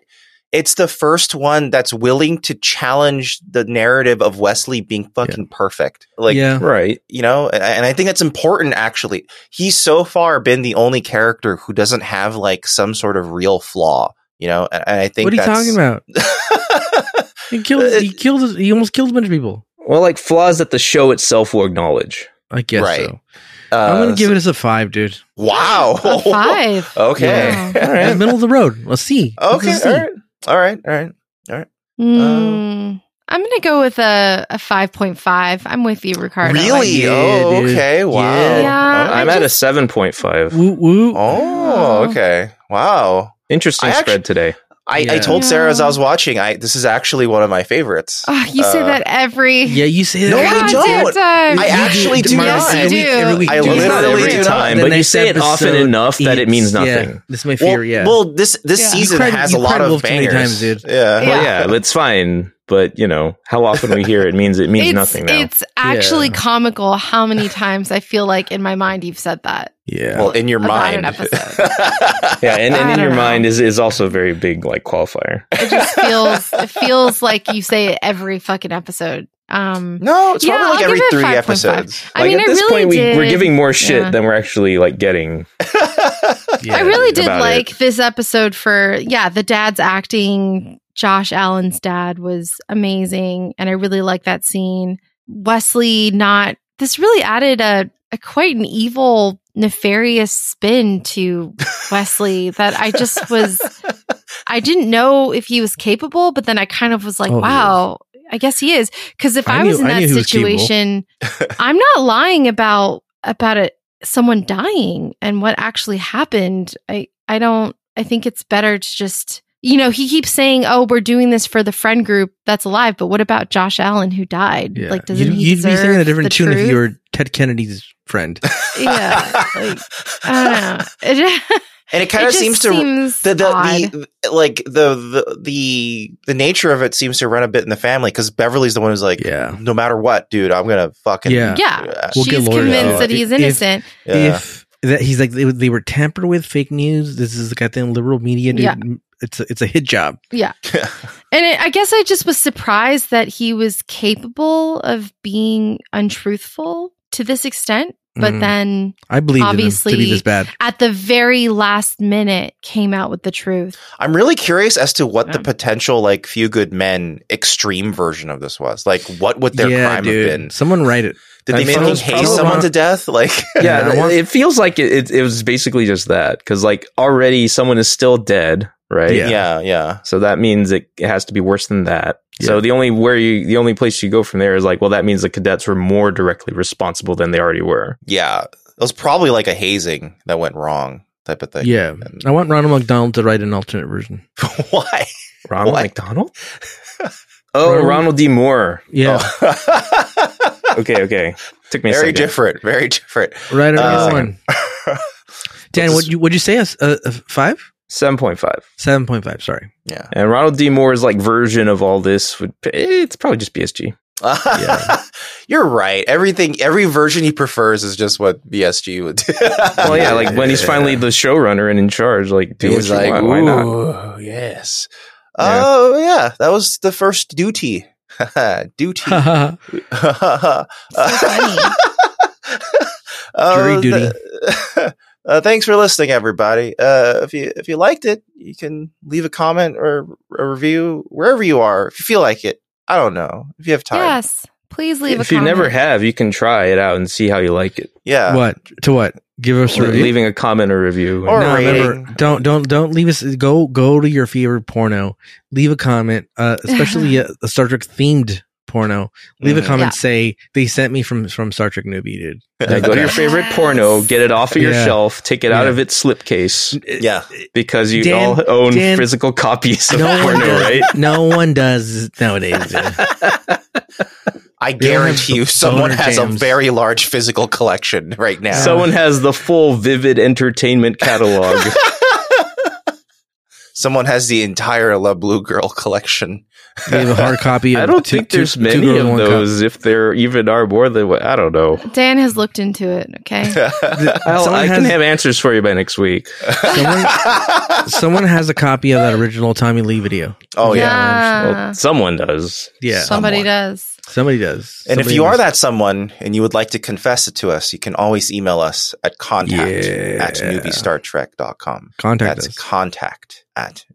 [SPEAKER 2] it's the first one that's willing to challenge the narrative of Wesley being fucking perfect. Like
[SPEAKER 1] yeah.
[SPEAKER 4] Right.
[SPEAKER 2] you know, and, and I think that's important. Actually, he's so far been the only character who doesn't have like some sort of real flaw. You know, and, and I think
[SPEAKER 1] What are you
[SPEAKER 2] that's, Uh,
[SPEAKER 1] talking about? He killed, he
[SPEAKER 2] It-
[SPEAKER 1] killed, he almost killed a bunch of people.
[SPEAKER 4] Well, like flaws that the show itself will acknowledge.
[SPEAKER 1] I guess
[SPEAKER 2] Right.
[SPEAKER 1] so. I'm going to give it as a five, dude.
[SPEAKER 2] Uh, wow
[SPEAKER 3] A five.
[SPEAKER 2] Okay,
[SPEAKER 3] Wow.
[SPEAKER 2] all
[SPEAKER 1] It's
[SPEAKER 2] right,
[SPEAKER 1] middle of the road. Let's see. This
[SPEAKER 2] okay,
[SPEAKER 1] is a C.
[SPEAKER 2] all right, all right, all right.
[SPEAKER 3] Mm, I'm going to go with a, a 5.5. I'm with you, Ricardo.
[SPEAKER 2] Really?
[SPEAKER 1] Yeah,
[SPEAKER 2] oh,
[SPEAKER 1] dude.
[SPEAKER 2] okay. Wow.
[SPEAKER 1] Yeah.
[SPEAKER 3] Yeah,
[SPEAKER 2] Okay.
[SPEAKER 4] I'm
[SPEAKER 3] I
[SPEAKER 4] at a
[SPEAKER 3] just-
[SPEAKER 4] 7.5.
[SPEAKER 1] Woo, woo.
[SPEAKER 2] Oh,
[SPEAKER 3] Oh.
[SPEAKER 2] okay. Wow.
[SPEAKER 4] Interesting
[SPEAKER 2] I
[SPEAKER 4] spread
[SPEAKER 2] actu-
[SPEAKER 4] today.
[SPEAKER 2] I, I
[SPEAKER 1] Yeah.
[SPEAKER 2] told Sarah as I
[SPEAKER 3] Yeah.
[SPEAKER 2] was watching, I this is actually one of my favorites.
[SPEAKER 3] Oh, you say
[SPEAKER 2] Uh,
[SPEAKER 3] that every
[SPEAKER 1] Yeah, you say that.
[SPEAKER 2] No, I
[SPEAKER 1] every
[SPEAKER 3] goddamn
[SPEAKER 1] time.
[SPEAKER 2] don't.
[SPEAKER 3] time.
[SPEAKER 2] I
[SPEAKER 1] You
[SPEAKER 2] actually do
[SPEAKER 1] Mark.
[SPEAKER 2] not.
[SPEAKER 1] Every week, every week.
[SPEAKER 2] I
[SPEAKER 1] You do
[SPEAKER 4] It's
[SPEAKER 1] not.
[SPEAKER 4] not
[SPEAKER 2] literally
[SPEAKER 4] every
[SPEAKER 2] do not.
[SPEAKER 4] time,
[SPEAKER 1] The
[SPEAKER 4] but you
[SPEAKER 1] next
[SPEAKER 4] say it often
[SPEAKER 1] episode
[SPEAKER 4] enough that it means
[SPEAKER 1] eats- yeah,
[SPEAKER 4] nothing.
[SPEAKER 1] this is my
[SPEAKER 2] Well,
[SPEAKER 1] fear. yeah.
[SPEAKER 2] well, this this
[SPEAKER 3] Yeah.
[SPEAKER 2] season
[SPEAKER 1] You cried-
[SPEAKER 2] has a
[SPEAKER 1] you
[SPEAKER 2] lot
[SPEAKER 1] cried
[SPEAKER 2] of
[SPEAKER 1] wolf too many
[SPEAKER 2] bangers.
[SPEAKER 1] times, dude.
[SPEAKER 2] Yeah.
[SPEAKER 4] Well, yeah, it's fine. But you know how often we hear it means it means
[SPEAKER 3] it's,
[SPEAKER 4] nothing now.
[SPEAKER 3] It's actually comical how many times I feel like in my mind you've said that.
[SPEAKER 1] yeah.
[SPEAKER 2] Well, in your
[SPEAKER 3] About an
[SPEAKER 2] mind.
[SPEAKER 3] episode.
[SPEAKER 4] Yeah, and, and
[SPEAKER 3] I
[SPEAKER 4] in your
[SPEAKER 3] don't know.
[SPEAKER 4] mind is is also a very big like qualifier.
[SPEAKER 3] It just feels it feels like you say it every fucking episode. Um,
[SPEAKER 2] no, it's
[SPEAKER 3] Yeah,
[SPEAKER 2] probably like
[SPEAKER 3] I'll
[SPEAKER 2] every
[SPEAKER 3] give it
[SPEAKER 2] three
[SPEAKER 3] 5.5.
[SPEAKER 2] episodes.
[SPEAKER 3] I mean, I
[SPEAKER 4] at this
[SPEAKER 3] really
[SPEAKER 4] point, we,
[SPEAKER 3] did.
[SPEAKER 4] we're giving more shit
[SPEAKER 3] Yeah.
[SPEAKER 4] than we're actually like getting.
[SPEAKER 1] yeah,
[SPEAKER 3] I really did
[SPEAKER 4] about it.
[SPEAKER 3] like this episode for yeah, the dad's acting. Josh Allen's dad was amazing, and I really like that scene. Wesley not this really added a, a quite an evil, nefarious spin to Wesley that I just was I didn't know if he was capable, but then I kind of was like,
[SPEAKER 1] Oh, he
[SPEAKER 3] wow, I guess he is. Because if
[SPEAKER 1] I
[SPEAKER 3] I,
[SPEAKER 1] knew-
[SPEAKER 3] was in
[SPEAKER 1] I knew
[SPEAKER 3] that
[SPEAKER 1] he was capable.
[SPEAKER 3] situation, I'm not lying about about it someone dying and what actually happened. I I don't I think it's better to just you know, he keeps saying, "Oh, we're doing this for the friend group that's alive," but what about Josh Allen who died?
[SPEAKER 1] Yeah.
[SPEAKER 3] Like, doesn't
[SPEAKER 1] you'd,
[SPEAKER 3] he
[SPEAKER 1] you'd be singing a
[SPEAKER 3] deserve
[SPEAKER 1] different
[SPEAKER 3] the
[SPEAKER 1] tune if
[SPEAKER 3] truth?
[SPEAKER 1] you were Ted Kennedy's friend.
[SPEAKER 3] yeah. Like, I don't know. It,
[SPEAKER 2] and it kind of
[SPEAKER 3] just
[SPEAKER 2] seems to
[SPEAKER 3] seems
[SPEAKER 2] the, the,
[SPEAKER 3] odd.
[SPEAKER 2] the like the, the the the nature of it seems to run a bit in the family because Beverly's the one who's like,
[SPEAKER 1] Yeah.
[SPEAKER 2] no matter what, dude, I'm gonna fucking
[SPEAKER 1] Yeah.
[SPEAKER 3] yeah.
[SPEAKER 2] Yeah.
[SPEAKER 1] We'll get
[SPEAKER 3] She's
[SPEAKER 1] lawyers
[SPEAKER 3] convinced
[SPEAKER 1] out.
[SPEAKER 3] that he's
[SPEAKER 1] If-
[SPEAKER 3] innocent.
[SPEAKER 2] Yeah.
[SPEAKER 1] If that he's like they, they were tampered with fake news. This is the goddamn liberal media dude.
[SPEAKER 3] Yeah.
[SPEAKER 1] It's a, it's a hit job.
[SPEAKER 3] And it, I guess I just was surprised that he was capable of being untruthful to this extent. But
[SPEAKER 4] Mm-hmm.
[SPEAKER 1] Mm.
[SPEAKER 3] then
[SPEAKER 1] I believe to
[SPEAKER 3] Obviously-
[SPEAKER 1] be this bad.
[SPEAKER 3] at the very last minute came out with the truth.
[SPEAKER 2] I'm really curious as to what the
[SPEAKER 4] Yeah.
[SPEAKER 2] potential like Few Good Men extreme version of this was. Like, what would their crime have been?
[SPEAKER 1] Someone write it.
[SPEAKER 2] Did they
[SPEAKER 4] That's
[SPEAKER 2] making
[SPEAKER 4] what I
[SPEAKER 2] haste
[SPEAKER 4] was
[SPEAKER 2] someone
[SPEAKER 1] probably-
[SPEAKER 2] to death? Like,
[SPEAKER 1] Yeah,
[SPEAKER 4] yeah,
[SPEAKER 1] I
[SPEAKER 4] th-
[SPEAKER 1] want-
[SPEAKER 4] it feels like it, it, it was basically just that because like already someone is still dead, right?
[SPEAKER 1] Yeah.
[SPEAKER 2] yeah, yeah.
[SPEAKER 4] So that means it, it has to be worse than that.
[SPEAKER 1] Yeah.
[SPEAKER 4] So the only where you the only place you go from there is like, well, that means the cadets were more directly responsible than they already were.
[SPEAKER 2] yeah, it was probably like a hazing that went wrong type of thing.
[SPEAKER 1] yeah,
[SPEAKER 2] And-
[SPEAKER 1] I want Ronald McDonald to write an alternate version.
[SPEAKER 2] Why?
[SPEAKER 4] Ronald
[SPEAKER 2] What?
[SPEAKER 4] McDonald? oh,
[SPEAKER 1] Ronald-
[SPEAKER 4] Ronald, D. Moore.
[SPEAKER 1] Yeah,
[SPEAKER 2] Oh.
[SPEAKER 4] Okay, okay. Took me a
[SPEAKER 2] very
[SPEAKER 4] second.
[SPEAKER 2] different. Very different.
[SPEAKER 1] write
[SPEAKER 2] Uh,
[SPEAKER 1] another one. Dan,
[SPEAKER 2] Let's
[SPEAKER 1] would
[SPEAKER 2] just-
[SPEAKER 1] you would you say a, a, a five?
[SPEAKER 4] Seven point five.
[SPEAKER 1] Seven point five. Sorry.
[SPEAKER 2] Yeah.
[SPEAKER 4] And Ronald D. Moore's like version of all this would it's probably just BSG.
[SPEAKER 2] yeah. You're right. Everything, every version he prefers is just what BSG would do.
[SPEAKER 4] Well, yeah, like when he's finally the showrunner and in charge, like do
[SPEAKER 2] He's
[SPEAKER 4] what you
[SPEAKER 2] like,
[SPEAKER 4] want. Why not?
[SPEAKER 2] ooh, yes. Oh, yeah. That was the first duty. duty. Uh,
[SPEAKER 3] funny.
[SPEAKER 1] Jury duty.
[SPEAKER 2] the- uh, thanks for listening, everybody. Uh, if you if you liked it, you can leave a comment or a review wherever you are. If you feel like it, I don't know. If you have time,
[SPEAKER 3] Yes. Please leave
[SPEAKER 4] If
[SPEAKER 3] a
[SPEAKER 4] you
[SPEAKER 3] comment.
[SPEAKER 4] never have, you can try it out and see how you like it.
[SPEAKER 2] yeah.
[SPEAKER 1] what to what? Give us a
[SPEAKER 4] Or
[SPEAKER 1] review.
[SPEAKER 4] leaving a comment or review.
[SPEAKER 2] Or-
[SPEAKER 1] no, remember,
[SPEAKER 2] rating.
[SPEAKER 1] don't don't don't leave us. Go go to your favorite porno. Leave a comment, uh, especially a, a Star Trek themed porno. Leave a
[SPEAKER 4] Mm-hmm.
[SPEAKER 2] Mhm.
[SPEAKER 1] comment.
[SPEAKER 3] Yeah.
[SPEAKER 1] Say they sent me from from Star Trek newbie, dude.
[SPEAKER 4] Yeah, go to your favorite porno, get it off of your
[SPEAKER 1] Yeah.
[SPEAKER 4] shelf, take it out
[SPEAKER 1] Yeah.
[SPEAKER 4] of its slipcase
[SPEAKER 2] Yeah.
[SPEAKER 4] because you
[SPEAKER 1] Dan-
[SPEAKER 4] all own
[SPEAKER 1] Dan-
[SPEAKER 4] physical copies of
[SPEAKER 1] No one
[SPEAKER 4] porno,
[SPEAKER 1] does.
[SPEAKER 4] right?
[SPEAKER 1] No one does nowadays. dude.
[SPEAKER 2] I
[SPEAKER 1] don't have
[SPEAKER 2] guarantee you,
[SPEAKER 1] the
[SPEAKER 2] someone
[SPEAKER 1] boner
[SPEAKER 2] has a
[SPEAKER 1] jams.
[SPEAKER 2] very large physical collection right now.
[SPEAKER 4] Someone has the full Vivid Entertainment catalog.
[SPEAKER 2] someone has the entire La Blue Girl collection.
[SPEAKER 1] They have a hard copy. Of
[SPEAKER 4] I don't
[SPEAKER 1] two-
[SPEAKER 4] think
[SPEAKER 1] two-
[SPEAKER 4] there's
[SPEAKER 1] two
[SPEAKER 4] many
[SPEAKER 1] girls,
[SPEAKER 4] of
[SPEAKER 1] one cup.
[SPEAKER 4] those. If there even are more than what, I don't know.
[SPEAKER 3] Dan has looked into it. Okay.
[SPEAKER 4] I'll,
[SPEAKER 1] Someone
[SPEAKER 4] I can
[SPEAKER 1] has-
[SPEAKER 4] have answers for you by next week.
[SPEAKER 1] Someone, someone has a copy of that original Tommy Lee video.
[SPEAKER 2] oh yeah.
[SPEAKER 3] Uh.
[SPEAKER 4] well, someone does.
[SPEAKER 1] Yeah,
[SPEAKER 3] Somebody
[SPEAKER 2] Someone.
[SPEAKER 3] does.
[SPEAKER 1] somebody does.
[SPEAKER 2] And if
[SPEAKER 1] Somebody
[SPEAKER 2] you are
[SPEAKER 1] does.
[SPEAKER 2] that someone and you would like to confess it to us, you can always email us at contact
[SPEAKER 1] Yeah.
[SPEAKER 2] at newbiestartrek.com.
[SPEAKER 1] contact
[SPEAKER 2] That's
[SPEAKER 1] us,
[SPEAKER 2] contact at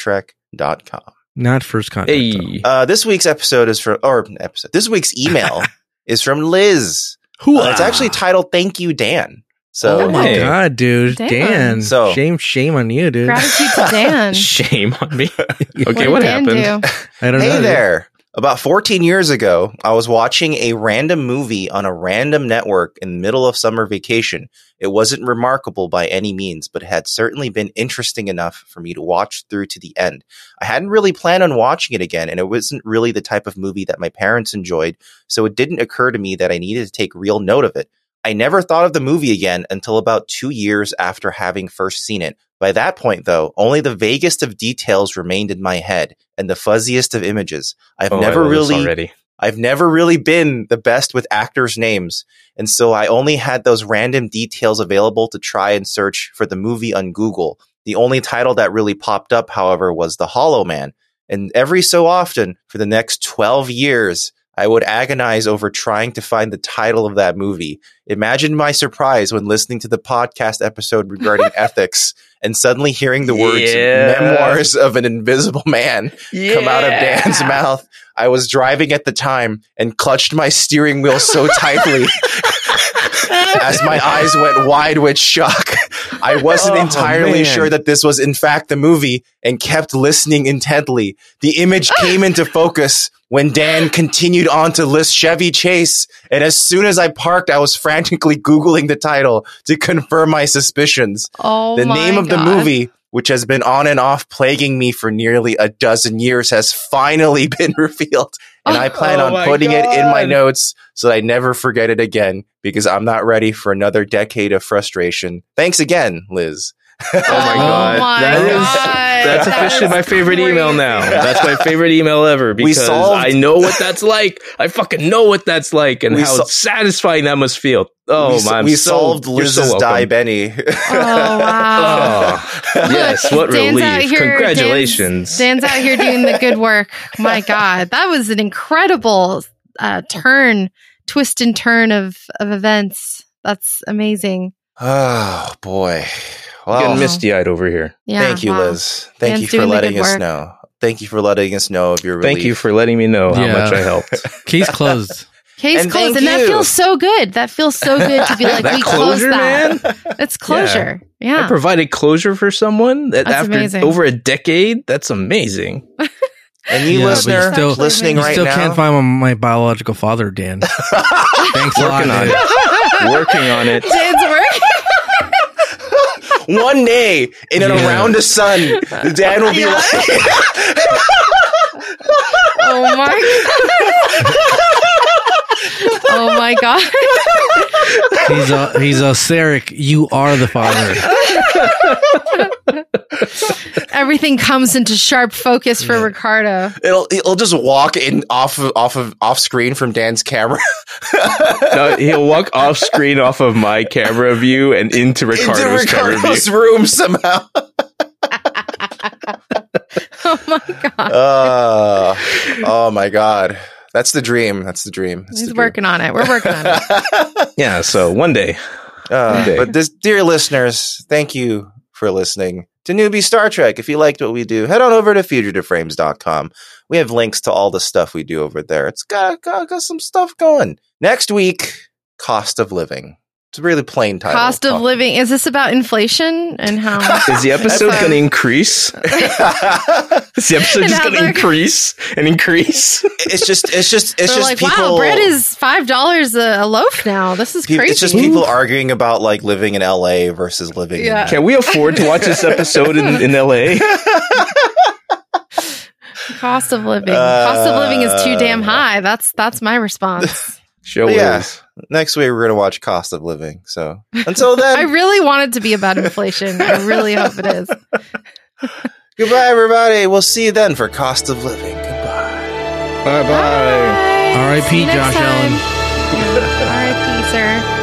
[SPEAKER 2] newbiestartrek.com.
[SPEAKER 1] not first contact. though.
[SPEAKER 4] Hey,
[SPEAKER 2] Uh, this week's episode is from, or episode, this week's email is from Liz.
[SPEAKER 1] Who?
[SPEAKER 2] Uh, it's actually titled Thank You, Dan. So,
[SPEAKER 1] Oh my
[SPEAKER 4] Hey.
[SPEAKER 1] god, dude,
[SPEAKER 3] Damn.
[SPEAKER 1] Dan.
[SPEAKER 2] So-
[SPEAKER 1] shame, shame on you, dude.
[SPEAKER 3] Gratitude to Dan.
[SPEAKER 4] shame on me. okay,
[SPEAKER 3] did
[SPEAKER 4] what,
[SPEAKER 3] Dan
[SPEAKER 4] happened?
[SPEAKER 3] do?
[SPEAKER 1] I don't know.
[SPEAKER 2] hey
[SPEAKER 1] dude.
[SPEAKER 2] there. About 14 years ago, I was watching a random movie on a random network in the middle of summer vacation. It wasn't remarkable by any means, but it had certainly been interesting enough for me to watch through to the end. I hadn't really planned on watching it again, and it wasn't really the type of movie that my parents enjoyed, so it didn't occur to me that I needed to take real note of it. I never thought of the movie again until about two years after having first seen it. By that point, though, only the vaguest of details remained in my head and the fuzziest of images. I've
[SPEAKER 4] Oh, I
[SPEAKER 2] never
[SPEAKER 4] love this
[SPEAKER 2] really
[SPEAKER 4] already.
[SPEAKER 2] I've never really been the best with actors' names, and so I only had those random details available to try and search for the movie on Google. The only title that really popped up, however, was The Hollow Man. And every so often, for the next 12 years, I would agonize over trying to find the title of that movie. Imagine my surprise when listening to the podcast episode regarding ethics and suddenly hearing the words
[SPEAKER 4] Yeah.
[SPEAKER 2] memoirs of an invisible man come out of Dan's mouth. I was driving at the time and clutched my steering wheel so tightly as my eyes went wide with shock. I wasn't
[SPEAKER 4] Oh,
[SPEAKER 2] entirely
[SPEAKER 4] man.
[SPEAKER 2] sure that this was in fact the movie and kept listening intently. The image came into focus when Dan continued on to list Chevy Chase, and as soon as I parked, I was frantically Googling the title to confirm my suspicions
[SPEAKER 3] Oh,
[SPEAKER 2] the
[SPEAKER 3] my
[SPEAKER 2] name of the
[SPEAKER 3] God.
[SPEAKER 2] movie which has been on and off plaguing me for nearly a dozen years has finally been revealed and i plan
[SPEAKER 4] Oh
[SPEAKER 2] on
[SPEAKER 4] my
[SPEAKER 2] putting it in my
[SPEAKER 4] God.
[SPEAKER 2] notes so that i never forget it again because i'm not ready for another decade of frustration thanks again liz
[SPEAKER 4] Oh my God.
[SPEAKER 3] my
[SPEAKER 4] That is-
[SPEAKER 3] God.
[SPEAKER 4] That's
[SPEAKER 3] That
[SPEAKER 4] officially
[SPEAKER 3] is
[SPEAKER 4] my favorite email
[SPEAKER 3] crazy.
[SPEAKER 4] now. That's my favorite email ever because
[SPEAKER 2] solved-
[SPEAKER 4] I know what that's like. I fucking know what that's like and
[SPEAKER 2] We
[SPEAKER 4] how
[SPEAKER 2] sol-
[SPEAKER 4] satisfying that must feel.
[SPEAKER 2] we,
[SPEAKER 4] Oh
[SPEAKER 2] s-
[SPEAKER 4] my! I'm
[SPEAKER 2] we
[SPEAKER 4] so-
[SPEAKER 2] solved
[SPEAKER 4] you're so
[SPEAKER 2] Liz's
[SPEAKER 4] welcome.
[SPEAKER 2] die, Benny.
[SPEAKER 3] Oh wow.
[SPEAKER 4] Oh, yes, what
[SPEAKER 3] Dan's out
[SPEAKER 4] relief!
[SPEAKER 3] here-
[SPEAKER 4] Congratulations.
[SPEAKER 3] Dan's, Dan's out here doing the good work. My God, that was an incredible uh, turn, twist and turn of of events. That's amazing.
[SPEAKER 2] oh boy.
[SPEAKER 4] Getting
[SPEAKER 2] Well,
[SPEAKER 3] Goodness.
[SPEAKER 4] misty eyed over here.
[SPEAKER 3] Yeah,
[SPEAKER 2] thank you,
[SPEAKER 3] wow.
[SPEAKER 2] Liz. Thank
[SPEAKER 3] Dan's
[SPEAKER 2] you for
[SPEAKER 3] doing the
[SPEAKER 2] letting
[SPEAKER 3] good
[SPEAKER 2] us
[SPEAKER 3] work.
[SPEAKER 2] know. Thank you for letting us know of your relief.
[SPEAKER 4] Thank you for letting me know how
[SPEAKER 1] Yeah.
[SPEAKER 4] much I helped.
[SPEAKER 1] Case closed.
[SPEAKER 3] Case
[SPEAKER 2] And
[SPEAKER 3] closed,
[SPEAKER 2] thank
[SPEAKER 3] and that
[SPEAKER 2] you.
[SPEAKER 3] feels so good. That feels so good to be like
[SPEAKER 4] That
[SPEAKER 3] we closed
[SPEAKER 4] closure,
[SPEAKER 3] that.
[SPEAKER 4] man.
[SPEAKER 3] It's closure.
[SPEAKER 4] I
[SPEAKER 3] Yeah,
[SPEAKER 4] provided closure for someone that
[SPEAKER 3] That's
[SPEAKER 4] after
[SPEAKER 3] amazing.
[SPEAKER 4] over a decade. That's amazing.
[SPEAKER 2] and you
[SPEAKER 1] Yeah, but
[SPEAKER 2] listener
[SPEAKER 1] you still-
[SPEAKER 2] listening
[SPEAKER 1] You
[SPEAKER 2] right
[SPEAKER 1] still
[SPEAKER 2] now.
[SPEAKER 1] can't find my, my biological father, Dan. Thanks a lot.
[SPEAKER 4] Working on
[SPEAKER 1] dude.
[SPEAKER 4] it. Working on it.
[SPEAKER 3] Dan's work.
[SPEAKER 2] One day in and
[SPEAKER 1] Yeah.
[SPEAKER 2] around the sun, the dad will be
[SPEAKER 3] Yeah.
[SPEAKER 2] like,
[SPEAKER 3] Oh my god. oh my god.
[SPEAKER 1] He's a he's a Sarek. You are the father.
[SPEAKER 3] Everything comes into sharp focus for Ricardo.
[SPEAKER 2] it'll it'll just walk in off of off of off screen from Dan's camera
[SPEAKER 4] No, he'll walk off screen off of my camera view and into Ricardo's,
[SPEAKER 2] into
[SPEAKER 4] camera
[SPEAKER 2] Ricardo's
[SPEAKER 4] view.
[SPEAKER 2] room somehow.
[SPEAKER 3] Oh my god.
[SPEAKER 2] Uh, oh my god, that's the dream. That's the dream. That's the
[SPEAKER 3] He's
[SPEAKER 2] dream.
[SPEAKER 3] working on it. We're working on it.
[SPEAKER 4] Yeah, so one day.
[SPEAKER 2] Uh,
[SPEAKER 4] Okay.
[SPEAKER 2] But this, dear listeners, thank you for listening to Newbie Star Trek. If you liked what we do, head on over to fugitiveframes.com. We have links to all the stuff we do over there. It's got, got, got some stuff going. Next week, cost of living. It's a really plain title. Oh.
[SPEAKER 3] Cost of living. Is this about inflation and how
[SPEAKER 4] Is the episode
[SPEAKER 3] That's, um,
[SPEAKER 4] going to increase? Is the episode
[SPEAKER 3] And
[SPEAKER 4] just
[SPEAKER 3] how
[SPEAKER 4] going to
[SPEAKER 3] they're-
[SPEAKER 4] increase and increase?
[SPEAKER 2] it's just, it's just, it's
[SPEAKER 3] they're
[SPEAKER 2] just
[SPEAKER 3] like,
[SPEAKER 2] people.
[SPEAKER 3] wow, bread is five dollars a a loaf now. This is
[SPEAKER 2] pe-
[SPEAKER 3] crazy.
[SPEAKER 2] It's just people arguing about like living in LA versus living.
[SPEAKER 3] Yeah.
[SPEAKER 4] Can we afford to watch this episode in, in LA?
[SPEAKER 3] Cost of living. Cost of living is too
[SPEAKER 2] uh,
[SPEAKER 3] damn high. That's that's my response.
[SPEAKER 4] Show
[SPEAKER 2] Yeah.
[SPEAKER 4] is.
[SPEAKER 2] In, next week, we're gonna watch Cost of Living. So until
[SPEAKER 3] I
[SPEAKER 2] then,
[SPEAKER 3] really want it to be about inflation. I really hope it is.
[SPEAKER 2] goodbye, everybody. We'll see you then for Cost of Living. Goodbye.
[SPEAKER 4] Bye bye.
[SPEAKER 1] R.I.P. Josh Allen.
[SPEAKER 3] R.I.P. Sir.